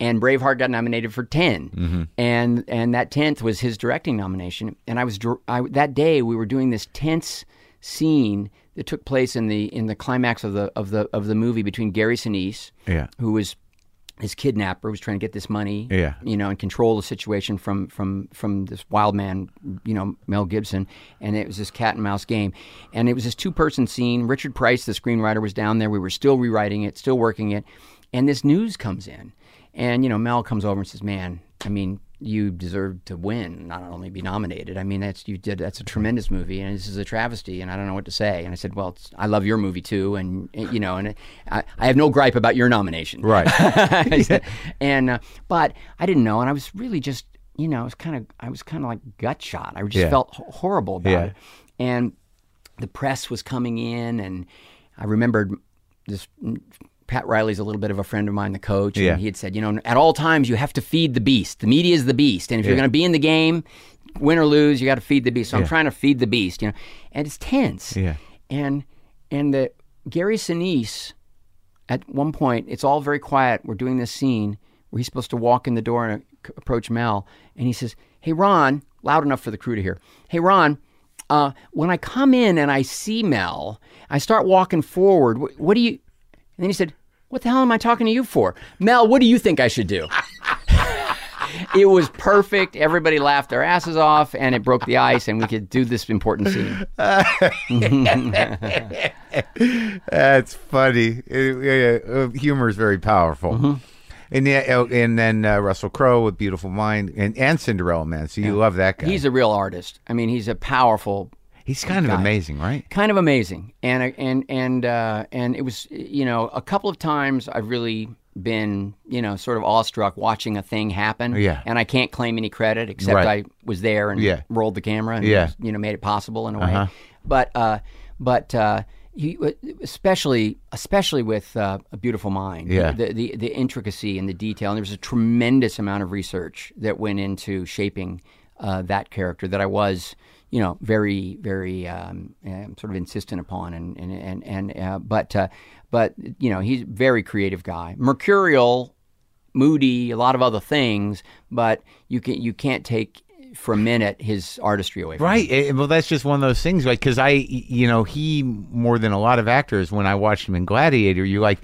S2: and Braveheart got nominated for 10 and and that tenth was his directing nomination. And I was dir- I, that day we were doing this tense scene that took place in the in the climax of the of the of the movie between Gary Sinise,
S1: Yeah.
S2: who was his kidnapper, was trying to get this money,
S1: Yeah.
S2: you know, and control the situation from from from this wild man, you know, Mel Gibson, and it was this cat and mouse game, and it was this two person scene. Richard Price, the screenwriter, was down there. We were still rewriting it, still working it, and this news comes in, and you know, Mel comes over and says, "Man, I mean." You deserve to win, not only be nominated. I mean, that's you did. That's a tremendous movie, and this is a travesty. And I don't know what to say. And I said, "Well, it's, I love your movie too, and eh, you know, and I, I have no gripe about your nomination."
S1: right.
S2: and uh, but I didn't know, and I was really just you know I was kind of I was kind of like gut shot. I just
S1: Yeah.
S2: felt h- horrible about
S1: Yeah.
S2: it, and the press was coming in, and I remembered this. mm, Pat Riley's a little bit of a friend of mine, the coach,
S1: Yeah.
S2: and he had said, you know, at all times you have to feed the beast. The media is the beast, and if you're going to be in the game, win or lose, you got to feed the beast. So I'm trying to feed the beast, you know, and it's tense.
S1: Yeah.
S2: and and the Gary Sinise at one point, it's all very quiet. We're doing this scene where he's supposed to walk in the door and ac- approach Mel, and he says, "Hey, Ron," loud enough for the crew to hear. "Hey, Ron." Uh, when I come in and I see Mel, I start walking forward. Wh- what do you? And then he said, "What the hell am I talking to you for, Mel? What do you think I should do?" it was perfect. Everybody laughed their asses off, and it broke the ice, and we could do this important scene.
S1: That's funny. It- yeah, uh, humor is very powerful.
S2: Mm-hmm.
S1: And yeah, oh, and then uh, Russell Crowe with Beautiful Mind and, and Cinderella Man. So you love that guy.
S2: He's a real artist. I mean, he's a powerful,
S1: He's kind of
S2: guy.
S1: amazing, right?
S2: kind of amazing and and and uh, and it was you know a couple of times i've really been you know sort of awestruck watching a thing happen
S1: Yeah.
S2: and i can't claim any credit except
S1: Right.
S2: i was there and
S1: Yeah.
S2: rolled the camera and
S1: Yeah.
S2: you know made it possible in a way but uh but uh he, especially, especially with uh, a beautiful mind,
S1: Yeah.
S2: the, the the intricacy and the detail, and there was a tremendous amount of research that went into shaping uh, that character that I was, you know, very, very um, uh, sort of insistent upon, and and and, and uh, but uh, but you know, he's a very creative guy, mercurial, moody, a lot of other things, but you can you can't take for a minute his artistry away. From him.
S1: Right. Eh, well, that's just one of those things, like because I, you know, he more than a lot of actors. When I watched him in Gladiator, you're like,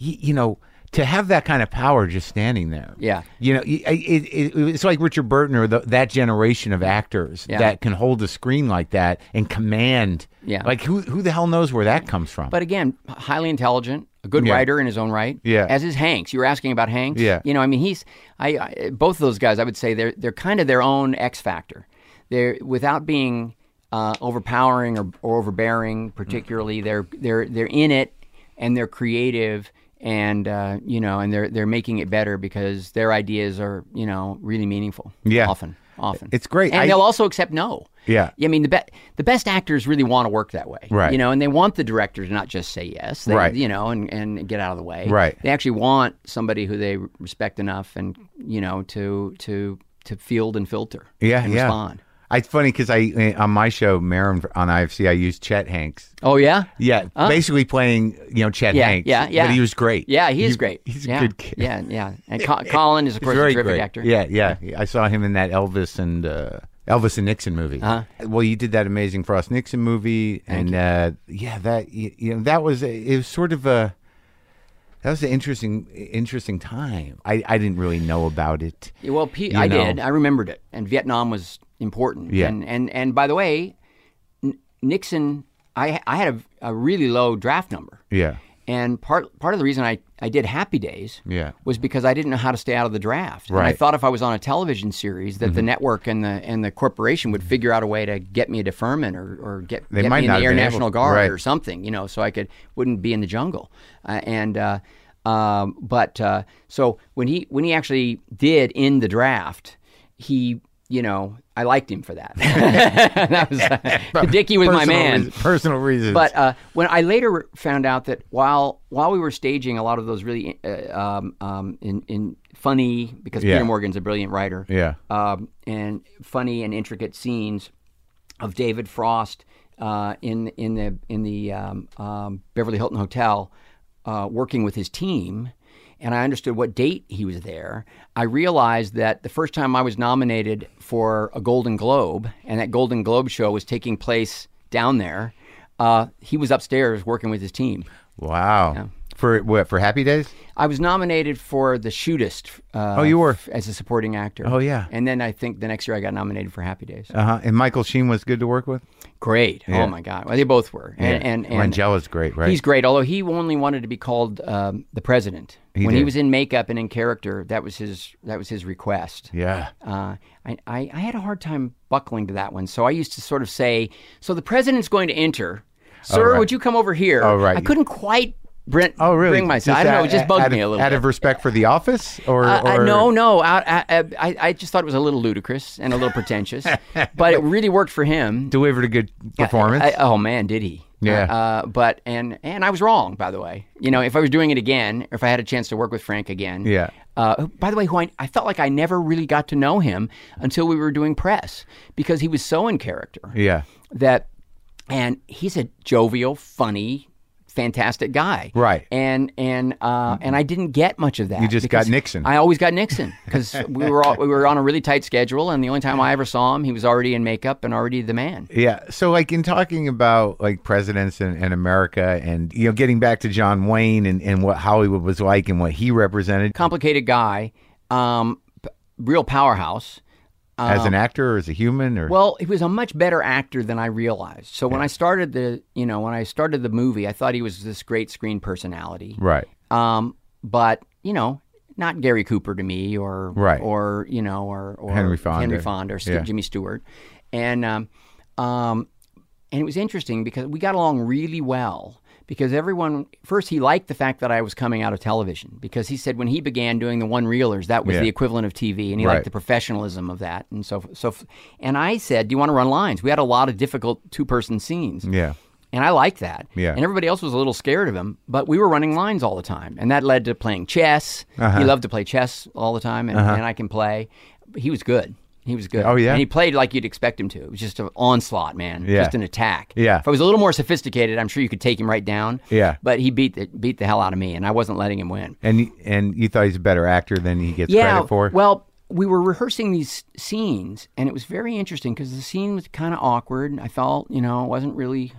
S1: y- you know, to have that kind of power just standing there.
S2: Yeah.
S1: You know, y- I- it, it, it's like Richard Burton or the, that generation of actors
S2: Yeah.
S1: that can hold the screen like that and command.
S2: Yeah.
S1: Like who who the hell knows where that comes from?
S2: But again, highly intelligent, a good
S1: Yeah.
S2: writer in his own right.
S1: Yeah.
S2: As is Hanks. You were asking about Hanks.
S1: Yeah.
S2: You know, I mean, he's I, I both of those guys. I would say they're they're kind of their own X factor. They're without being uh, overpowering or, or overbearing,
S1: Mm.
S2: particularly. They're they're they're in it and they're creative and uh, you know and they're they're making it better because their ideas are you know really meaningful.
S1: Yeah.
S2: Often. Often.
S1: It's great.
S2: And
S1: I-
S2: they'll also accept no.
S1: Yeah.
S2: I mean the be- the best actors really want to work that way.
S1: Right.
S2: You know, and they want the director to not just say yes. They,
S1: Right.
S2: You know, and, and get out of the way.
S1: Right.
S2: They actually want somebody who they respect enough and you know to to to field and filter.
S1: yeah.
S2: And
S1: yeah.
S2: respond.
S1: I- It's funny because I eh, on my show Marin on IFC I used Chet Hanks.
S2: Oh yeah.
S1: Yeah, basically playing you know Chet
S2: Yeah,
S1: Hanks.
S2: yeah, yeah.
S1: But he was great.
S2: Yeah, he is
S1: He-
S2: great.
S1: He's
S2: yeah.
S1: a good kid.
S2: Yeah, yeah. And Co- Colin is of course a
S1: very
S2: terrific
S1: great.
S2: actor.
S1: Yeah, yeah, I saw him in that Elvis and uh, Elvis and Nixon movie.
S2: Uh-huh.
S1: Well, you did that amazing Frost Nixon movie, and uh, yeah, that you, you know that was a, it was sort of a that was an interesting interesting time. I I didn't really know about it.
S2: Yeah, Well, P-
S1: You
S2: I
S1: know.
S2: did. I remembered it, and Vietnam was important.
S1: Yeah.
S2: And and, and by the way, N- Nixon, I I had a, a really low draft number.
S1: Yeah,
S2: And part part of the reason I, I did Happy Days
S1: Yeah.
S2: was because I didn't know how to stay out of the draft. And I
S1: Right. Mm-hmm.
S2: thought if I was on a television series that the network and the and the corporation would figure out a way to get me a deferment or, or get,
S1: They
S2: get
S1: might
S2: me in
S1: not have
S2: the Air
S1: been able
S2: National
S1: to-
S2: Guard
S1: right.
S2: or something, you know, so I could wouldn't be in the jungle. Uh, and uh, um, but uh, so when he when he actually did in the draft, he you know I liked him for that. that was uh, Dickie was my
S1: Personal
S2: man.
S1: reas- personal reasons.
S2: But uh, when I later found out that while while we were staging a lot of those really uh, um, um, in, in funny because
S1: Yeah.
S2: Peter Morgan's a brilliant writer,
S1: Yeah.
S2: um, and funny and intricate scenes of David Frost uh, in in the in the um, um, Beverly Hilton Hotel, uh, working with his team, and I understood what date he was there. I realized that the first time I was nominated for a Golden Globe, and that Golden Globe show was taking place down there. Uh, he was upstairs working with his team.
S1: wow, for what for Happy Days?
S2: I was nominated for The Shootist. Uh,
S1: Oh, you were.
S2: f- as a supporting actor.
S1: Oh, yeah.
S2: And then I think the next year I got nominated for Happy Days.
S1: Uh huh. And Michael Sheen was good to work with.
S2: Great.
S1: Yeah.
S2: Oh my God. Well, they both were. And
S1: Yeah.
S2: and, and
S1: Rangella's great, right?
S2: He's great. Although he only wanted to be called um, the president when
S1: did.
S2: he was in makeup and in character. That was his. That was his request.
S1: yeah.
S2: Uh, I, I, I had a hard time buckling to that one, so I used to sort of say, "So the president's going to enter, sir.
S1: Oh, right.
S2: Would you come over here?"
S1: Oh, right.
S2: I couldn't quite. Brent,
S1: Oh, really?
S2: Bring myself. I don't know. It just
S1: out-
S2: bugged
S1: out of-
S2: me a little.
S1: Out
S2: bit.
S1: of respect for the office, or,
S2: Uh, uh,
S1: or-
S2: no, no. I, I, I, I just thought it was a little ludicrous and a little pretentious, but it really worked for him.
S1: delivered a good performance.
S2: I- oh man, did he?
S1: Yeah.
S2: Uh, but and and I was wrong, by the way. You know, if I was doing it again, if I had a chance to work with Frank again.
S1: Yeah.
S2: Uh, who- by the way, who I, I felt like I never really got to know him until we were doing press because he was so in character
S1: yeah,
S2: that, and he's a jovial, funny, fantastic guy.
S1: Right. Mm-hmm.
S2: And and uh, and I didn't get much of that. You
S1: just got Nixon.
S2: I always got Nixon because we were all, we were on a really tight schedule, and the only time I ever saw him, he was already in makeup and already the man.
S1: yeah. So, like in talking about like presidents and, and America, and you know, getting back to John Wayne and, and what Hollywood was like and what he represented
S2: complicated guy, um, p- real powerhouse.
S1: as an actor or as a human, or
S2: Well, he was a much better actor than I realized. So when I started the, you know, when I started the movie, I thought he was this great screen personality.
S1: right,
S2: Um, but you know, not Gary Cooper to me, or
S1: Right.
S2: or you know, or, or
S1: Henry Fonda.
S2: Henry Fonda, or Stu-
S1: Yeah.
S2: Jimmy Stewart, and um, um, and it was interesting because we got along really well because everyone first he liked the fact that I was coming out of television because he said when he began doing the one reelers that was
S1: Yeah.
S2: the equivalent of TV and he
S1: Right.
S2: liked the professionalism of that and so so and I said do you want to run lines we had a lot of difficult two person scenes
S1: Yeah.
S2: and I liked that
S1: Yeah.
S2: and everybody else was a little scared of him but we were running lines all the time and that led to playing chess he
S1: Uh-huh.
S2: loved to play chess all the time and, and I can play he was good. He was good.
S1: Oh, yeah?
S2: and he played like you'd expect him to. It was just an onslaught, man.
S1: Yeah.
S2: Just an attack.
S1: Yeah.
S2: If I was a little more sophisticated, I'm sure you could take him right down.
S1: Yeah.
S2: But he beat the beat the hell out of me, and I wasn't letting him win.
S1: And and you thought he's a better actor than he gets credit for?
S2: Well, we were rehearsing these scenes, and it was very interesting because the scene was kind of awkward. and I felt, you know, it wasn't really,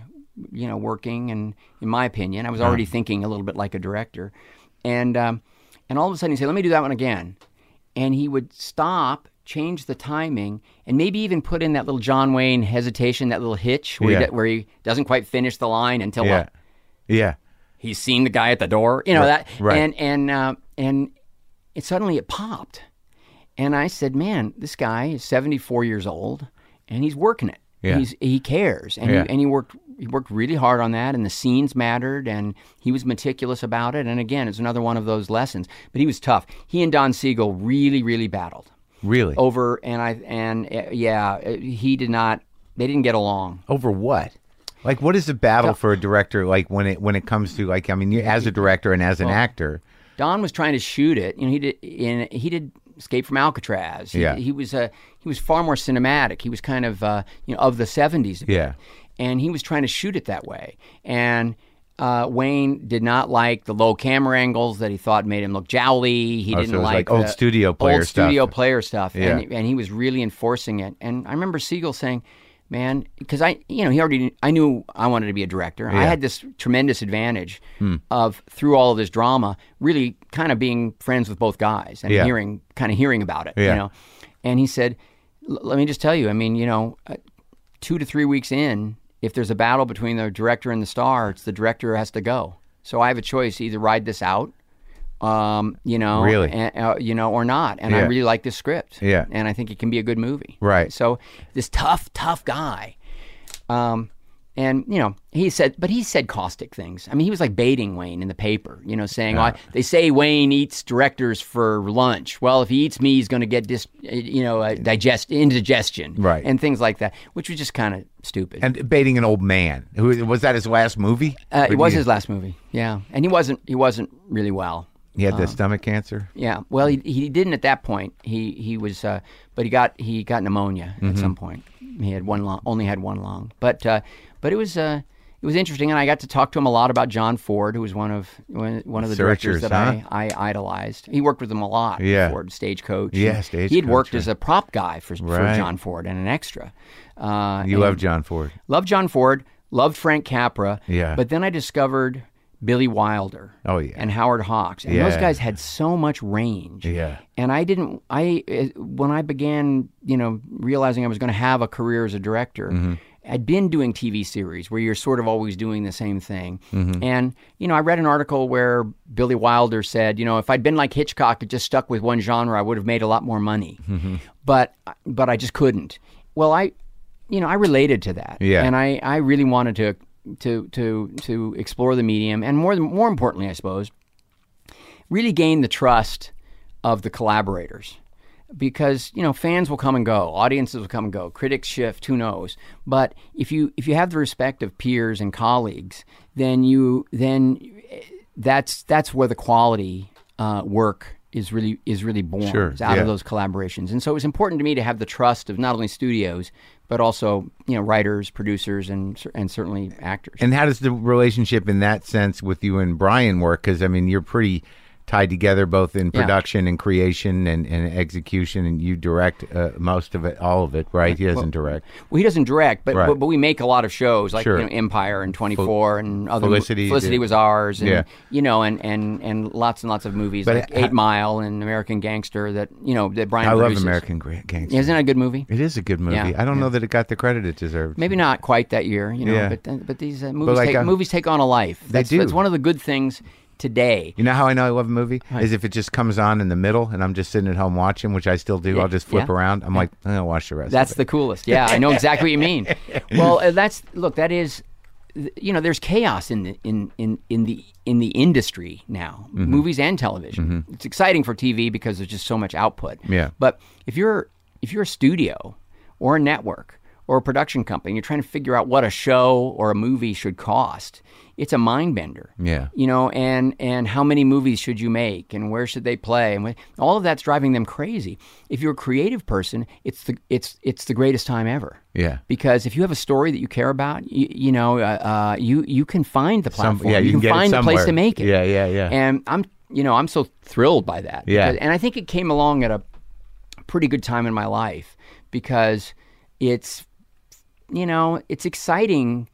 S2: you know, working. And in my opinion, I was already thinking a little bit like a director. And um, and all of a sudden, he said, "Let me do that one again," and he would stop. Change the timing and maybe even put in that little John Wayne hesitation, that little hitch where,
S1: Yeah.
S2: he, do- where he doesn't quite finish the line until
S1: yeah.
S2: uh,
S1: Yeah.
S2: he's seen the guy at the door, you know that,
S1: right.
S2: and and uh, and it suddenly it popped, and I said, "Man, this guy is 74 years old, and he's working it.
S1: Yeah.
S2: He's, he cares, and
S1: Yeah.
S2: he, and he worked he worked really hard on that, and the scenes mattered, and he was meticulous about it. And again, it's another one of those lessons. But he was tough. He and Don Siegel really, really battled
S1: Really?
S2: over, and I and uh, yeah, uh, he did not. They didn't get along.
S1: Over what? Like what is the battle for a director like when it when it comes to like I mean you as a director and as an actor?
S2: Don was trying to shoot it. You know, he did. In, he did Escape from Alcatraz. He,
S1: Yeah.
S2: he was uh, he was far more cinematic. He was kind of uh, you know of the seventies.
S1: Yeah.
S2: and he was trying to shoot it that way. And uh, Wayne did not like the low camera angles that he thought made him look jowly. He
S1: Oh, so
S2: didn't
S1: it was like
S2: like
S1: old
S2: the
S1: studio player
S2: old studio
S1: stuff.
S2: player stuff. And,
S1: Yeah.
S2: and he was really enforcing it. And I remember Siegel saying. Man, because I, you know, he already, I knew I wanted to be a director. I had this tremendous advantage
S1: Hmm.
S2: of through all of this drama, really kind of being friends with both guys and
S1: Yeah.
S2: hearing, kind of hearing about it,
S1: Yeah.
S2: you know. And he said, "L- "Let me just tell you. I mean, you know, uh, two to three weeks in, if there's a battle between the director and the star, it's the director who has to go. So I have a choice: either ride this out, um, you know,
S1: Really?
S2: and, uh, you know, or not. And I
S1: Yeah.
S2: really like this script,
S1: Yeah.
S2: and I think it can be a good movie,
S1: Right.
S2: So this tough, tough guy, um, and you know, he said, but he said caustic things. I mean, he was like baiting Wayne in the paper, you know, saying, "Oh, I- "They say Wayne eats directors for lunch. Well, if he eats me, he's going to get dis, you know, uh, digest indigestion,
S1: Right.
S2: and things like that," which was just kind of stupid.
S1: And baiting an old man. Who was that his last movie?
S2: uh,
S1: Or
S2: it was
S1: he-
S2: his last movie, yeah, and he wasn't he wasn't really well.
S1: He had the
S2: uh,
S1: stomach cancer.
S2: Yeah, well, he, he didn't at that point. He he was, uh, but he got he got pneumonia
S1: Mm-hmm.
S2: at some point. He had one lung, only had one lung, but uh, but it was uh, it was interesting, and I got to talk to him a lot about John Ford, who was one of one, one of the
S1: Searchers,
S2: directors that
S1: huh?
S2: I, I idolized. He worked with him a lot.
S1: Yeah.
S2: Ford, stagecoach.
S1: Yeah,
S2: And
S1: Stagecoach,
S2: He had worked
S1: right.
S2: as a prop guy for,
S1: Right.
S2: for John Ford and an extra. Uh,
S1: You love John Ford.
S2: loved John Ford, loved Frank Capra.
S1: Yeah.
S2: But then I discovered Billy Wilder.
S1: Oh, yeah.
S2: And Howard Hawks, and those
S1: Yeah.
S2: guys had so much range.
S1: Yeah.
S2: And I didn't. I uh, when I began, you know, realizing I was going to have a career as a director. I'd been doing TV series where you're sort of always doing the same thing. And, you know, I read an article where Billy Wilder said, you know, if I'd been like Hitchcock and just stuck with one genre, I would have made a lot more money. But but I just couldn't. Well, I you know, I related to that.
S1: Yeah.
S2: And I, I really wanted to to to to explore the medium and more than, more importantly, I suppose, really gain the trust of the collaborators. Because, you know, fans will come and go, audiences will come and go, critics shift, who knows. But if you if you have the respect of peers and colleagues, then you then eh, that's that's where the quality uh, work is really is really born
S1: Sure,
S2: is out
S1: yeah.
S2: of those those collaborations. And so it was important to me to have the trust of not only studios but also you know writers, producers, and cer- and certainly actors.
S1: And how does the relationship in that sense with you and Brian work? Because I mean, you're pretty tied together both in
S2: Yeah.
S1: production and creation and, and execution, and you direct uh, most of it, all of it, right? He doesn't direct.
S2: well, he doesn't direct, but,
S1: Right.
S2: but but we make a lot of shows like
S1: Sure.
S2: you know, Empire and Twenty Four and other
S1: Felicity did-
S2: was ours, and
S1: Yeah.
S2: you know, and, and and lots and lots of movies
S1: But
S2: like
S1: ha-
S2: Eight Mile and American Gangster that you know that Brian.
S1: I love
S2: produces.
S1: American Gra- Gangster.
S2: Isn't that a good movie?
S1: It is a good movie.
S2: Yeah,
S1: I don't know that it got the credit it deserved.
S2: Maybe not quite that year, you know.
S1: Yeah.
S2: But th- but these uh, movies
S1: like,
S2: take,
S1: uh,
S2: movies take on a life. That's,
S1: do.
S2: That's one of the good things. today.
S1: You know how I know I love a movie is if it just comes on in the middle and I'm just sitting at home watching, which I still do. I'll just flip
S2: yeah.
S1: around. I'm like, I'm gonna watch the rest.
S2: That's
S1: of it.
S2: the coolest. Yeah, I know exactly what you mean. Well, uh, that's look. That is, th- you know, there's chaos in the in in in the in the industry now,
S1: Mm-hmm.
S2: movies and television. It's exciting for TV because there's just so much output.
S1: Yeah.
S2: But if you're if you're a studio or a network or a production company, you're trying to figure out what a show or a movie should cost. It's a mind bender.
S1: Yeah.
S2: You know, and and how many movies should you make, and where should they play, and wh- all of that's driving them crazy. If you're a creative person, it's the it's it's the greatest time ever.
S1: Yeah.
S2: Because if you have a story that you care about, you, you know, uh, uh, you you can find the platform.
S1: yeah, you can get it
S2: find the place to
S1: somewhere.
S2: make it.
S1: Yeah, yeah, yeah.
S2: And I'm you know I'm so thrilled by that.
S1: Yeah.
S2: Because- and I think it came along at a pretty good time in my life because it's you know it's exciting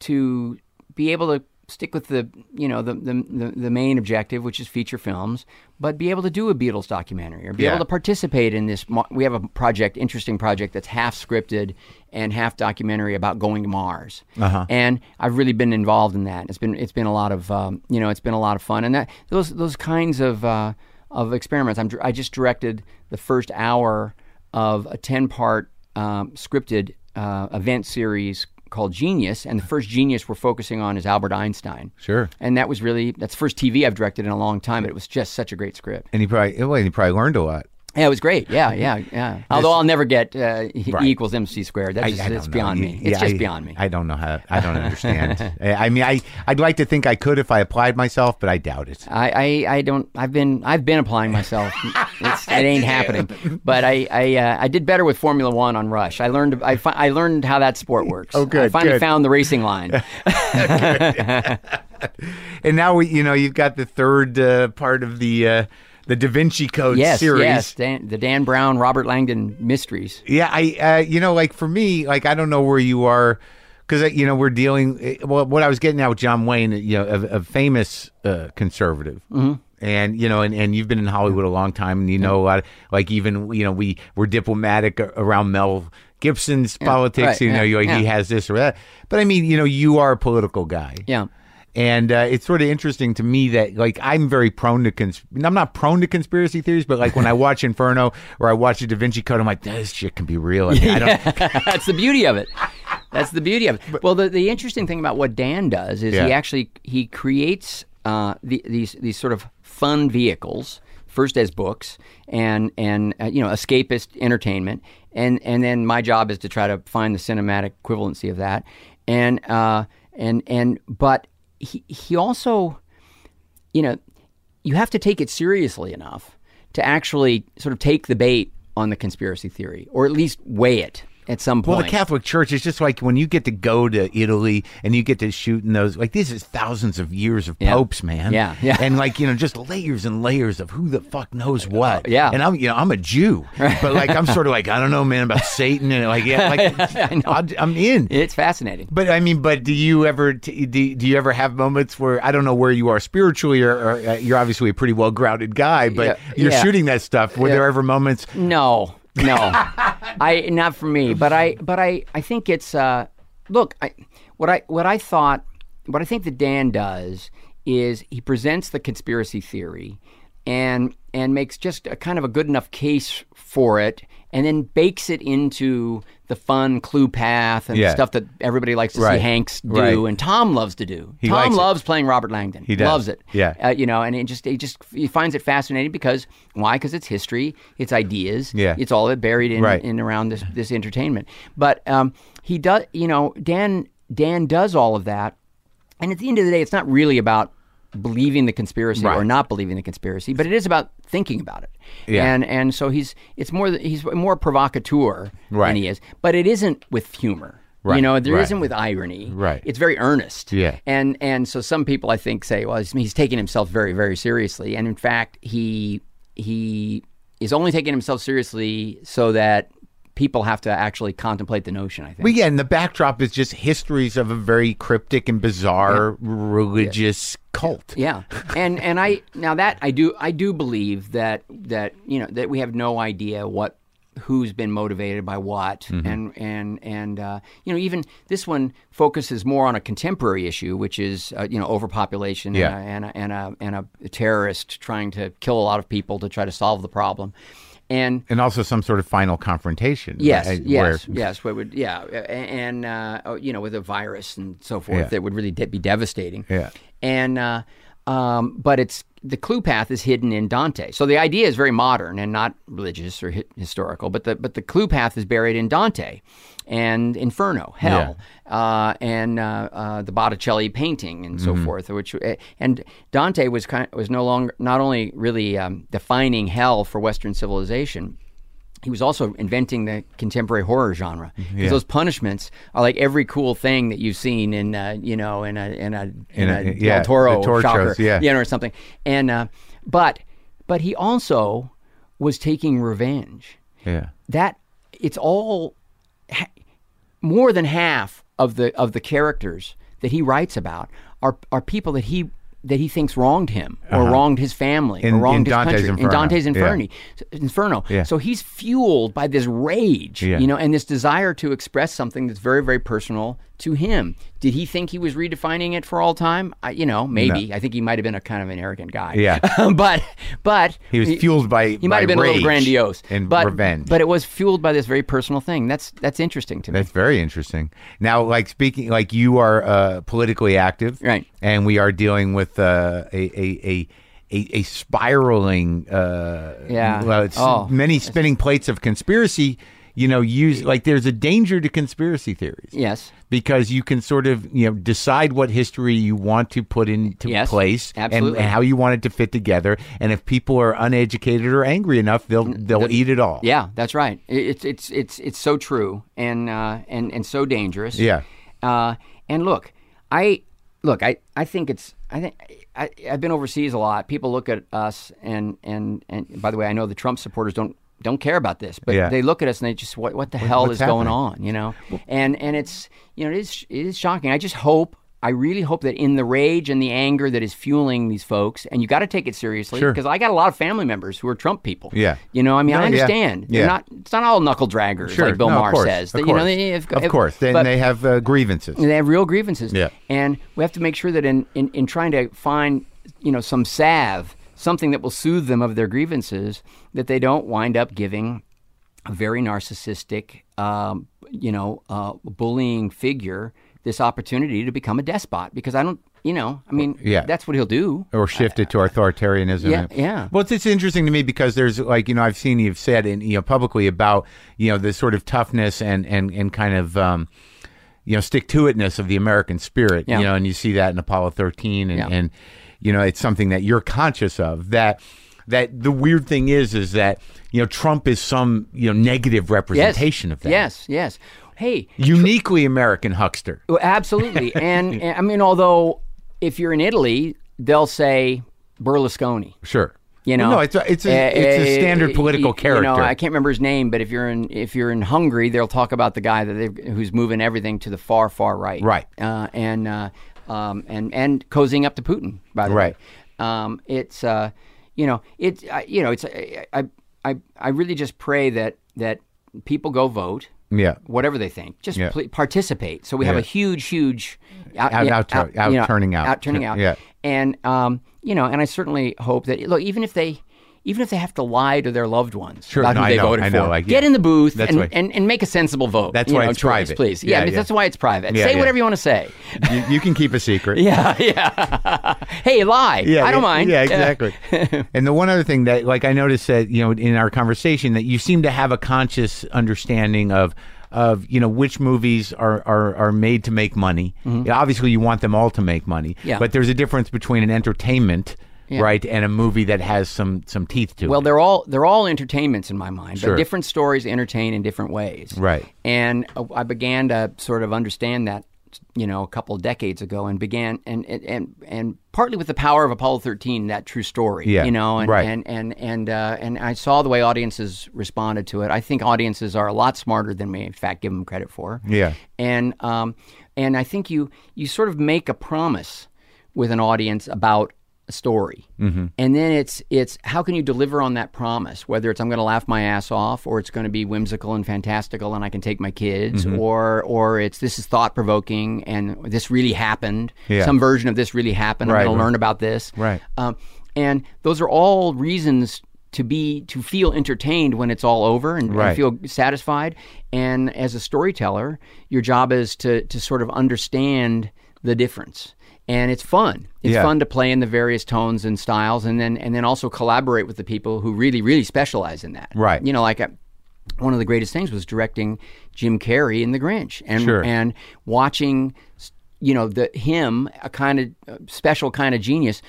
S2: to be able to stick with the you know the the, the, the main objective which is feature films but be able to do a beatles documentary or be
S1: Yeah.
S2: able to participate in this mo- we have a project interesting project that's half scripted and half documentary about going to mars and i've really been involved in that it's been it's been a lot of um, you know it's been a lot of fun and that those those kinds of uh, of experiments I'm, dir- i just directed the first hour of a 10 part um, scripted uh, event series called Genius. And the first Genius we're focusing on is Albert Einstein.
S1: Sure.
S2: And that was really, that's the first TV I've directed in a long time, but it was just such a great script.
S1: And you probably, well, you probably learned a lot.
S2: Yeah, it was great. Yeah, yeah, yeah. Although I'll never get uh, E equals MC squared. That's just,
S1: I don't
S2: it's
S1: know.
S2: beyond
S1: You-
S2: me. It's
S1: yeah,
S2: just
S1: I-
S2: beyond me.
S1: I don't know how. I don't understand. I I mean, I I'd like to think I could if I applied myself, but I doubt it.
S2: I, I, I don't I've been I've been applying myself. It's, it ain't happening. But I I, uh, I did better with Formula One on Rush. I learned I, fi- I learned how that sport works. Oh, I
S1: good,
S2: finally
S1: good.
S2: found the racing line.
S1: And now we, you know, you've got the third uh, part of the uh, the Da Vinci Code
S2: yes,
S1: series.
S2: yes. Dan, the Dan Brown Robert Langdon mysteries.
S1: Yeah, I uh, you know, like for me, like I don't know where you are because you know we're dealing. eh, Well, what I was getting at with John Wayne, you know, a, a famous uh, conservative.
S2: Mm-hmm.
S1: And you know, and, and you've been in Hollywood a long time, and you know a lot. Of, like even you know, we were diplomatic a- around Mel Gibson's politics.
S2: right,
S1: you know,
S2: yeah,
S1: you like he
S2: yeah.
S1: has this or that. But I mean, you know, you are a political guy.
S2: Yeah.
S1: And uh, it's sort of interesting to me that like I'm very prone to cons- I'm not prone to conspiracy theories, but like when I watch Inferno or I watch a Da Vinci Code, I'm like, this shit can be real. I, mean, I don't.
S2: That's the beauty of it. That's the beauty of it. well, the, the interesting thing about what Dan does is
S1: Yeah.
S2: he actually he creates uh, the, these these sort of fun vehicles first as books and and uh, you know escapist entertainment and and then my job is to try to find the cinematic equivalency of that and uh, and and but he he also you know, you have to take it seriously enough to actually sort of take the bait on the conspiracy theory, or at least weigh it at some
S1: Well,
S2: point.
S1: the Catholic Church is just like when you get to go to Italy and you get to shoot in those. Like this is thousands of years of popes, man.
S2: Yeah, yeah.
S1: And like you know, just layers and layers of who the fuck knows what.
S2: oh, yeah.
S1: And I'm you know I'm a Jew, but like I'm sort of like I don't know, man, about Satan and like yeah, like I I'm in.
S2: it's fascinating.
S1: But I mean, but do you ever t- do, do you ever have moments where I don't know where you are spiritually, or, or uh, you're obviously a pretty well grounded guy, but
S2: Yeah,
S1: you're
S2: yeah.
S1: shooting that stuff. Were there ever moments?
S2: No, no, I not for me. But I, but I, I think it's uh, look. I, what I, what I thought, what I think that Dan does is he presents the conspiracy theory, and and makes just a kind of a good enough case for it, and then bakes it into the fun clue path and
S1: Yeah.
S2: stuff that everybody likes to
S1: Right.
S2: see Hanks do
S1: Right.
S2: and Tom loves to do. Tom
S1: likes it.
S2: loves playing Robert Langdon. He
S1: does.
S2: loves it.
S1: Yeah.
S2: Uh, you know, and it just it just he finds it fascinating because why? Because it's history, it's ideas,
S1: Yeah.
S2: it's all it buried in,
S1: Right.
S2: in around this this entertainment. But um, he does, you know, Dan Dan does all of that, and at the end of the day, it's not really about believing the conspiracy or
S1: Right.
S2: not believing the conspiracy, but it is about thinking about it.
S1: Yeah.
S2: And and so he's it's more that he's more provocateur
S1: Right.
S2: than he is, but it isn't with humor.
S1: Right,
S2: You know, there
S1: right.
S2: not with irony.
S1: Right.
S2: It's very earnest.
S1: Yeah.
S2: And and so some people I think say, well, he's, he's taking himself very very seriously, and in fact he he is only taking himself seriously so that people have to actually contemplate the notion. I think.
S1: But yeah, and the backdrop is just histories of a very cryptic and bizarre religious cult.
S2: yeah. And and I now that I do I do believe that that you know that we have no idea what who's been motivated by what, and and and uh, you know even this one focuses more on a contemporary issue, which is uh, you know overpopulation
S1: Yeah.
S2: and, a, and, a, and a and a terrorist trying to kill a lot of people to try to solve the problem, and
S1: and also some sort of final confrontation.
S2: Yes,
S1: right, where-
S2: yes, yes. What would yeah, a- and uh, oh, you know, with a virus and so forth,
S1: Yeah.
S2: that would really de- be devastating.
S1: Yeah.
S2: and uh, um, but it's the clue path is hidden in Dante. So the idea is very modern and not religious or hi- historical, but the but the clue path is buried in Dante, and Inferno, Hell, uh, and uh, uh, the Botticelli painting and
S1: Mm-hmm.
S2: so forth. Which eh, and Dante was kind was no longer not only really um, defining hell for Western civilization he was also inventing the contemporary horror genre.
S1: Mm-hmm.
S2: 'Cause Those punishments are like every cool thing that you've seen in, uh, you know, in a in a
S1: In
S2: in, a,
S1: a- yeah,
S2: Del Toro
S1: the torture
S2: shocker,
S1: shows, yeah.
S2: you know, or something. And uh, but but he also was taking revenge.
S1: yeah,
S2: That it's all ha- more than half of the of the characters that he writes about are are people that he that he thinks wronged him or wronged his family
S1: Uh-huh. In-
S2: or wronged
S1: in
S2: his
S1: Dante's
S2: country
S1: Inferno.
S2: in Dante's
S1: Yeah.
S2: Inferno. Inferno.
S1: Yeah.
S2: So he's fueled by this rage,
S1: Yeah.
S2: you know, and this desire to express something that's very, very personal to him. Did he think he was redefining it for all time? I, you know, maybe. I think he might have been a kind of an arrogant guy.
S1: Yeah.
S2: but but
S1: He was fueled by
S2: He might have been a little grandiose
S1: and
S2: but,
S1: revenge.
S2: But it was fueled by this very personal thing. That's that's interesting to me.
S1: That's very interesting. Now, like speaking, like you are uh, politically active,
S2: Right.
S1: And we are dealing with uh, a a a. A, a spiraling, uh,
S2: Yeah.
S1: well, it's
S2: Oh.
S1: many spinning plates of conspiracy. You know, use like there's a danger to conspiracy theories
S2: yes.
S1: because you can sort of you know decide what history you want to put into
S2: Yes,
S1: place and-
S2: absolutely.
S1: And, how you want it to fit together. And if people are uneducated or angry enough, they'll they'll eat it all.
S2: Yeah, that's right. I- It's it's it's it's so true and uh, and and so dangerous.
S1: Yeah.
S2: Uh, and look, I look, I, I think it's I think I, I've been overseas a lot. People look at us and and and by the way, I know the Trump supporters don't don't care about this, but
S1: Yeah.
S2: they look at us and they just what what the hell
S1: what's
S2: is going
S1: happening?
S2: on, you know? And and it's you know it is it is shocking. I just hope. I really hope that in the rage and the anger that is fueling these folks, and you got to take it seriously
S1: Sure.
S2: because I got a lot of family members who are Trump people.
S1: Yeah.
S2: you know, I mean,
S1: No,
S2: I
S1: yeah.
S2: understand. They're
S1: Yeah.
S2: not it's not all knuckle draggers
S1: Sure,
S2: like Bill
S1: no,
S2: Maher
S1: of course,
S2: says.
S1: Of
S2: That,
S1: course,
S2: you know, they, if-
S1: of
S2: if-
S1: course. Then
S2: but
S1: they have uh, grievances.
S2: they have real grievances.
S1: Yeah.
S2: And we have to make sure that in, in, in trying to find, you know, some salve, something that will soothe them of their grievances, that they don't wind up giving a very narcissistic, um, you know, uh, bullying figure this opportunity to become a despot. Because I don't, you know, I mean,
S1: Yeah.
S2: that's what he'll do.
S1: or shifted to authoritarianism.
S2: Yeah, yeah.
S1: Well, it's, it's interesting to me because there's like you know I've seen you've said in you know publicly about you know the sort of toughness and and and kind of. Um, you know, stick to itness of the American spirit,
S2: Yeah.
S1: you know, and you see that in Apollo 13 and,
S2: Yeah.
S1: and, you know, it's something that you're conscious of that, that the weird thing is, is that, you know, Trump is some, you know, negative
S2: Yes.
S1: representation of that.
S2: Yes, yes. Hey,
S1: Uniquely American huckster.
S2: Well, Absolutely, and, and I mean, although if you're in Italy, they'll say Berlusconi.
S1: Sure.
S2: You know,
S1: no, it's a, it's a,
S2: Eh,
S1: it's a
S2: eh,
S1: standard
S2: eh,
S1: political character.
S2: You know, I can't remember his name, but if you're in if you're in Hungary, they'll talk about the guy that they've- who's moving everything to the far far right,
S1: Right.
S2: uh, and uh, um, and and cozying up to Putin. By the
S1: Right.
S2: way, um, it's uh, you know it's I you know it's I, I I I really just pray that that people go vote
S1: yeah.
S2: whatever they think. Just
S1: Yeah.
S2: pl- participate. So we have
S1: Yeah.
S2: a huge, huge out,
S1: Out-
S2: yeah,
S1: out- out- turning out.
S2: out turning out.
S1: Yeah.
S2: and um, you know, and I certainly hope that look, even if they. Even if they have to lie to their loved ones
S1: Sure.
S2: about
S1: No,
S2: who
S1: I
S2: they
S1: know,
S2: voted
S1: I know,
S2: for,
S1: like,
S2: get
S1: yeah.
S2: in the booth
S1: That's
S2: and,
S1: why-
S2: and, and make a sensible vote.
S1: That's
S2: you
S1: why
S2: know,
S1: it's
S2: choice,
S1: private.
S2: please.
S1: Yeah,
S2: Yeah, I mean,
S1: yeah.
S2: that's why it's private.
S1: Yeah,
S2: say
S1: yeah.
S2: whatever you want to say.
S1: you, you can keep a secret.
S2: Yeah, yeah. hey, lie. I don't
S1: yeah,
S2: mind.
S1: Yeah,
S2: Uh,
S1: exactly. and the one other thing that, like, I noticed that you know in our conversation that you seem to have a conscious understanding of of you know which movies are are, are made to make money. Yeah, Obviously, you want them all to make money.
S2: Mm-hmm. Yeah.
S1: But there's a difference between an entertainment.
S2: Yeah.
S1: Right, and a movie that has some some teeth to
S2: Well,
S1: it.
S2: they're all they're all entertainments in my mind,
S1: Sure.
S2: but different stories entertain in different ways.
S1: Right.
S2: And uh, I began to sort of understand that, you know, a couple of decades ago, and began and and and, and partly with the power of Apollo thirteen, that true story.
S1: Yeah.
S2: You know, and
S1: Right.
S2: and and and uh, and I saw the way audiences responded to it. I think audiences are a lot smarter than we, in fact, give them credit for.
S1: Yeah.
S2: And um, and I think you you sort of make a promise with an audience about a story,
S1: Mm-hmm.
S2: and then it's it's how can you deliver on that promise? Whether it's I'm going to laugh my ass off, or it's going to be whimsical and fantastical, and I can take my kids,
S1: Mm-hmm.
S2: or or it's this is thought provoking and this really happened.
S1: Yeah.
S2: Some version of this really happened.
S1: Right,
S2: I'm going
S1: right.
S2: to learn about this.
S1: Right.
S2: Um, and those are all reasons to be to feel entertained when it's all over and, and
S1: Right.
S2: feel satisfied. And as a storyteller, your job is to to sort of understand the difference. And it's fun. It's
S1: Yeah.
S2: fun to play in the various tones and styles, and then and then also collaborate with the people who really really specialize in that.
S1: Right.
S2: You know, like. A, one of the greatest things was directing Jim Carrey in The Grinch, and
S1: Sure.
S2: and watching, you know, the him a kind of uh, special kind of genius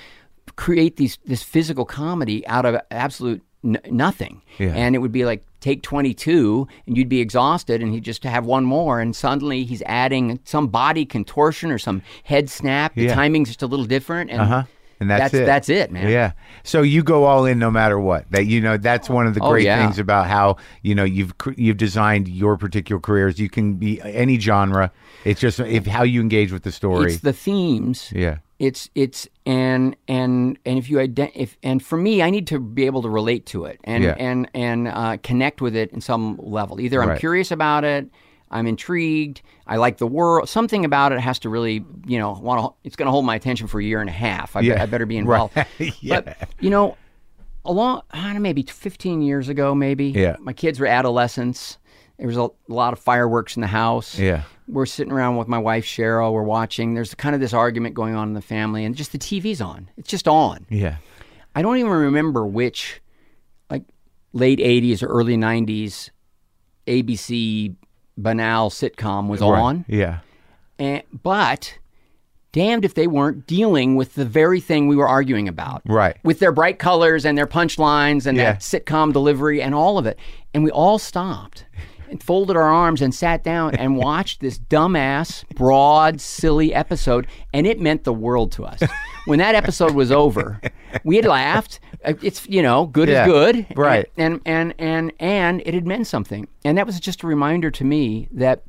S2: create these this physical comedy out of absolute n- nothing,
S1: Yeah.
S2: and it would be like take twenty two, and you'd be exhausted, and he'd just have one more, and suddenly he's adding some body contortion or some head snap. The
S1: Yeah.
S2: timing's just a little different, and
S1: Uh-huh. And that's,
S2: that's
S1: it.
S2: that's it, man.
S1: Yeah. So you go all in no matter what. That you know that's one of the
S2: Oh,
S1: great
S2: yeah.
S1: things about how, you know, you've cr- you've designed your particular careers. You can be any genre. It's just if how you engage with the story.
S2: It's the themes.
S1: yeah.
S2: it's it's and and and if you ident- if and for me i need to be able to relate to it and
S1: Yeah.
S2: and and uh, connect with it in some level either i'm
S1: Right.
S2: curious about it i'm intrigued i like the world something about it has to really you know want to it's going to hold my attention for a year and a half i, be-
S1: Yeah.
S2: I better be
S1: Right.
S2: involved
S1: Yeah.
S2: but you know along I don't know, maybe 15 years ago maybe
S1: Yeah.
S2: my kids were adolescents there was a lot of fireworks in the house
S1: Yeah.
S2: we're sitting around with my wife Cheryl. We're watching. There's kind of this argument going on in the family, and just the TV's on. It's just on.
S1: Yeah.
S2: I don't even remember which, like late '80s or early '90s, ABC banal sitcom was on.
S1: Yeah.
S2: And, Eh, but damned if they weren't dealing with the very thing we were arguing about
S1: Right.
S2: with their bright colors and their punchlines and
S1: Yeah.
S2: that sitcom delivery and all of it. And we all stopped and folded our arms and sat down and watched this dumbass, broad, silly episode. And it meant the world to us. When that episode was over, we had laughed. Uh, It's, you know, good
S1: Yeah.
S2: is good.
S1: Right.
S2: And, and, and, and it had meant something. And that was just a reminder to me that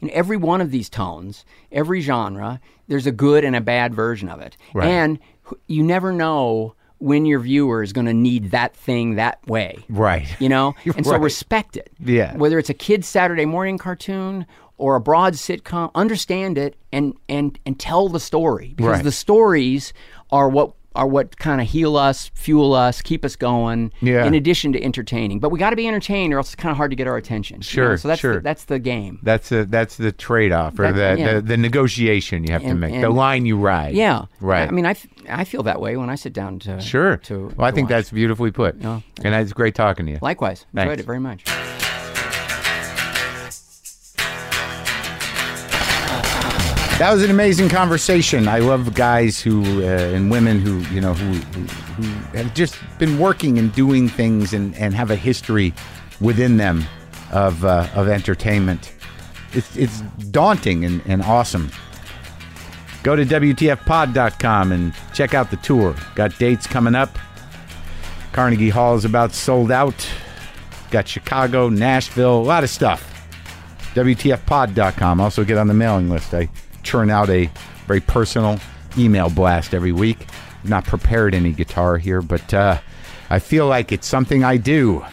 S2: in every one of these tones, every genre, there's a good and a bad version of it.
S1: Right.
S2: And wh- you never know when your viewer is going to need that thing that way.
S1: Right.
S2: You know? And so
S1: Right.
S2: respect it.
S1: Yeah.
S2: Whether it's a kid's Saturday morning cartoon or a broad sitcom, understand it and and and tell the story because
S1: Right.
S2: the stories are what are what kind of heal us, fuel us, keep us going.
S1: Yeah.
S2: In addition to entertaining, but we got to be entertained, or else it's kind of hard to get our attention. you know?
S1: Sure,
S2: So that's
S1: sure.
S2: the, that's the game.
S1: That's the that's the trade off or
S2: That-
S1: the,
S2: yeah.
S1: the the negotiation you have to
S2: And-
S1: make. the
S2: and-
S1: line you ride.
S2: Yeah.
S1: Right.
S2: I mean, I, f- I feel that way when I sit down to.
S1: sure.
S2: To,
S1: well, I
S2: to
S1: think
S2: watch.
S1: that's beautifully put. and it's great talking to you.
S2: Likewise. Enjoyed
S1: Thanks.
S2: it very much.
S1: That was an amazing conversation. I love guys who uh, and women who you know who, who who have just been working and doing things and, and have a history within them of uh, of entertainment. It's it's daunting and, and awesome. Go to WTFpod.com and check out the tour. Got dates coming up. Carnegie Hall is about sold out. Got Chicago, Nashville, a lot of stuff. WTFpod.com. Also get on the mailing list. I churn out a very personal email blast every week. Not prepared any guitar here, but uh, I feel like it's something I do.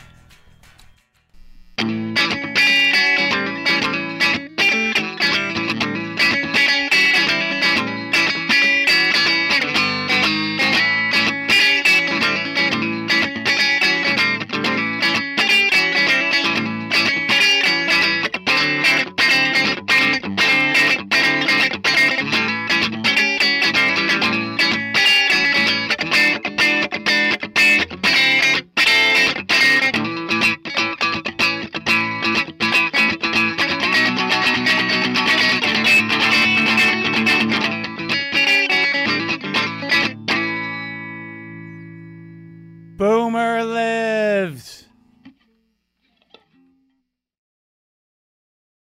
S1: Boomer lives.